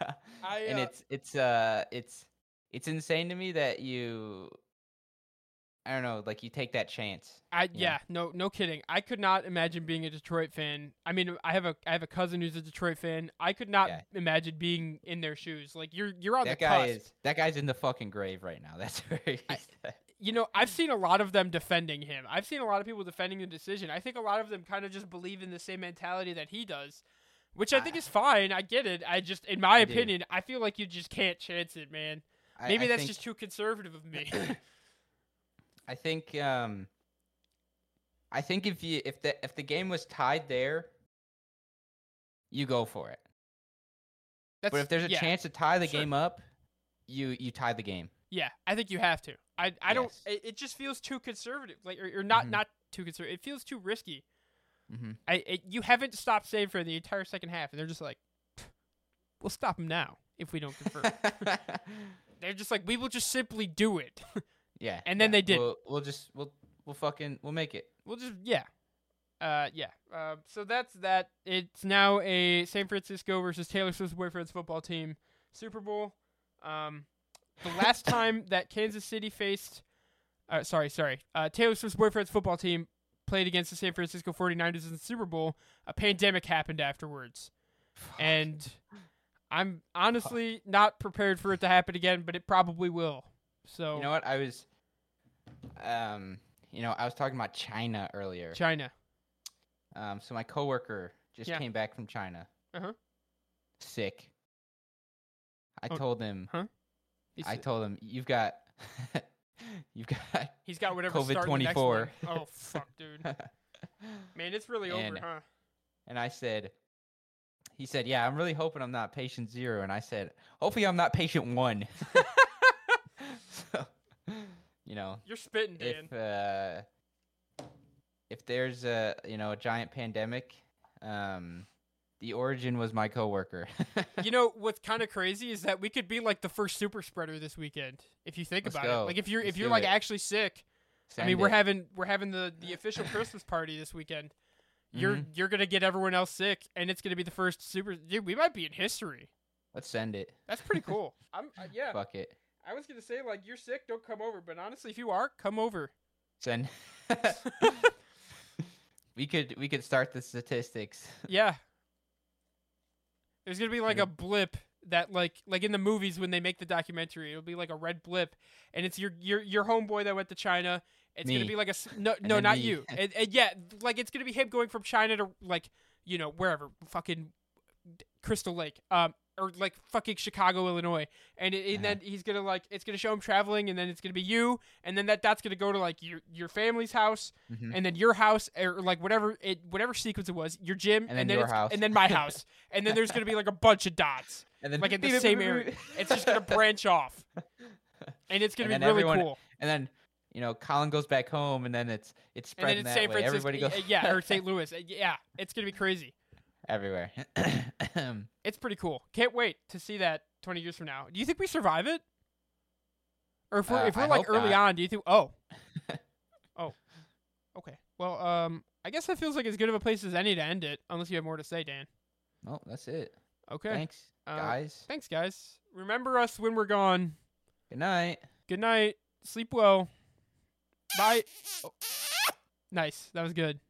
[SPEAKER 2] it's it's uh it's it's insane to me that you I don't know, like you take that chance.
[SPEAKER 1] I yeah.
[SPEAKER 2] Yeah.
[SPEAKER 1] no no kidding. I could not imagine being a Detroit fan. I mean, I have a I have a cousin who's a Detroit fan. I could not
[SPEAKER 2] Yeah.
[SPEAKER 1] imagine being in their shoes. Like you're you're on
[SPEAKER 2] that
[SPEAKER 1] the
[SPEAKER 2] guy
[SPEAKER 1] cusp.
[SPEAKER 2] is that guy's in the fucking grave right now. That's where he's at.
[SPEAKER 1] You know, I've seen a lot of them defending him. I've seen a lot of people defending the decision. I think a lot of them kind of just believe in the same mentality that he does, which I think
[SPEAKER 2] I-
[SPEAKER 1] is fine. I get it. I just in my
[SPEAKER 2] I do.
[SPEAKER 1] opinion, I feel like you just can't chance it, man.
[SPEAKER 2] I-
[SPEAKER 1] Maybe
[SPEAKER 2] I
[SPEAKER 1] that's
[SPEAKER 2] think-
[SPEAKER 1] just too conservative of me.
[SPEAKER 2] I think um I think if you if the if the game was tied there, you go for it.
[SPEAKER 1] that's
[SPEAKER 2] but if there's a
[SPEAKER 1] yeah.
[SPEAKER 2] chance to tie the
[SPEAKER 1] sure.
[SPEAKER 2] game up, you you tie the game.
[SPEAKER 1] Yeah, I think you have to. I I don't.
[SPEAKER 2] Yes.
[SPEAKER 1] It, it just feels too conservative. Like or, or not
[SPEAKER 2] Mhm.
[SPEAKER 1] not too conservative. It feels too risky.
[SPEAKER 2] Mm-hmm.
[SPEAKER 1] I it, you haven't stopped Save for the entire second half, and they're just like, "Pff, we'll stop him now if we don't convert. they're just like, we will just simply do it.
[SPEAKER 2] yeah.
[SPEAKER 1] And then
[SPEAKER 2] yeah,
[SPEAKER 1] they didn't.
[SPEAKER 2] We'll, we'll just we'll we'll fucking we'll make it.
[SPEAKER 1] we'll just yeah, uh yeah. Uh, so that's that. It's now a San Francisco versus Taylor Swift's boyfriend's football team Super Bowl. Um, the last time that Kansas City faced, uh, sorry, sorry, uh, Taylor Swift's boyfriend's football team played against the San Francisco 49ers in the Super Bowl, a pandemic happened afterwards. And I'm honestly not prepared for it to happen again, but it probably will. So,
[SPEAKER 2] You know what? I was um you know, I was talking about China earlier.
[SPEAKER 1] China.
[SPEAKER 2] Um so my coworker just
[SPEAKER 1] Yeah.
[SPEAKER 2] came back from China.
[SPEAKER 1] Uh-huh.
[SPEAKER 2] Sick. I
[SPEAKER 1] Oh,
[SPEAKER 2] told him
[SPEAKER 1] He's,
[SPEAKER 2] I told him you've got you've got
[SPEAKER 1] he's got whatever
[SPEAKER 2] COVID
[SPEAKER 1] start in the next
[SPEAKER 2] 24.
[SPEAKER 1] one. Oh, fuck, dude. Man, it's really
[SPEAKER 2] And-
[SPEAKER 1] over, huh?
[SPEAKER 2] and I said he said, "Yeah, I'm really hoping I'm not patient 0." And I said, "Hopefully I'm not patient 1." so, you know,
[SPEAKER 1] You're spitting, Dan.
[SPEAKER 2] if uh if there's a, you know, a giant pandemic, um the origin was my coworker.
[SPEAKER 1] you know what's kind of crazy is that we could be like the first super spreader this weekend if you think
[SPEAKER 2] Let's
[SPEAKER 1] about it.
[SPEAKER 2] go.
[SPEAKER 1] Like if you're
[SPEAKER 2] Let's
[SPEAKER 1] if you're
[SPEAKER 2] do
[SPEAKER 1] like
[SPEAKER 2] it.
[SPEAKER 1] actually sick. I mean,
[SPEAKER 2] Send
[SPEAKER 1] we're
[SPEAKER 2] it.
[SPEAKER 1] having we're having the the official Christmas party this weekend. You're
[SPEAKER 2] Mm-hmm.
[SPEAKER 1] you're gonna get everyone else sick, and it's gonna be the first super. Dude, we might be in history.
[SPEAKER 2] Let's send it.
[SPEAKER 1] That's pretty cool. I'm uh, yeah.
[SPEAKER 2] Fuck it.
[SPEAKER 1] I was gonna say like you're sick, don't come over. But honestly, if you are, come over.
[SPEAKER 2] Send. we could we could start the statistics.
[SPEAKER 1] Yeah. There's gonna be like
[SPEAKER 2] Yeah.
[SPEAKER 1] a blip that like like in the movies when they make the documentary, it'll be like a red blip, and it's your your your homeboy that went to China. It's
[SPEAKER 2] Me.
[SPEAKER 1] gonna be like a s- no no
[SPEAKER 2] then
[SPEAKER 1] not
[SPEAKER 2] me.
[SPEAKER 1] you. And, and yeah, like it's gonna be him going from China to like you know wherever fucking Crystal Lake, um, or like fucking Chicago, Illinois, and it, and
[SPEAKER 2] Uh-huh.
[SPEAKER 1] then he's gonna like it's gonna show him traveling, and then it's gonna be you, and then that that's gonna go to like your your family's house,
[SPEAKER 2] Mhm.
[SPEAKER 1] and then your house or like whatever it whatever sequence it was, your gym,
[SPEAKER 2] And then your
[SPEAKER 1] it's-
[SPEAKER 2] house.
[SPEAKER 1] and then my house, and then there's gonna be like a bunch of dots,
[SPEAKER 2] And then
[SPEAKER 1] like in the same area. It's just gonna branch off, and it's gonna
[SPEAKER 2] And
[SPEAKER 1] be
[SPEAKER 2] then
[SPEAKER 1] really
[SPEAKER 2] everyone-
[SPEAKER 1] cool.
[SPEAKER 2] And then you know, Colin goes back home, and then it's it's
[SPEAKER 1] And then
[SPEAKER 2] spreading
[SPEAKER 1] it's
[SPEAKER 2] that
[SPEAKER 1] San
[SPEAKER 2] way.
[SPEAKER 1] Francisco,
[SPEAKER 2] Everybody goes
[SPEAKER 1] uh, yeah, or St. Louis, Uh, yeah, it's gonna be crazy.
[SPEAKER 2] everywhere.
[SPEAKER 1] It's pretty cool. Can't wait to see that 20 years from now. Do you think we survive it? Or if we're,
[SPEAKER 2] Uh,
[SPEAKER 1] if we're
[SPEAKER 2] I
[SPEAKER 1] like
[SPEAKER 2] hope
[SPEAKER 1] early
[SPEAKER 2] not.
[SPEAKER 1] on, do you think? Oh, oh, okay. Well, um, I guess that feels like as good of a place as any to end it, unless you have more to say, Dan.
[SPEAKER 2] well, that's it.
[SPEAKER 1] Okay.
[SPEAKER 2] Thanks,
[SPEAKER 1] Uh,
[SPEAKER 2] guys.
[SPEAKER 1] Thanks, guys. Remember us when we're gone.
[SPEAKER 2] Good night.
[SPEAKER 1] Good night. Sleep well. Bye. Oh. Nice. That was good.